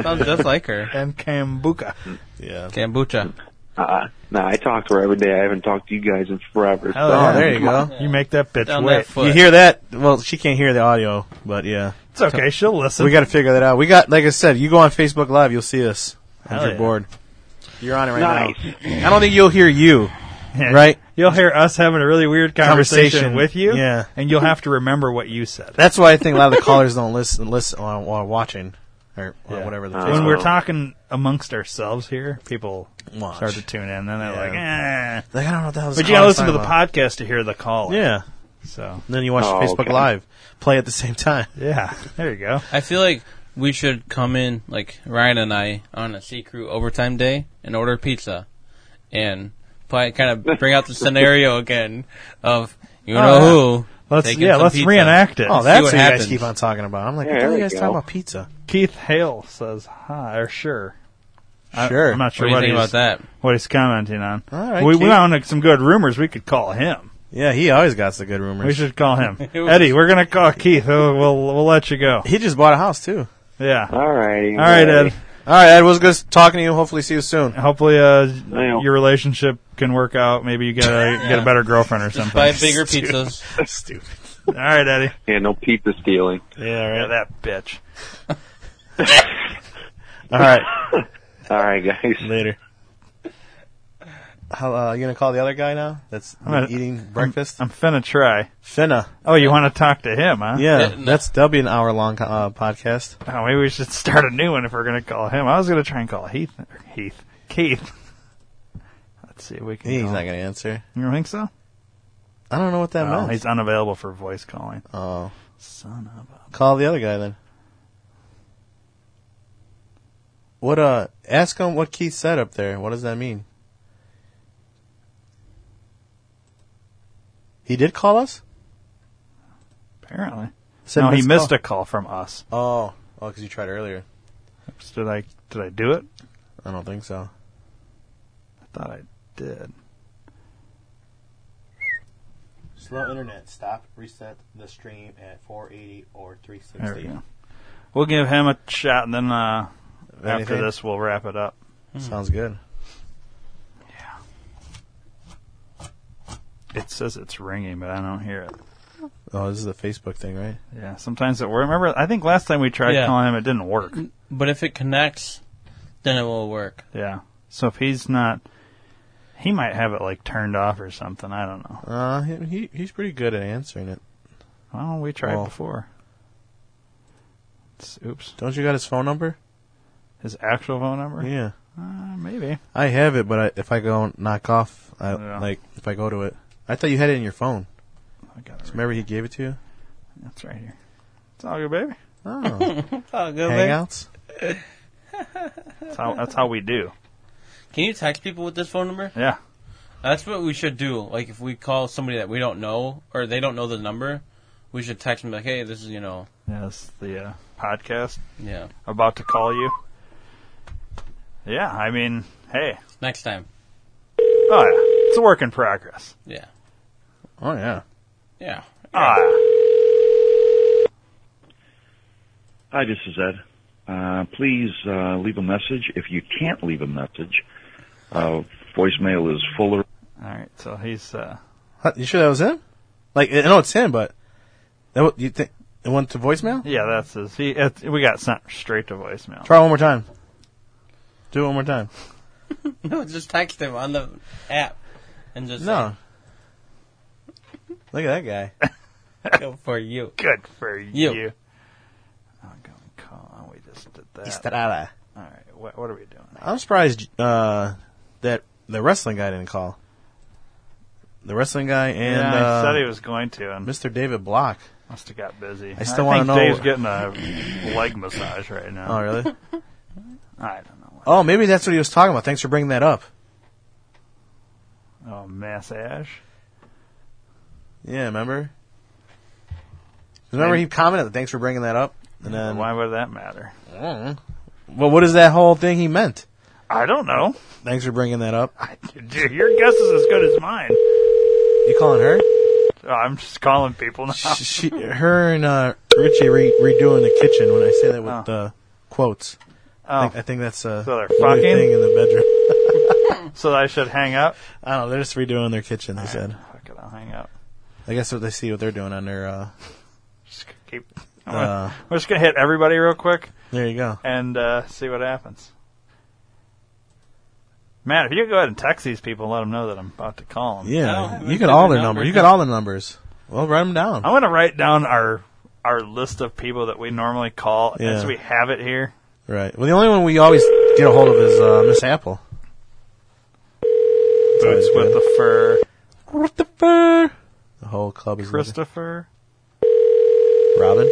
Sounds just like her.
*laughs* And kombucha.
Yeah.
Kombucha.
Uh, no, I talk to her every day. I haven't talked to you guys in forever.
Oh,
so-
there you go.
You make that bitch
Down that wait. foot.
You hear that? Well, she can't hear the audio, but yeah,
It's okay. She'll listen.
We got to figure that out. We got, like I said, you go on Facebook Live, you'll see us.
Hell
If you're
yeah.
bored, you're on it right
Nice. *clears throat*
now. I don't think you'll hear you, right?
You'll hear us having a really weird conversation,
Conversation.
with you.
Yeah.
And you'll have to remember what you said.
That's why I think a lot of the
*laughs*
callers don't listen, listen while, while watching or or whatever. The
Oh.
when
Facebook-
we're talking amongst ourselves here, people
Watch.
start to tune in, and they're like,
Yeah.
eh.
Like, I don't know what the hell this
But you gotta
caller's
listen to the
talking
podcast to hear the call.
yeah.
So
then you watch
Oh,
Facebook
okay.
Live, play at the same time.
Yeah, there you go.
I feel like we should come in, like Ryan and I, on a sea crew overtime day and order pizza, and play, kind of bring
*laughs*
out the scenario again of you
Oh,
know
yeah.
who.
Let's-
taking
yeah,
some
let's
pizza.
reenact it.
Oh,
See what
that's what, you guys
happens.
keep on talking about. I'm like,
Yeah,
what the hell
there
are you
we
guys
go.
talking about pizza?
Keith Hale says hi, or sure. I-
Sure.
I'm not sure
What do you
he's,
think about that?
What he's commenting on.
All right,
we we
Keith.
found some good rumors. We could call him.
Yeah, he always got the good rumors.
We should call
*laughs*
*laughs*
him Eddie. We're gonna call Keith. We'll we'll, we'll let you go.
He just bought a house too.
Yeah.
All righty.
All right, Ed.
All right, Ed. It was good talking to you. Hopefully, see you soon.
Hopefully, uh, your relationship can work out. Maybe you get
*laughs*
a get a better girlfriend or something.
buy bigger pizzas.
*laughs*
Stupid.
All right, Eddie.
Yeah, no pizza stealing.
Yeah, right. that bitch.
All
*laughs*
right.
All right, guys.
Later. How uh, you gonna call the other guy now? That's
I'm gonna-
eating breakfast.
I'm, I'm finna try.
Finna.
*laughs* Oh, you want to talk to him, huh?
yeah, that's that'll be an hour long uh, podcast.
Oh, maybe we should start a new one if we're gonna call him. I was gonna try and call Heath. Or Heath. Keith. Let's see. if We can.
He's
call
not
him.
gonna answer.
You don't think so?
I don't know what that
Oh,
meant.
he's unavailable for voice calling.
Oh,
son of a.
Call the other guy then. What uh? Ask him what Keith said up there. What does that mean? He did call us.
Apparently.
Said
no, he
missed
missed
call.
a call from us.
Oh, oh, because you tried earlier.
Did I? Did I do it?
I don't think so.
I thought I did.
Slow internet. Stop. Reset the stream at 480 or
There
360.
we go. We'll give him a shot, and then uh, after
Anything?
this, we'll wrap it up.
Sounds good.
It says it's ringing, but I don't hear it.
Oh, this is a Facebook thing, right?
Yeah, sometimes it works. Remember, I think last time we tried
Yeah.
calling him, it didn't work.
But if it connects, then it will work.
Yeah. So if he's not, he might have it like turned off or something. I don't know.
Uh, he, he he's pretty good at answering it.
Well, we tried
Well.
before. It's- oops.
Don't you got his phone number?
His actual phone number?
Yeah,
Uh, maybe.
I have it, but I, if I go knock off, I
Yeah.
like if I go to it, I thought you had it in your phone.
I got it.
Remember he gave it
*laughs*
to you?
That's right here. It's all good, baby.
Oh,
*laughs* Oh, good
hangouts.
*laughs*
That's how, that's how we do.
Can you text people with this phone number?
Yeah.
That's what we should do. Like if we call somebody that we don't know or they don't know the number, we should text them like, "Hey, this is you know,
Yeah, that's the uh, podcast.
yeah,
About to call you. Yeah, I mean, hey.
next time."
Oh, yeah. It's a work in progress.
Yeah,
Oh yeah.
yeah. *laughs*
Ah.
Hi, this is Ed. Uh, please uh, leave a message. If you can't leave a message, uh, voicemail is fuller.
All right, so he's. Uh,
Huh, You sure that was him? Like I know it's him, but that wa- you think it went to voicemail?
yeah, that's his. He, it, we got sent straight to voicemail.
Try one more time. Do it one more time.
no, just text them on the app and just
No. Look at that guy.
say, *laughs* "Go for you."
Good for you.
You.
I'm going to call. Oh, we just did that.
Estrada.
All right, what, what are we doing?
I'm surprised uh, that the wrestling guy didn't call. The wrestling guy and
yeah, he
uh,
said he was going to, and
Mr. David Block.
must have got busy.
I still wanna
think
know-
Dave's getting a leg massage right now.
Oh really?
*laughs* I don't know.
uh, oh, maybe that's what he was talking about. Thanks for bringing that up.
Oh, mass ash.
Yeah, remember? Remember he commented, "Thanks for bringing that up." And then Mm-hmm.
why would that matter?
Well, what is that whole thing he meant?
I don't know.
Thanks for bringing that up.
Dude, your guess is as good as mine. Oh,
You calling her?
I'm just calling people now.
She, her and uh, Richie re- redoing the kitchen when I say that with uh, quotes. I, think, I think that's uh,
Oh. So they're
the new
fucking?
thing in the bedroom.
*laughs* so I should hang up.
I don't know. They're just redoing their kitchen. They said.
Fuck it, I'll hang up.
I guess what they see what they're doing on their. Uh,
Keep. I'm gonna-
uh,
we're just gonna hit everybody real quick
there you go.
and uh, see what happens. Matt, if you go ahead and text these people, and let them know that I'm about to call them.
Yeah, you got all their numbers. You got all the numbers. Well, write them down.
I'm gonna write down our our list of people that we normally call
Yeah.
as we have it here.
Right. Well, the only one we always get a hold of is uh, Miss Apple.
Boots
always
with
good.
the fur,
Christopher. The whole club is looking.
Christopher.
Robin.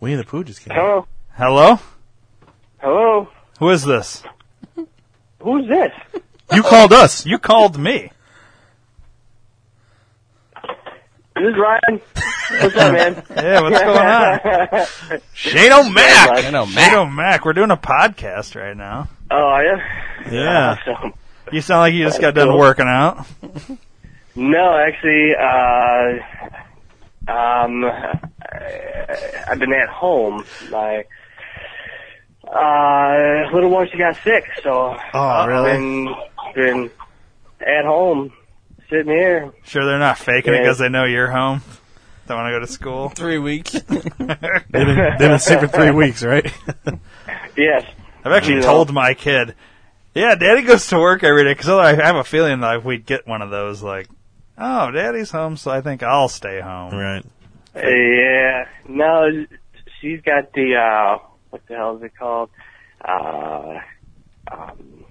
Winnie the Pooh just came. out.
Hello.
Hello,
Hello.
who is this?
Who's this?
You called us. You called me.
This is
*laughs*
Ryan. What's up, man?
Yeah,
*laughs*
what's going on? Shane
Yeah,
O'Mac.
Ryan.
Shane O'Mac. We're doing a podcast right now.
*laughs* Oh, yeah.
Yeah.
Awesome.
You sound like you just got done
Cool.
working out.
No, actually, uh, um, I- I've been at home. My uh, little one, she got sick, so
Oh, really?
been been at home, sitting here.
Sure, they're not faking it
Yeah.
because they know you're home. Don't want to go to school. *laughs*
Three weeks.
They've been, they've been sick
*laughs*
for three weeks, right?
Yes.
I've actually
You know.
told my kid, yeah, daddy goes to work every day because I have a feeling like we'd get one of those, like, oh, daddy's home, so I think I'll stay home.
Right.
Yeah. No, she's got the uh what the hell is it called? Uh um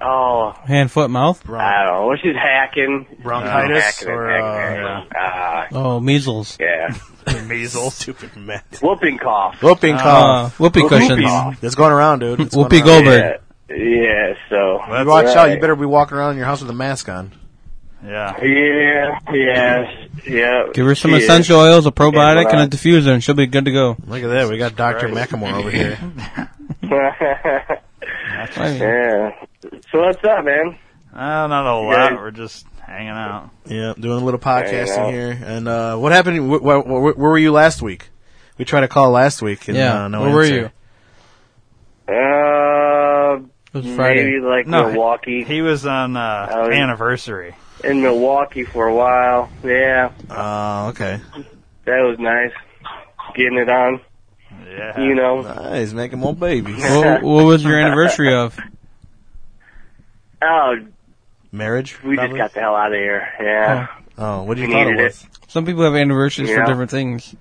oh
Hand, foot, mouth.
I don't know. Well, she's hacking.
Bronchitis
Hacking and
or,
hacking and- uh,
Oh, measles.
yeah.
Measles.
Stupid Matt.
Whooping cough.
Whooping cough.
Uh, whoopee Whoopee cushions.
Whoopee. That's going around, dude. It's
Whoopi
going around.
Goldberg.
Yeah, yeah, so
You watch out. You better be walking around your house with a mask on.
Yeah.
Yeah, yeah, yeah.
Give her some
she is.
essential oils, a probiotic,
Yeah,
and a diffuser, and she'll be good to go.
Look at that. We got Dr. McElmore over here.
yeah. So what's up, man?
Uh, not a whole
Yeah.
lot. We're just hanging out.
Yeah, doing a little
There you go.
podcasting here. And uh, what happened? Wh- wh- wh- where were you last week? We tried to call last week. And,
Yeah,
uh, no
where were
answer.
you?
Uh, maybe like
no,
Milwaukee.
He was on uh,
Oh, yeah.
anniversary.
in Milwaukee for a while. Yeah,
Oh, okay.
that was nice. Getting it on.
Yeah.
You know.
Nice, Uh, making more babies.
what,
*laughs*
what was your anniversary of?
Oh,
Marriage?
we just got the hell out of here. Yeah.
Oh, what do you
We
thought it
needed it.
was?
Some people have anniversaries for
Yeah.
different things,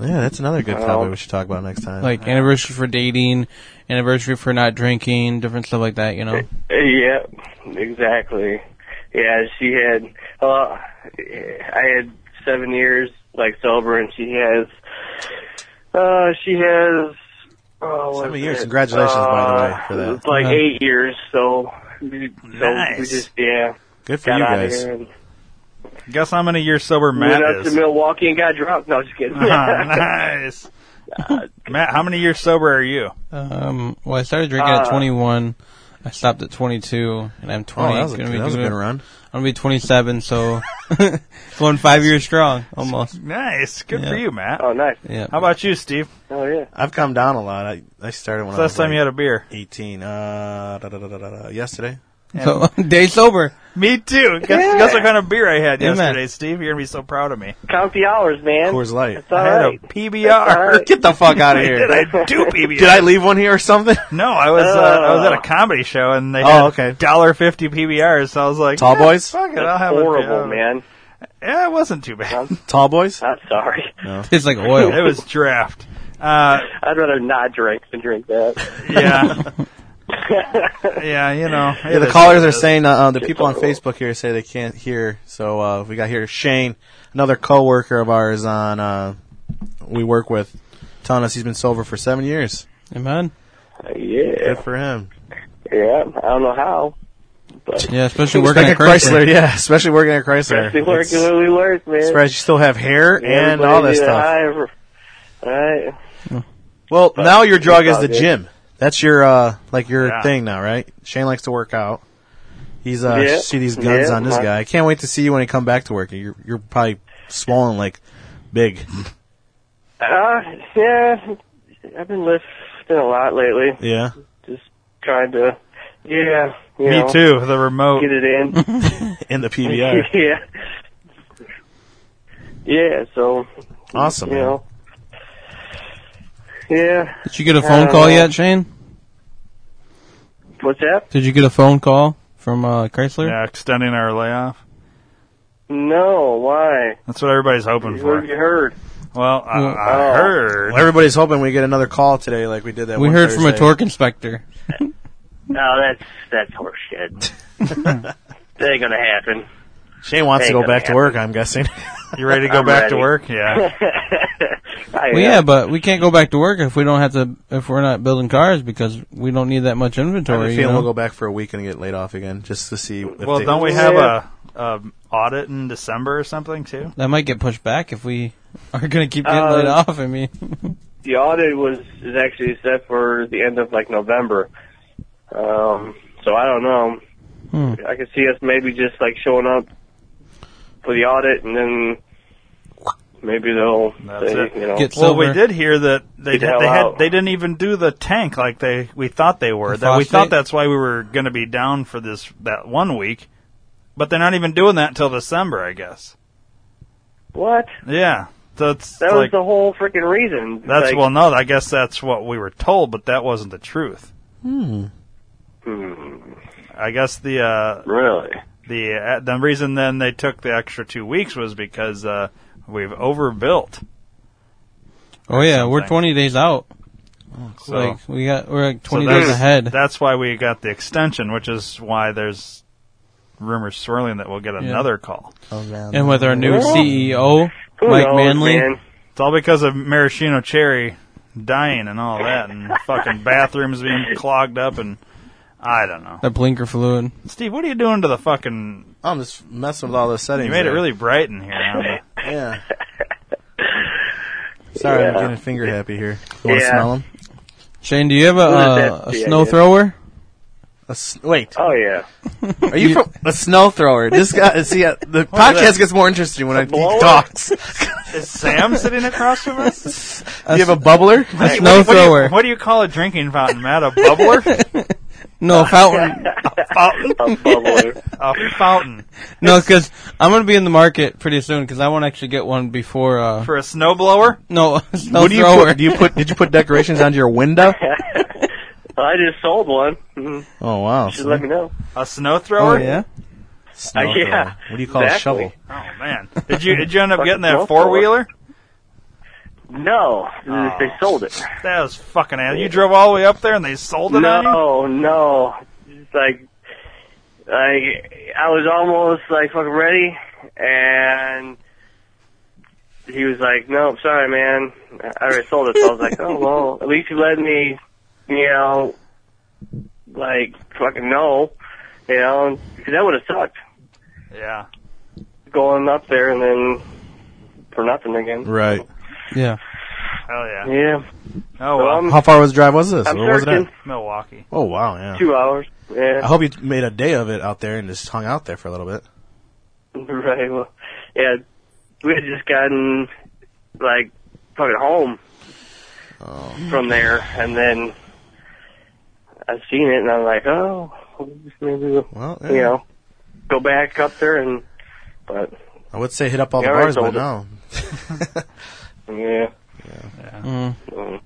Yeah, that's another good
Well-
topic we should talk about next time.
like anniversary for dating, anniversary for not drinking, different stuff like that. You know.
Yeah, Uh, exactly. Yeah, she had. Uh, I had seven years like sober, and she has. Uh, she has. Oh, what
Seven
is
years.
it? Uh,
Congratulations, by the way, for that. Uh-huh.
It's like
Yeah.
eight years, so. we- so we
Nice.
just yeah.
Good for
got
you
out of
guys.
here and
Guess how many years sober
went up
Matt
to
is?
Milwaukee and got drunk. No, just kidding.
Ah,
*laughs*
nice. Matt, how many years sober are you?
Um, well, I started drinking at
Uh,
21. I stopped at 22, and I'm 20.
Oh, that was a-
Gonna be
that was a
doing-
good run.
I'm gonna be 27, so *laughs* going five years strong, almost.
Nice. Good for
Yeah.
you, Matt.
Oh, nice.
Yeah.
How about you, Steve?
Oh yeah.
I've come down a lot. I, I started when
When's the
I was
last time
like
you had a beer?
18. Uh, da, da, da, da, da, da, yesterday.
*laughs*
*laughs*
So day sober.
Me too. Guess, guess what kind of beer I had
Amen.
yesterday, Steve? You're gonna be so proud of me.
Count the hours, man.
Coors Light.
all
I had
right.
a PBR.
That's all right.
Get the fuck out of
I
here.
*laughs* did. I
*laughs*
do PBR.
Did I leave one here or something?
No, I was uh, I
Oh.
was at a comedy show and they
Oh,
had
okay.
dollar fifty PBRs. So I was like,
Tall
yeah,
boys?
Fuck it,
That's
I'll have
horrible,
a
man.
Yeah, it wasn't too bad.
Tall boys?
I'm sorry.
No.
Tastes like oil.
it was draft. Uh,
I'd rather not drink than drink that.
yeah,
*laughs*
yeah, you know.
Yeah,
it
the
is
callers
what it
are
is.
saying uh, uh, the people on Facebook here say they can't hear. So uh, we got here Shane, another coworker of ours on uh, we work with, telling us he's been sober for seven years.
Amen.
yeah.
Good for him.
Yeah. I don't know how. But
Yeah,
*laughs*
especially working
Like
at
a
Chrysler.
Yeah, especially working at Chrysler.
Especially
It's-
working where we work, man.
Surprised you still have hair and
Everybody
all that
do that.
stuff.
I ever- I-
Well, now your drug
it's
is
all
the
good.
gym. That's your uh like your
Yeah.
thing now, right? Shane likes to work out. He's uh
Yeah,
see these guns
yeah,
on this
my-
guy. I can't wait to see you when he come back to work. You're you're probably swollen like big.
Uh, yeah, I've been lifting a lot lately.
Yeah.
Just trying to, yeah. You
Me
know,
too. The remote.
Get it in.
*laughs* in the
*laughs* yeah. Yeah, so.
Awesome,
You
man.
know. Yeah. Uh,
Did you get a
I
phone
don't
Uh,
call
know.
yet, Shane?
What's that?
Did you get a phone call from uh, Chrysler?
Yeah, extending our layoff.
No, why?
That's what everybody's hoping
What
for.
have you heard?
Well, I,
Oh.
I heard.
Well, everybody's hoping we get another call today, like we did that.
we
one
heard from a
Thursday.
torque inspector.
No, that's, that's horseshit. that ain't gonna happen.
Shane wants to
Ain't
go
gonna
back to work.
*laughs*
I'm guessing.
You ready to go
I'm
back to
ready.
work?
*laughs*
Yeah.
I,
Well,
uh,
yeah, but we can't go back to work if we don't have to. If we're not building cars because we don't need that much
I have a
inventory.
feeling
You know?
we'll go back for a week and get laid off again, just to see. If
well,
they-
don't we have a, a audit in December or something too?
that might get pushed back if we *laughs* are going to keep getting
Uh,
laid off. I mean, *laughs*
the audit was is actually set for the end of like November. Um, so I don't know.
Hmm.
I could see us maybe just like showing up for the audit and then maybe they'll
That's
they,
it.
you know
well, we did hear that they
Get the hell
they had
out.
they didn't even do the tank like they we thought they were.
The
that we
phosphate?
thought that's why we were going to be down for this that one week, but they're not even doing that until December, I guess.
what?
Yeah, so it's
That was
like
the whole freaking reason.
that's
like,
well, no, I guess that's what we were told, but that wasn't the truth.
Hmm.
hmm,
I guess the uh,
really.
the uh, the reason then they took the extra two weeks was because uh, we've overbuilt.
oh yeah, we're
something.
twenty days out.
So-
like we got, we're like
So
twenty
that's-
days ahead.
That's why we got the extension, which is why there's rumors swirling that we'll get another call.
Oh,
And with our new CEO,
Who
Mike
knows,
Manley,
man? It's all because of maraschino cherry dying and all that,
*laughs*
and fucking bathrooms being clogged up, and I don't know.
the blinker fluid.
Steve, what are you doing to the fucking?
I'm just messing with all those settings.
You made it
there.
really bright in here. Now,
*laughs* Yeah. Sorry, I'm
Yeah.
getting finger happy here. You want to
Yeah.
smell them?
Shane, do you have a,
Who is
uh,
that?
a
Yeah,
snow
yeah.
thrower?
A s- wait.
Oh yeah.
Are you from a snow thrower? This guy. *laughs* See, uh, the
at
podcast
that.
gets more interesting when I
blower?
he talks.
is Sam sitting across from us?
Do you have a bubbler?
What do you-
snow
what do you-
thrower.
What do you call a drinking fountain, Matt? A bubbler?
No fountain.
fountain?
A bubbler.
A fountain
no, because I'm gonna be in the market pretty soon because I want to actually get one before. Uh,
for a snowblower?
no, a snow
What do you
thrower.
put? Do you put? Did you put decorations onto your window?
I just sold one. Mm,
Oh wow!
you should let me know.
A snow
Oh,
thrower?
Snow
Uh, yeah,
thrower. What do you call
exactly.
a shovel?
Oh man, did you did you end up
Fucking
getting
snow
that
thrower.
four wheeler?
No,
Oh.
they sold it.
That was fucking. ass. You drove all the way up there and they sold it on you.
No, no. It's like, like I was almost like fucking ready, and he was like, "Nope, sorry, man. I already sold it." So I was
*laughs*
like, "Oh well, at least you let me, you know, like fucking know, you know, because that would have sucked
Yeah.
going up there and then for nothing again."
Right. Yeah.
Hell yeah.
Yeah.
Oh
So
well.
I'm-
How far was the drive? Was this?
I'm
Where was it at?
searching.
Milwaukee.
Oh wow! Yeah.
Two hours. Yeah.
I hope you made a day of it out there and just hung out there for a little bit.
*laughs* Right. Well, yeah, we had just gotten like fucking home
Mm.
from there, and then I seen it, and I'm like, oh, maybe we'll,
Well,
you
yeah.
know, go back up there, and
*laughs*
but
I would say hit up all
Yeah,
the
I
bars, but
sold
no.
yeah.
*laughs* Mm.
Mm.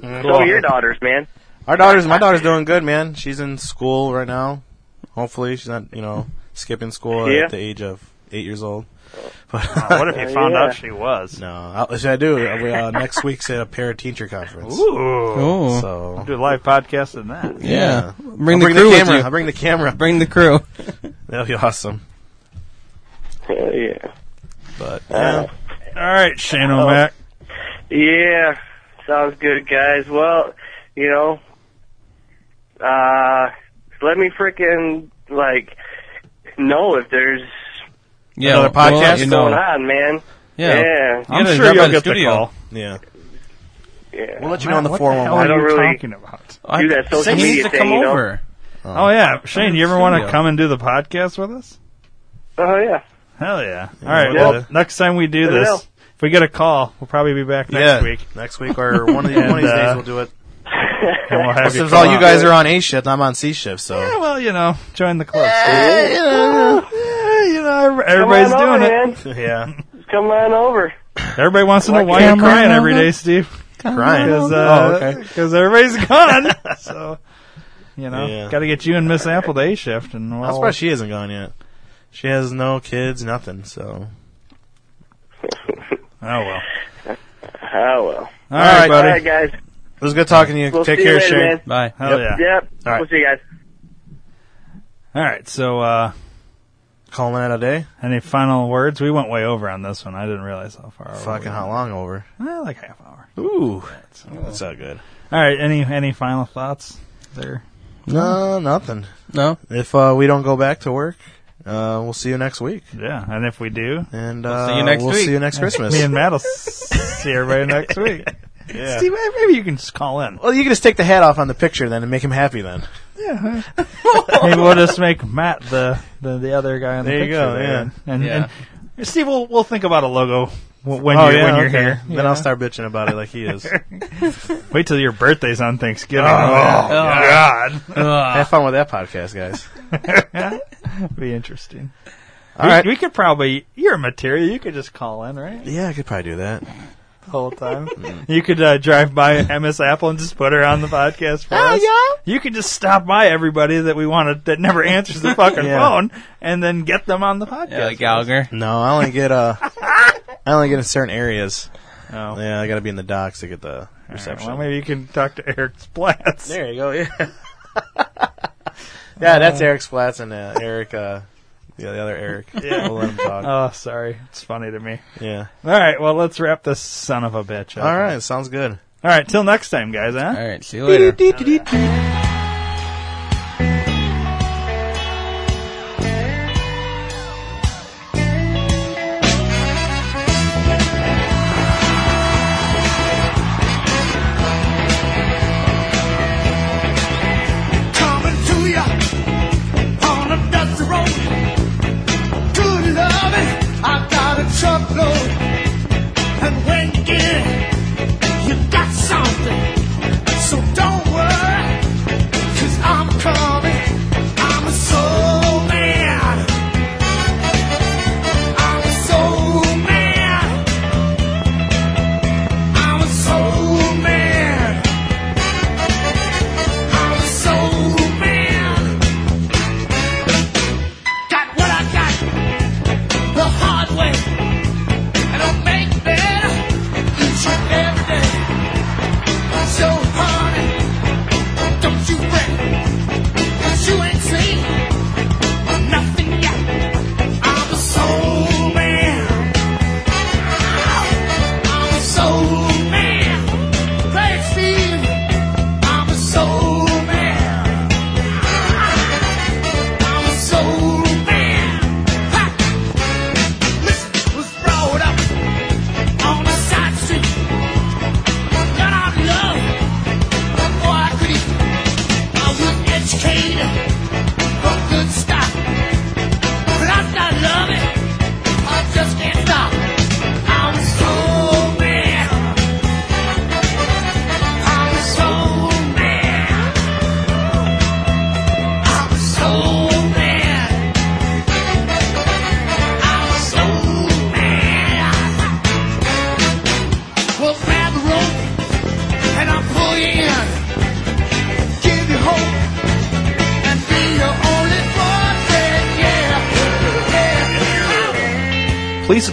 So
Cool.
your daughters, man.
Our daughter's my daughter's doing good, man. She's in school right now. Hopefully, she's not you know skipping school
Yeah.
at the age of eight years old. *laughs* But
Oh, what if
*laughs*
you found out she was?
No, I, should I do? We, uh, next week's at a parent teacher conference.
Ooh.
Ooh.
So
Do a live podcast in that.
Yeah.
I'll
Bring the crew with
camera.
you.
I'll bring the camera.
Bring the
*laughs*
crew.
That'll be awesome.
Hell yeah.
But
Uh,
All right, Shane O'Mac.
Yeah, sounds good, guys. Well, you know, uh, let me frickin' like know if there's
Yeah, Another well, podcast? you know.
going on, man.
Yeah.
yeah.
I'm You gotta sure drop by you'll the get the studio. call.
Yeah.
Yeah.
We'll let you know on the
What
four
the
one
hell
one.
are
I don't
you
really
talking about?
do that social
Shane
media
needs to
thing,
come
you know?
over.
Oh, yeah, Shane, you ever want
Studio.
to come and do the podcast with us?
Oh yeah.
Hell yeah! All right,
Yeah.
well, next time we do
Let me know.
this, if we get a call, we'll probably be back next
Yeah,
week.
Next week or one of these, one of these
*laughs* And,
days
uh,
we'll
*laughs*
do it.
and we'll have
Since
come
all you
on.
guys are on A shift, I'm on C shift, so
Yeah, well, you know, join the club.
Yeah,
you know, *laughs* Everybody's doing it.
*laughs*
Yeah.
Come on over.
Everybody wants to know why
Come
you're crying
on
every
over.
day, Steve. Uh,
Come Crying? on
Because
over. Oh, okay.
everybody's
*laughs*
gone. so, you know,
Yeah.
got to get you and Miss Apple to A shift. And we'll,
That's why she hasn't gone yet. She has no kids, nothing. So
Oh well.
Oh well.
All right, buddy.
All right, guys.
it was good talking to you.
We'll
Take
see
care,
you later,
Shane.
man.
Bye. Hell
Yep.
yeah.
Yep.
All right.
We'll see you guys.
All right, so uh
calling it a day.
Any final words? We went way over on this one. I didn't realize how far.
Fucking how long over?
Well, Eh, like half hour.
Ooh, that's not good.
All right. Any any final thoughts there?
No, nothing.
No.
If uh, we don't go back to work, uh, we'll see you next week.
Yeah, and if we do,
and
We'll
uh,
see you next
we'll
week.
see you next Christmas.
Me and Matt will s- see everybody next week.
*laughs* Yeah.
Steve, maybe you can just call in.
Well, you can just take the hat off on the picture then and make him happy then.
Yeah. *laughs* Maybe we'll just make Matt the the, the other guy on the
There you
picture.
go, yeah.
and- And,
Yeah.
and Steve, we'll we'll think about a logo w- when
Oh,
you're
yeah,
when you're
okay.
here.
Then I'll start bitching about it like he is.
*laughs* Wait till your birthday's on Thanksgiving.
Oh,
God.
Have fun with that podcast, guys.
*laughs* Be interesting.
All
we,
right.
we could probably you're a material. You could just call in, right?
Yeah, I could probably do that. Mm.
The whole
*laughs*
time. you could uh, drive by Miss Apple and just put her on the podcast for us. You could just stop by everybody that we wanted that never answers the fucking
Yeah.
phone, and then get them on the podcast.
Yeah, like Gallagher.
No, I only
*laughs*
get uh, I only get in certain areas.
Oh.
Yeah, I got to be in the docks to get the reception.
Well, maybe you can talk to Eric Splatz.
There you go. Yeah. *laughs* yeah, that's
Um,
Eric Splatz and uh, Eric, uh, yeah, the other Eric.
*laughs* Yeah.
We'll let him talk.
Oh, sorry. It's funny to me.
Yeah.
All right. Well, let's wrap this son of a bitch up.
All right, sounds good.
All right. Till next time, guys. Huh?
All right. See you later.
coming to ya on a dusty road. Good loving, I got a truckload. And when you get it, you got something. So don't worry, cause I'm coming. I'm a soul man. I'm a soul man. I'm a soul man. I'm a soul man. Got what I got the hard way, and I make better each and every day. So honey, don't you fret, 'cause you ain't seen nothing yet. I'm a soul man. I'm a soul man. Thanks, Steve. I'm a soul man. I'm a soul man. Ha! Listen, was brought up on a side street. Got out of love before I could eat. I was educated from good stock. But I'm not loving. I just can't stop. I'm a soul man. I'm a soul man. I'm a soul man. I'm a soul man. Well, grab the rope and I'll pull you in. Give you hope and be your only boyfriend. Yeah, yeah.
Please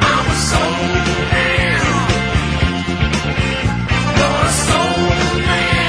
I'm a soul man. You're a soul man.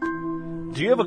Do you have a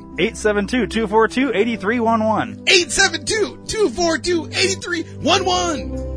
872 242 8311.
872 242 8311.